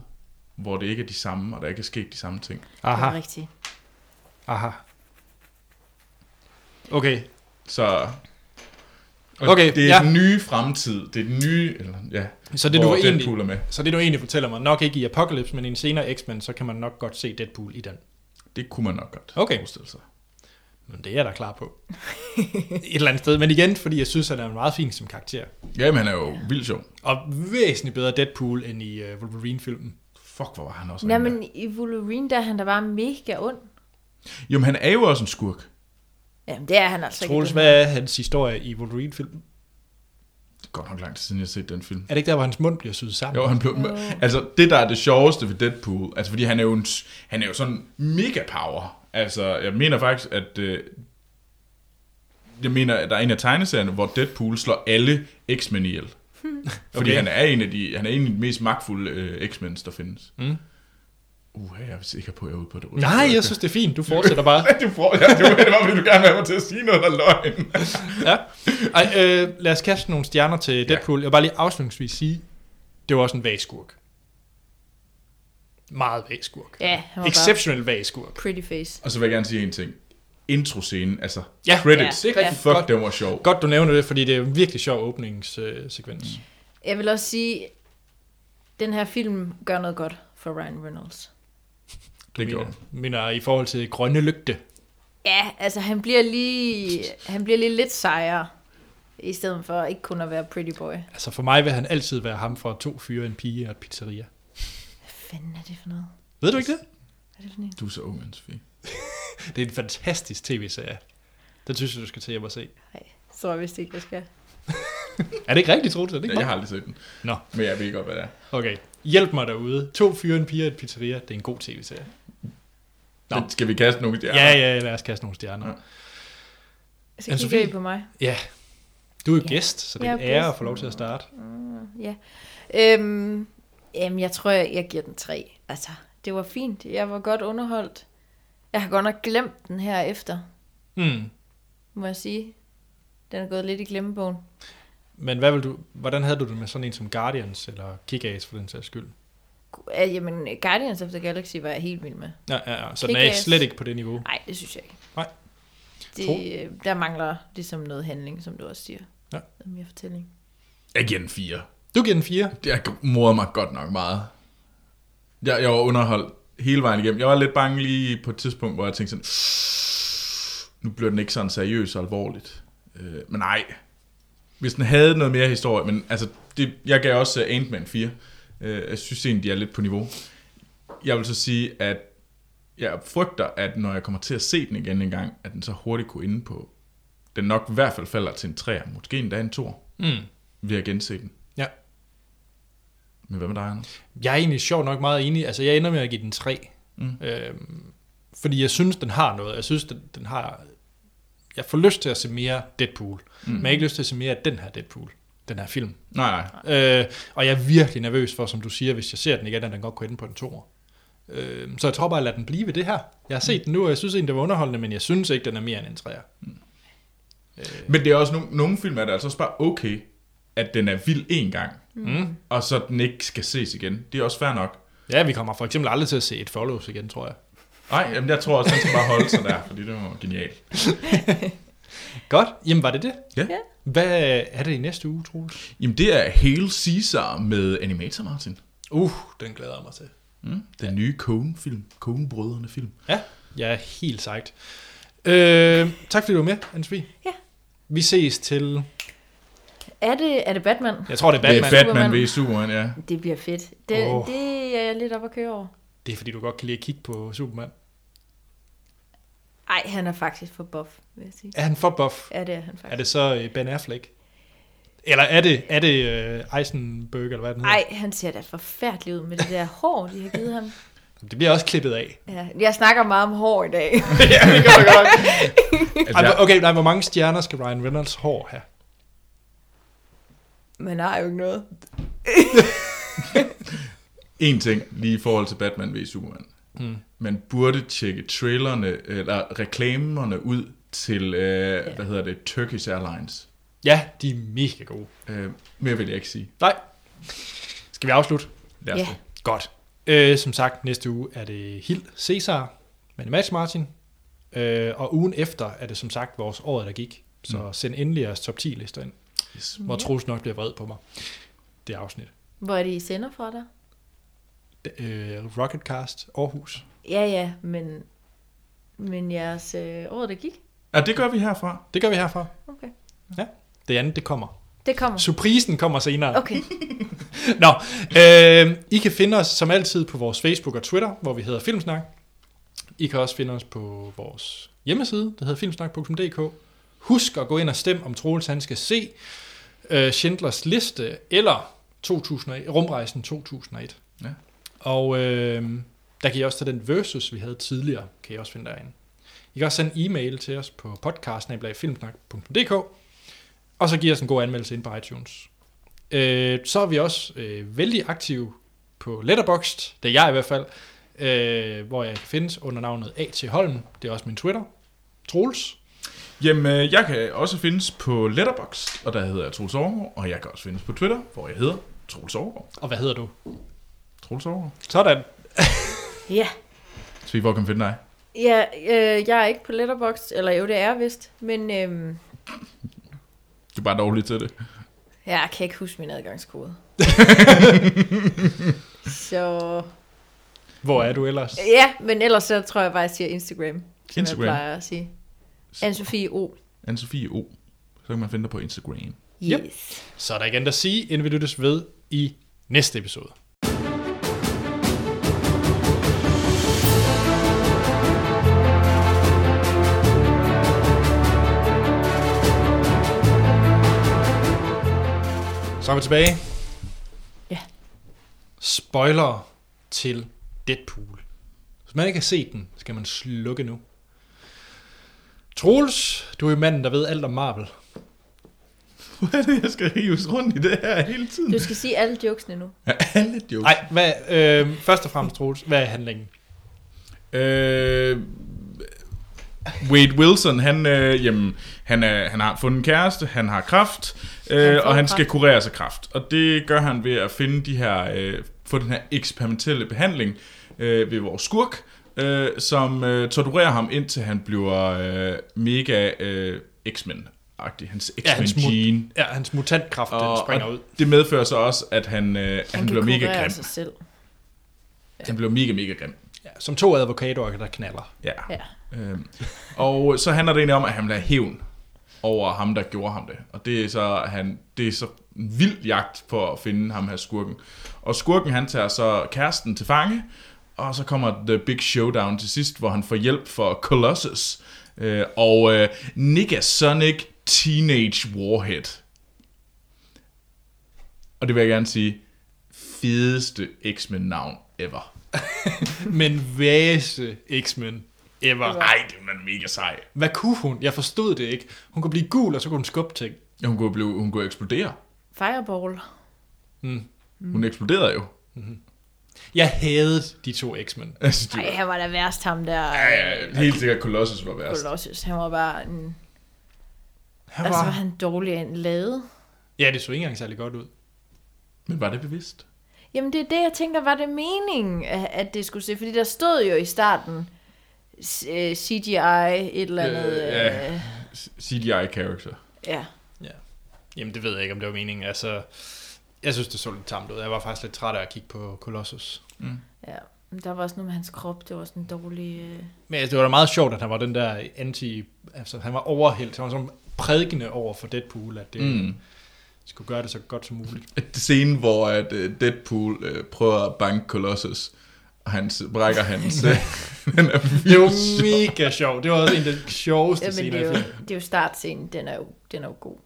S2: hvor det ikke er de samme, og der ikke er sket de samme ting.
S3: Det er
S1: Aha,
S3: rigtigt.
S1: aha. Okay,
S2: Så... Og
S1: Okay,
S2: det er
S1: ja.
S2: den nye fremtid. Det er den nye... Eller, ja,
S1: Så det, du
S2: hvor
S1: egentlig-
S2: Deadpool er med.
S1: så det du egentlig fortæller mig, nok ikke i Apocalypse, men i en senere X-Men, så kan man nok godt se Deadpool i den.
S2: Det kunne man nok godt
S1: Okay.
S2: forestille sig.
S1: Men det er jeg da klar på. Et eller andet sted. Men igen, fordi jeg synes, han er meget fin som karakter.
S2: Ja, men han er jo ja. vildt sjov.
S1: Og væsentligt bedre Deadpool end i øh, Wolverine-filmen.
S2: Fuck, hvor var han også
S3: Nej,
S2: ringe
S3: men i Wolverine, der er han da bare mega ond.
S2: der. Jamen, han er jo også en skurk.
S3: Jamen, det er han altså
S1: Troels,
S3: ikke.
S1: hvad er hans historie i Wolverine-filmen?
S2: Det er godt nok lang tid siden, jeg har set den film.
S1: Er det ikke der, hvor hans mund bliver syet sammen?
S2: Jo, han blev... Altså, det der er det sjoveste ved Deadpool, altså, fordi han er jo, en, s- han er jo sådan mega power. Altså, jeg mener faktisk, at... Øh, jeg mener, at der er en af tegneserierne, hvor Deadpool slår alle X-Men ihjel. Fordi
S1: Okay.
S2: han er en af de, han er en af de mest magtfulde øh, X-Men, der findes. Mm. Uh, jeg er sikker på, at jeg er ude på det. rygte.
S1: Nej, jeg synes, det er fint. Du fortsætter bare.
S2: du får, ja, det var- det var, fordi du gerne vil have mig til at sige noget, der er løgn.
S1: Ja. Ej, øh, lad os kaste nogle stjerner til Deadpool. Jeg vil bare lige afslutningsvis sige, det var også en vag skurk. Meget vag skurk.
S3: Ja, han var bare
S1: Exceptionel vag skurk.
S3: pretty face.
S2: Og så vil jeg gerne sige en ting. Introscenen, altså
S1: Ja,
S2: credits.
S1: ja, det er rigtig
S2: Fuck,
S1: godt.
S2: den var sjov.
S1: Godt, du nævner det, fordi det er en virkelig sjov åbningssekvens. Øh,
S3: Jeg vil også sige, den her film gør noget godt for Ryan Reynolds.
S2: Det gjorde
S1: mener, mener i forhold til grønne lygte.
S3: Ja, altså han bliver lige, han bliver lige lidt sejere, i stedet for ikke kun at være pretty boy. Hvad
S1: Altså for mig vil han altid være ham fra to fyre, en pige og et pizzeria.
S3: fanden er det for noget?
S1: Ved du ikke det?
S3: Hvad er det for en?
S2: Du er så ung, Anne-Sophie.
S1: Det er en fantastisk tv-serie. Den synes jeg, du skal til hjem og se.
S3: Nej, så tror jeg vist ikke, jeg skal.
S1: Er det ikke rigtigt, Troels? Er det ikke
S2: Ja, jeg
S1: godt?
S2: har aldrig set den.
S1: Nå.
S2: Men jeg ved godt, hvad det er.
S1: Okay. Hjælp mig derude. To fyre, en pige og et pizzeria. Det er en god tv-serie. Nå.
S2: Den skal vi kaste nogle der?
S1: Ja, ja, lad os kaste nogle stjerner.
S2: Ja.
S1: Ja.
S3: Så
S1: Anne-Sophie?
S3: kigger I på mig.
S1: Du er gæst, så det er en
S3: Jeg er
S1: ære at
S3: gæst.
S1: få lov til at starte.
S3: Ja. Øhm, jamen, jeg tror, jeg, jeg giver den tre. Altså, det var fint. Jeg var godt underholdt. Jeg har godt nok glemt den her efter,
S1: Mm.
S3: må jeg sige. Den er gået lidt i glemmebogen.
S1: Men hvad vil du, hvordan havde du det med sådan en som Guardians eller Kick-Ass for den sags skyld?
S3: Gu- ja, Jamen, Guardians of the Galaxy var jeg helt vild med.
S1: Ja, ja, ja. Så den er ikke
S3: Kick-Ass.
S1: slet ikke på det niveau.
S3: Nej, det synes jeg ikke.
S1: Nej.
S3: Det, øh, der mangler ligesom noget handling, som du også siger.
S1: Ja.
S3: Noget Mere fortælling.
S2: Jeg giver den fire.
S1: Du giver den 4.
S2: Jeg morede mig godt nok meget. Jeg, jeg var underholdt hele vejen igennem. Jeg var lidt bange lige på et tidspunkt, hvor jeg tænkte sådan, nu bliver den ikke sådan seriøs og alvorligt. Øh, men nej, hvis den havde noget mere historie, men altså, det, jeg gav også øh, Ant-Man 4. Øh, jeg synes egentlig, de er lidt på niveau. Jeg vil så sige, at jeg frygter, at når jeg kommer til at se den igen en gang, at den så hurtigt kunne ende på, den nok i hvert fald falder til en 3, måske endda en 2,
S1: Mm.
S2: ved at gense den.
S1: Ja.
S2: Men hvad med dig, Anders?
S1: Jeg er egentlig sjovt nok meget enig. Altså, jeg ender med at give den 3. Mm. Øhm, fordi jeg synes, den har noget. Jeg synes, den, den har... Jeg får lyst til at se mere Deadpool. Mm. Men jeg har ikke lyst til at se mere af den her Deadpool. Den her film.
S2: Nej, nej.
S1: Øh, og jeg er virkelig nervøs for, som du siger, hvis jeg ser den igen, at den godt kunne ende på en toer. Øh, så jeg tror bare, at lade den blive ved det her. Jeg har set den nu, og jeg synes egentlig, det var underholdende, men jeg synes ikke, den er mere end en træer.
S2: Men det er også nogle, nogle film, er det altså også bare okay, at den er vild en gang, mm. og så den ikke skal ses igen. Det er også fair nok.
S1: Ja, vi kommer for eksempel aldrig til at se et follows igen, tror jeg.
S2: Nej, jamen jeg tror også, den skal bare holde sig der, fordi det var genialt.
S1: Godt, jamen var det det?
S2: Ja.
S3: Ja.
S1: Hvad er det i næste uge, Troels?
S2: Jamen det er Hail Caesar med Animator Martin.
S1: Uh, den glæder jeg mig til.
S2: Mm. Den nye Coen-film. Coen-brødrene-film.
S1: Ja, jeg er helt sejt. Øh, tak fordi du var med, anne
S3: Ja.
S1: Vi ses til...
S3: Er det, er det Batman?
S1: Jeg tror, det er
S2: Batman, det
S1: Batman.
S2: er Batman v
S3: Superman.
S2: Superman, ja.
S3: Det bliver fedt. Det,
S1: Åh.
S3: oh. det er jeg lidt op at køre over.
S1: Det er fordi, du godt kan lide at kigge på Superman.
S3: Ej, han er faktisk for buff, vil jeg sige.
S1: Er han for buff?
S3: Ja, det er han faktisk.
S1: Er det så øh, Ben Affleck? Eller er det, er det øh, Eisenberg, eller hvad den hedder?
S3: Ej, han ser da forfærdelig ud med det der hår, de har givet ham.
S1: Det bliver også klippet af.
S3: Ja, jeg snakker meget om hår i dag.
S2: Altså,
S1: Ej,
S2: jeg,
S1: okay, nej, hvor mange stjerner skal Ryan Reynolds hår have?
S3: Men har jo ikke noget.
S2: en ting lige i forhold til Batman v Superman. Mm. Man burde tjekke trailerne, eller reklamerne ud til, øh, hvad hedder det, Turkish Airlines.
S1: Ja, de er mega gode.
S2: Øh, mere vil jeg ikke sige.
S1: Nej. Skal vi afslutte?
S2: Lad os
S3: Ja.
S2: det.
S1: Godt. Øh, som sagt, næste uge er det Hild Cæsar med Match Martin. Øh, og ugen efter er det som sagt vores året, der gik. Så mm. send endelig jeres top 10 lister ind,
S2: Yes.
S1: hvor Troels nok bliver vred på mig. Det afsnit.
S3: Hvor er det, I sender fra dig?
S1: D- øh, Rocketcast Aarhus.
S3: Ja, ja, men, men jeres øh, år, der gik.
S2: Ja, det gør vi herfra.
S1: Det gør vi herfra.
S3: Okay.
S1: Ja, det andet, det kommer.
S3: Det kommer.
S1: Surprisen kommer senere.
S3: Okay.
S1: Nå, øh, I kan finde os som altid på vores Facebook og Twitter, hvor vi hedder Filmsnak. I kan også finde os på vores hjemmeside, der hedder filmsnak.dk. Husk at gå ind og stemme, om Troels han skal se øh, Schindlers Liste eller 2001, Rumrejsen 2001.
S2: Ja.
S1: Og øh, der kan I også tage den versus, vi havde tidligere, kan I også finde derinde. I kan også sende en e-mail til os på podcasten.filmsnak.dk og så giver os en god anmeldelse ind på iTunes. Øh, så er vi også øh, vældig aktive på Letterboxd, det er jeg i hvert fald, øh, hvor jeg kan findes under navnet A.T. Holm. Det er også min Twitter. Troels.
S2: Jamen, øh, jeg kan også findes på Letterboxd, og der hedder jeg Troels Overgaard, og jeg kan også findes på Twitter, hvor jeg hedder Troels Overgaard.
S1: Og hvad hedder du?
S2: Troels Overgaard.
S1: Sådan.
S3: Ja.
S2: Så I, hvor kan man finde dig?
S3: Ja, øh, jeg er ikke på Letterboxd, eller jo, det er jeg vist, men øh,
S2: Du er bare dårlig til det.
S3: jeg kan ikke huske min adgangskode. så
S1: Hvor er du ellers?
S3: ja, men ellers så tror jeg bare, jeg siger Instagram, som
S2: Instagram.
S3: jeg plejer at sige. Anne-Sophie O.
S2: Anne-Sophie O. Så kan man finde dig på Instagram.
S1: Yep.
S3: Yes.
S1: Så er der igen at sige, inden vi lyttes ved i næste episode. Så er vi tilbage.
S3: Ja.
S1: Spoiler til Deadpool. Hvis man ikke har set den, skal man slukke nu. Troels, du er jo manden, der ved alt om Marvel.
S2: Hvad er det, jeg skal rives rundt i det her hele tiden?
S3: Du skal sige alle jokesene nu.
S2: Ja, alle jokes.
S1: Nej, hvad, øh, først og fremmest, Troels, hvad er handlingen?
S2: Øh, Wade Wilson, han, øh, jamen, han, er, han har fundet en kæreste, han har kraft, øh,
S3: får
S2: og han
S3: kræft.
S2: skal kurere sig kraft. Og det gør han ved at finde de her, øh, få den her eksperimentelle behandling øh, ved vores skurk, øh, som øh, torturerer ham indtil han bliver øh, mega øh, X-Men-agtig. Hans
S1: hans,
S2: X-Men-gene.
S1: ja, hans mutantkraft, den
S2: og,
S1: springer ud.
S2: og det medfører så også, at han, øh, han,
S3: Han
S2: bliver
S3: kan
S2: mega
S3: kurere
S2: grim.
S3: sig selv.
S2: Han bliver mega, mega grim.
S1: Ja, som to advokater, der knaller.
S2: Ja.
S3: Ja.
S2: Øhm, og så handler det egentlig om, at han vil have hævn over ham, der gjorde ham det. Og det er så, han, det er så en vild jagt på at finde ham her skurken. Og skurken, han tager så kæresten til fange, og så kommer The Big Showdown til sidst, hvor han får hjælp for Colossus øh, og øh, Negasonic Teenage Warhead. Og det vil jeg gerne sige, fedeste X-Men-navn ever.
S1: Men væse X-Men ever.
S2: Ej, det er jo mega sej.
S1: Hvad kunne hun? Jeg forstod det ikke. Hun kunne blive gul, og så kunne hun skubbe ting.
S2: Ja, Hun kunne, blive, hun kunne eksplodere.
S3: Fireball.
S2: Hun eksploderede jo.
S1: Jeg havde de to X-Men.
S2: Altså, det
S3: Ej, han var da værst, ham der. øh,
S2: var, ja, helt sikkert Colossus var værst.
S3: Colossus. Han var bare en...
S1: Han
S3: Altså, var han dårligere end lavet?
S1: Ja, det så ikke engang særlig godt ud.
S2: Men var det bevidst?
S3: Jamen det er det, jeg tænker, var det meningen, at, at det skulle se? Fordi der stod jo i starten s- øh, CGI, et eller andet...
S2: Øh,
S3: Øh,
S2: ja.
S3: ja. Øh,
S2: CGI-character.
S3: ja.
S1: Jamen, det ved jeg ikke, om det var meningen. Altså, jeg synes, det så lidt tamt ud. Jeg var faktisk lidt træt af at kigge på Colossus.
S3: ja. Men Der var også noget med hans krop, det var sådan en dårlig... Øh...
S1: Men altså, det var da meget sjovt, at han var den der anti... Altså, han var overhældt. Han var sådan prædikende over for Deadpool, at det mm. skulle gøre det så godt som muligt.
S2: Det scene, hvor at øh, Deadpool øh, prøver at banke Colossus, og han s- brækker hans... øh, den er
S1: Det var
S2: vildt sjov.
S1: mega sjovt. Det var også en af de sjoveste
S3: Jamen,
S1: scener.
S3: det er,
S1: i
S3: jo,
S1: filmen.
S3: det er jo startscenen, den er jo, den er jo god.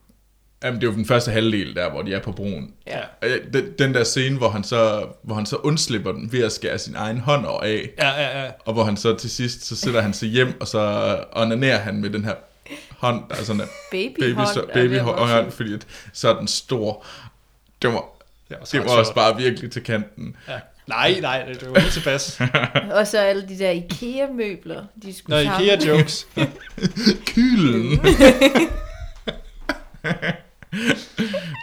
S2: Jamen, det er jo den første halvdel der, hvor de er på broen.
S1: Ja.
S2: Øh, Den, den der scene, hvor han, så, hvor han så undslipper den ved at skære sin egen hånd over af,
S1: Ja, ja, ja.
S2: og hvor han så til sidst, så sætter han sig hjem, og så onanerer han med den her hånd, der er sådan her.
S3: Babyhånd.
S2: baby, så,
S3: er
S2: baby
S3: ved at vokse
S2: hånd,
S3: ud.
S2: fordi at, så er den stor. Det var,
S1: Det var,
S2: det var også bare virkelig til kanten.
S1: Ja. Nej, nej, det var ikke tilpas.
S3: Og så alle de der IKEA-møbler, de
S1: Nå,
S3: skulle sammen.
S1: Ikea-jokes.
S2: Kylen!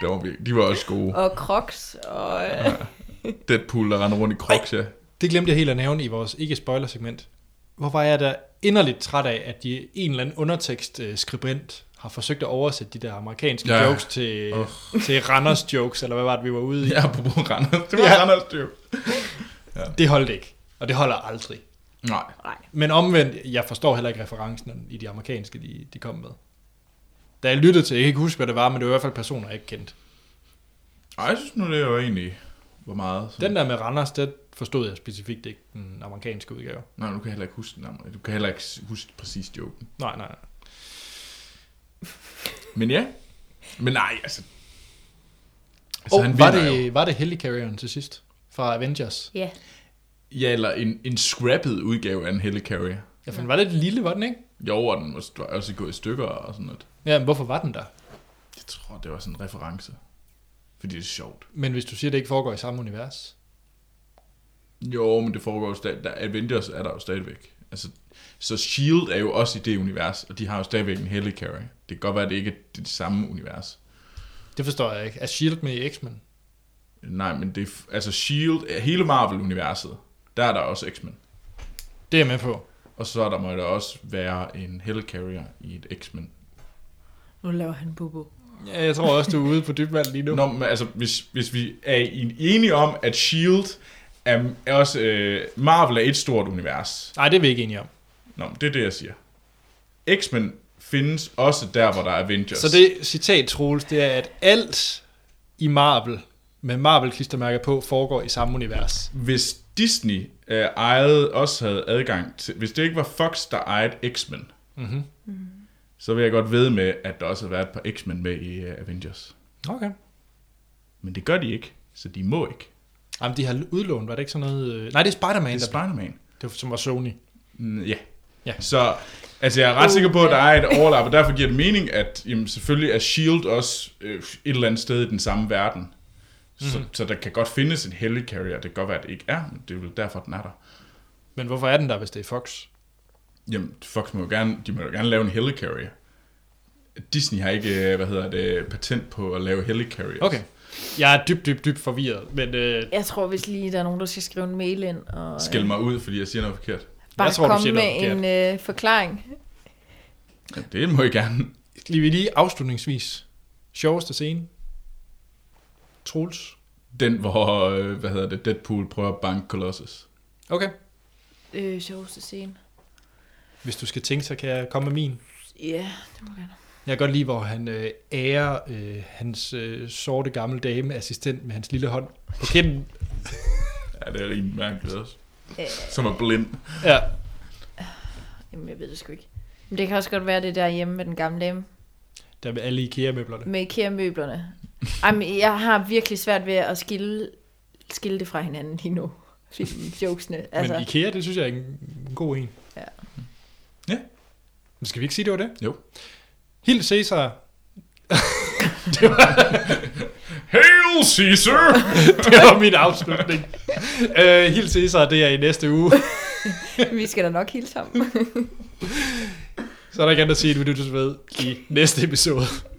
S2: det var virkelig, de var også gode.
S3: Og Crocs, og... Øh,
S2: Deadpool, der render rundt i Crocs, ja.
S1: Det glemte jeg helt at nævne i vores ikke-spoiler-segment. Hvor var jeg da inderligt træt af, at de en eller anden undertekst-skribent har forsøgt at oversætte de der amerikanske
S2: Ja.
S1: ja. jokes til, oh. til Randers jokes, eller hvad var det, vi var ude i. Ja.
S2: Ja, på Randers. Det var
S1: Ja.
S2: Randers, det jo.
S1: Det holdt ikke, og det holder aldrig.
S2: Nej.
S1: Men omvendt, jeg forstår heller ikke referencen i de amerikanske, de, de kom med. Da jeg lyttede til, jeg kan ikke huske, hvad det var, men det var i hvert fald personer, jeg ikke kendte.
S2: Ej, jeg synes nu, det var egentlig, hvor meget. Sådan.
S1: Den der med Randers, det forstod jeg specifikt ikke den amerikanske udgave.
S2: Nej, du kan heller ikke huske den navn. Du kan heller ikke huske præcis joken.
S1: Nej, nej, nej.
S2: Men ja. Men nej, altså.
S1: Altså, oh, var,
S2: vinder jo.
S1: det, var det Helicarrieren til sidst? Fra Avengers?
S3: ja,
S2: Ja, eller en, en scrappet udgave af en Helicarrier.
S1: Ja, for den var lidt lille, var den ikke?
S2: Jo, og den var også gået i stykker og sådan noget.
S1: Ja, men hvorfor var den der?
S2: Jeg tror, det var sådan en reference. Fordi det er sjovt.
S1: Men hvis du siger, at det ikke foregår i samme univers.
S2: Jo, men det foregår jo stadig. Der, Avengers er der jo stadigvæk. Altså, så S.H.I.E.L.D. er jo også i det univers, og de har jo stadigvæk en Helicarrier. Det kan godt være, at det ikke er det samme univers.
S1: Det forstår jeg ikke. Er S.H.I.E.L.D. med i X-Men?
S2: Nej, men det er, f- altså S.H.I.E.L.D. er hele Marvel-universet. Der er der også X-Men.
S1: Det er jeg med på.
S2: Og så er der må der også være en Helicarrier i et X-Men.
S3: nu laver han bubu.
S1: Ja, jeg tror også, du er ude på dybvand lige nu.
S2: Nå, men altså, hvis, hvis vi er en- enige om, at S.H.I.E.L.D. er, E er også... Øh, Marvel er et stort univers.
S1: Nej, det er vi ikke enige om.
S2: Nå, men det er det, jeg siger. X-Men findes også der, hvor der er Avengers.
S1: Så det citat, Troels, det er, at alt i Marvel, med Marvel-klistermærker på, foregår i samme univers.
S2: Hvis Disney øh, ejede, også havde adgang til... Hvis det ikke var Fox, der ejede X-Men, mm-hmm. så vil jeg godt ved med, at der også har været et par X-Men med i øh, Avengers.
S1: Okay.
S2: Men det gør de ikke, så de må ikke.
S1: Jamen, de har udlånt, var det ikke sådan noget... øh, Nej, det er Spider-Man,
S2: Det er
S1: det,
S2: Spider-Man.
S1: det var, som var Sony.
S2: Mm, Ja.
S1: Ja.
S2: Så altså, jeg er ret
S3: Uh,
S2: sikker på, at der
S3: ja.
S2: er et overlap, og derfor giver det mening, at jamen, selvfølgelig er S.H.I.E.L.D. også øh, et eller andet sted i den samme verden. Så,
S1: Mhm.
S2: så der kan godt findes en helicarrier, det kan godt være, at det ikke er, men det er vel derfor, den er der.
S1: Men hvorfor er den der, hvis det er Fox?
S2: Jamen, Fox må jo gerne, de må jo gerne lave en helicarrier. Disney har ikke, øh, hvad hedder det, patent på at lave helicarriers.
S1: Okay. Jeg er dybt, dybt, dybt forvirret, men øh,
S3: Jeg tror, hvis lige der er nogen, der skal skrive en mail ind, og øh,
S2: Skæld mig ud, fordi jeg siger noget forkert.
S3: bare
S1: Jeg tror, du
S3: komme
S1: siger
S3: med
S1: noget
S3: en øh, forklaring.
S2: Ja, det må I gerne.
S1: lige vi lige afslutningsvis. Sjoveste scene? Troels?
S2: Den, hvor, øh, hvad hedder det, Deadpool prøver at banke Colossus.
S1: Okay.
S3: Øh, sjoveste scene.
S1: Hvis du skal tænke, så kan jeg komme med min.
S3: Ja, det må gerne.
S1: Jeg kan godt lide, hvor han øh, ærer øh, hans øh, sorte gamle dame assistent med hans lille hånd på kinden.
S2: Ja, det er rimelig mærkeligt også. Som er blind.
S1: Ja.
S3: Jamen, jeg ved det sgu ikke. Men det kan også godt være det der hjemme med den gamle dame.
S1: Der med alle IKEA-møblerne.
S3: Med IKEA-møblerne. Jamen, jeg har virkelig svært ved at skille, skille det fra hinanden lige nu. Filmen, jokesene.
S1: Altså. Men
S3: Altså,
S1: IKEA, det synes jeg er en en god en. Mm.
S3: Ja.
S2: Ja.
S1: Men skal vi ikke sige, det var det?
S2: Jo.
S1: Hild Cæsar.
S2: Hail Caesar!
S1: Det var min afslutning. øh, Hild Cæsar, det er i næste uge.
S3: vi skal da nok hilse sammen.
S1: Så er der ikke andet at sige, at vi lyttes ved i næste episode.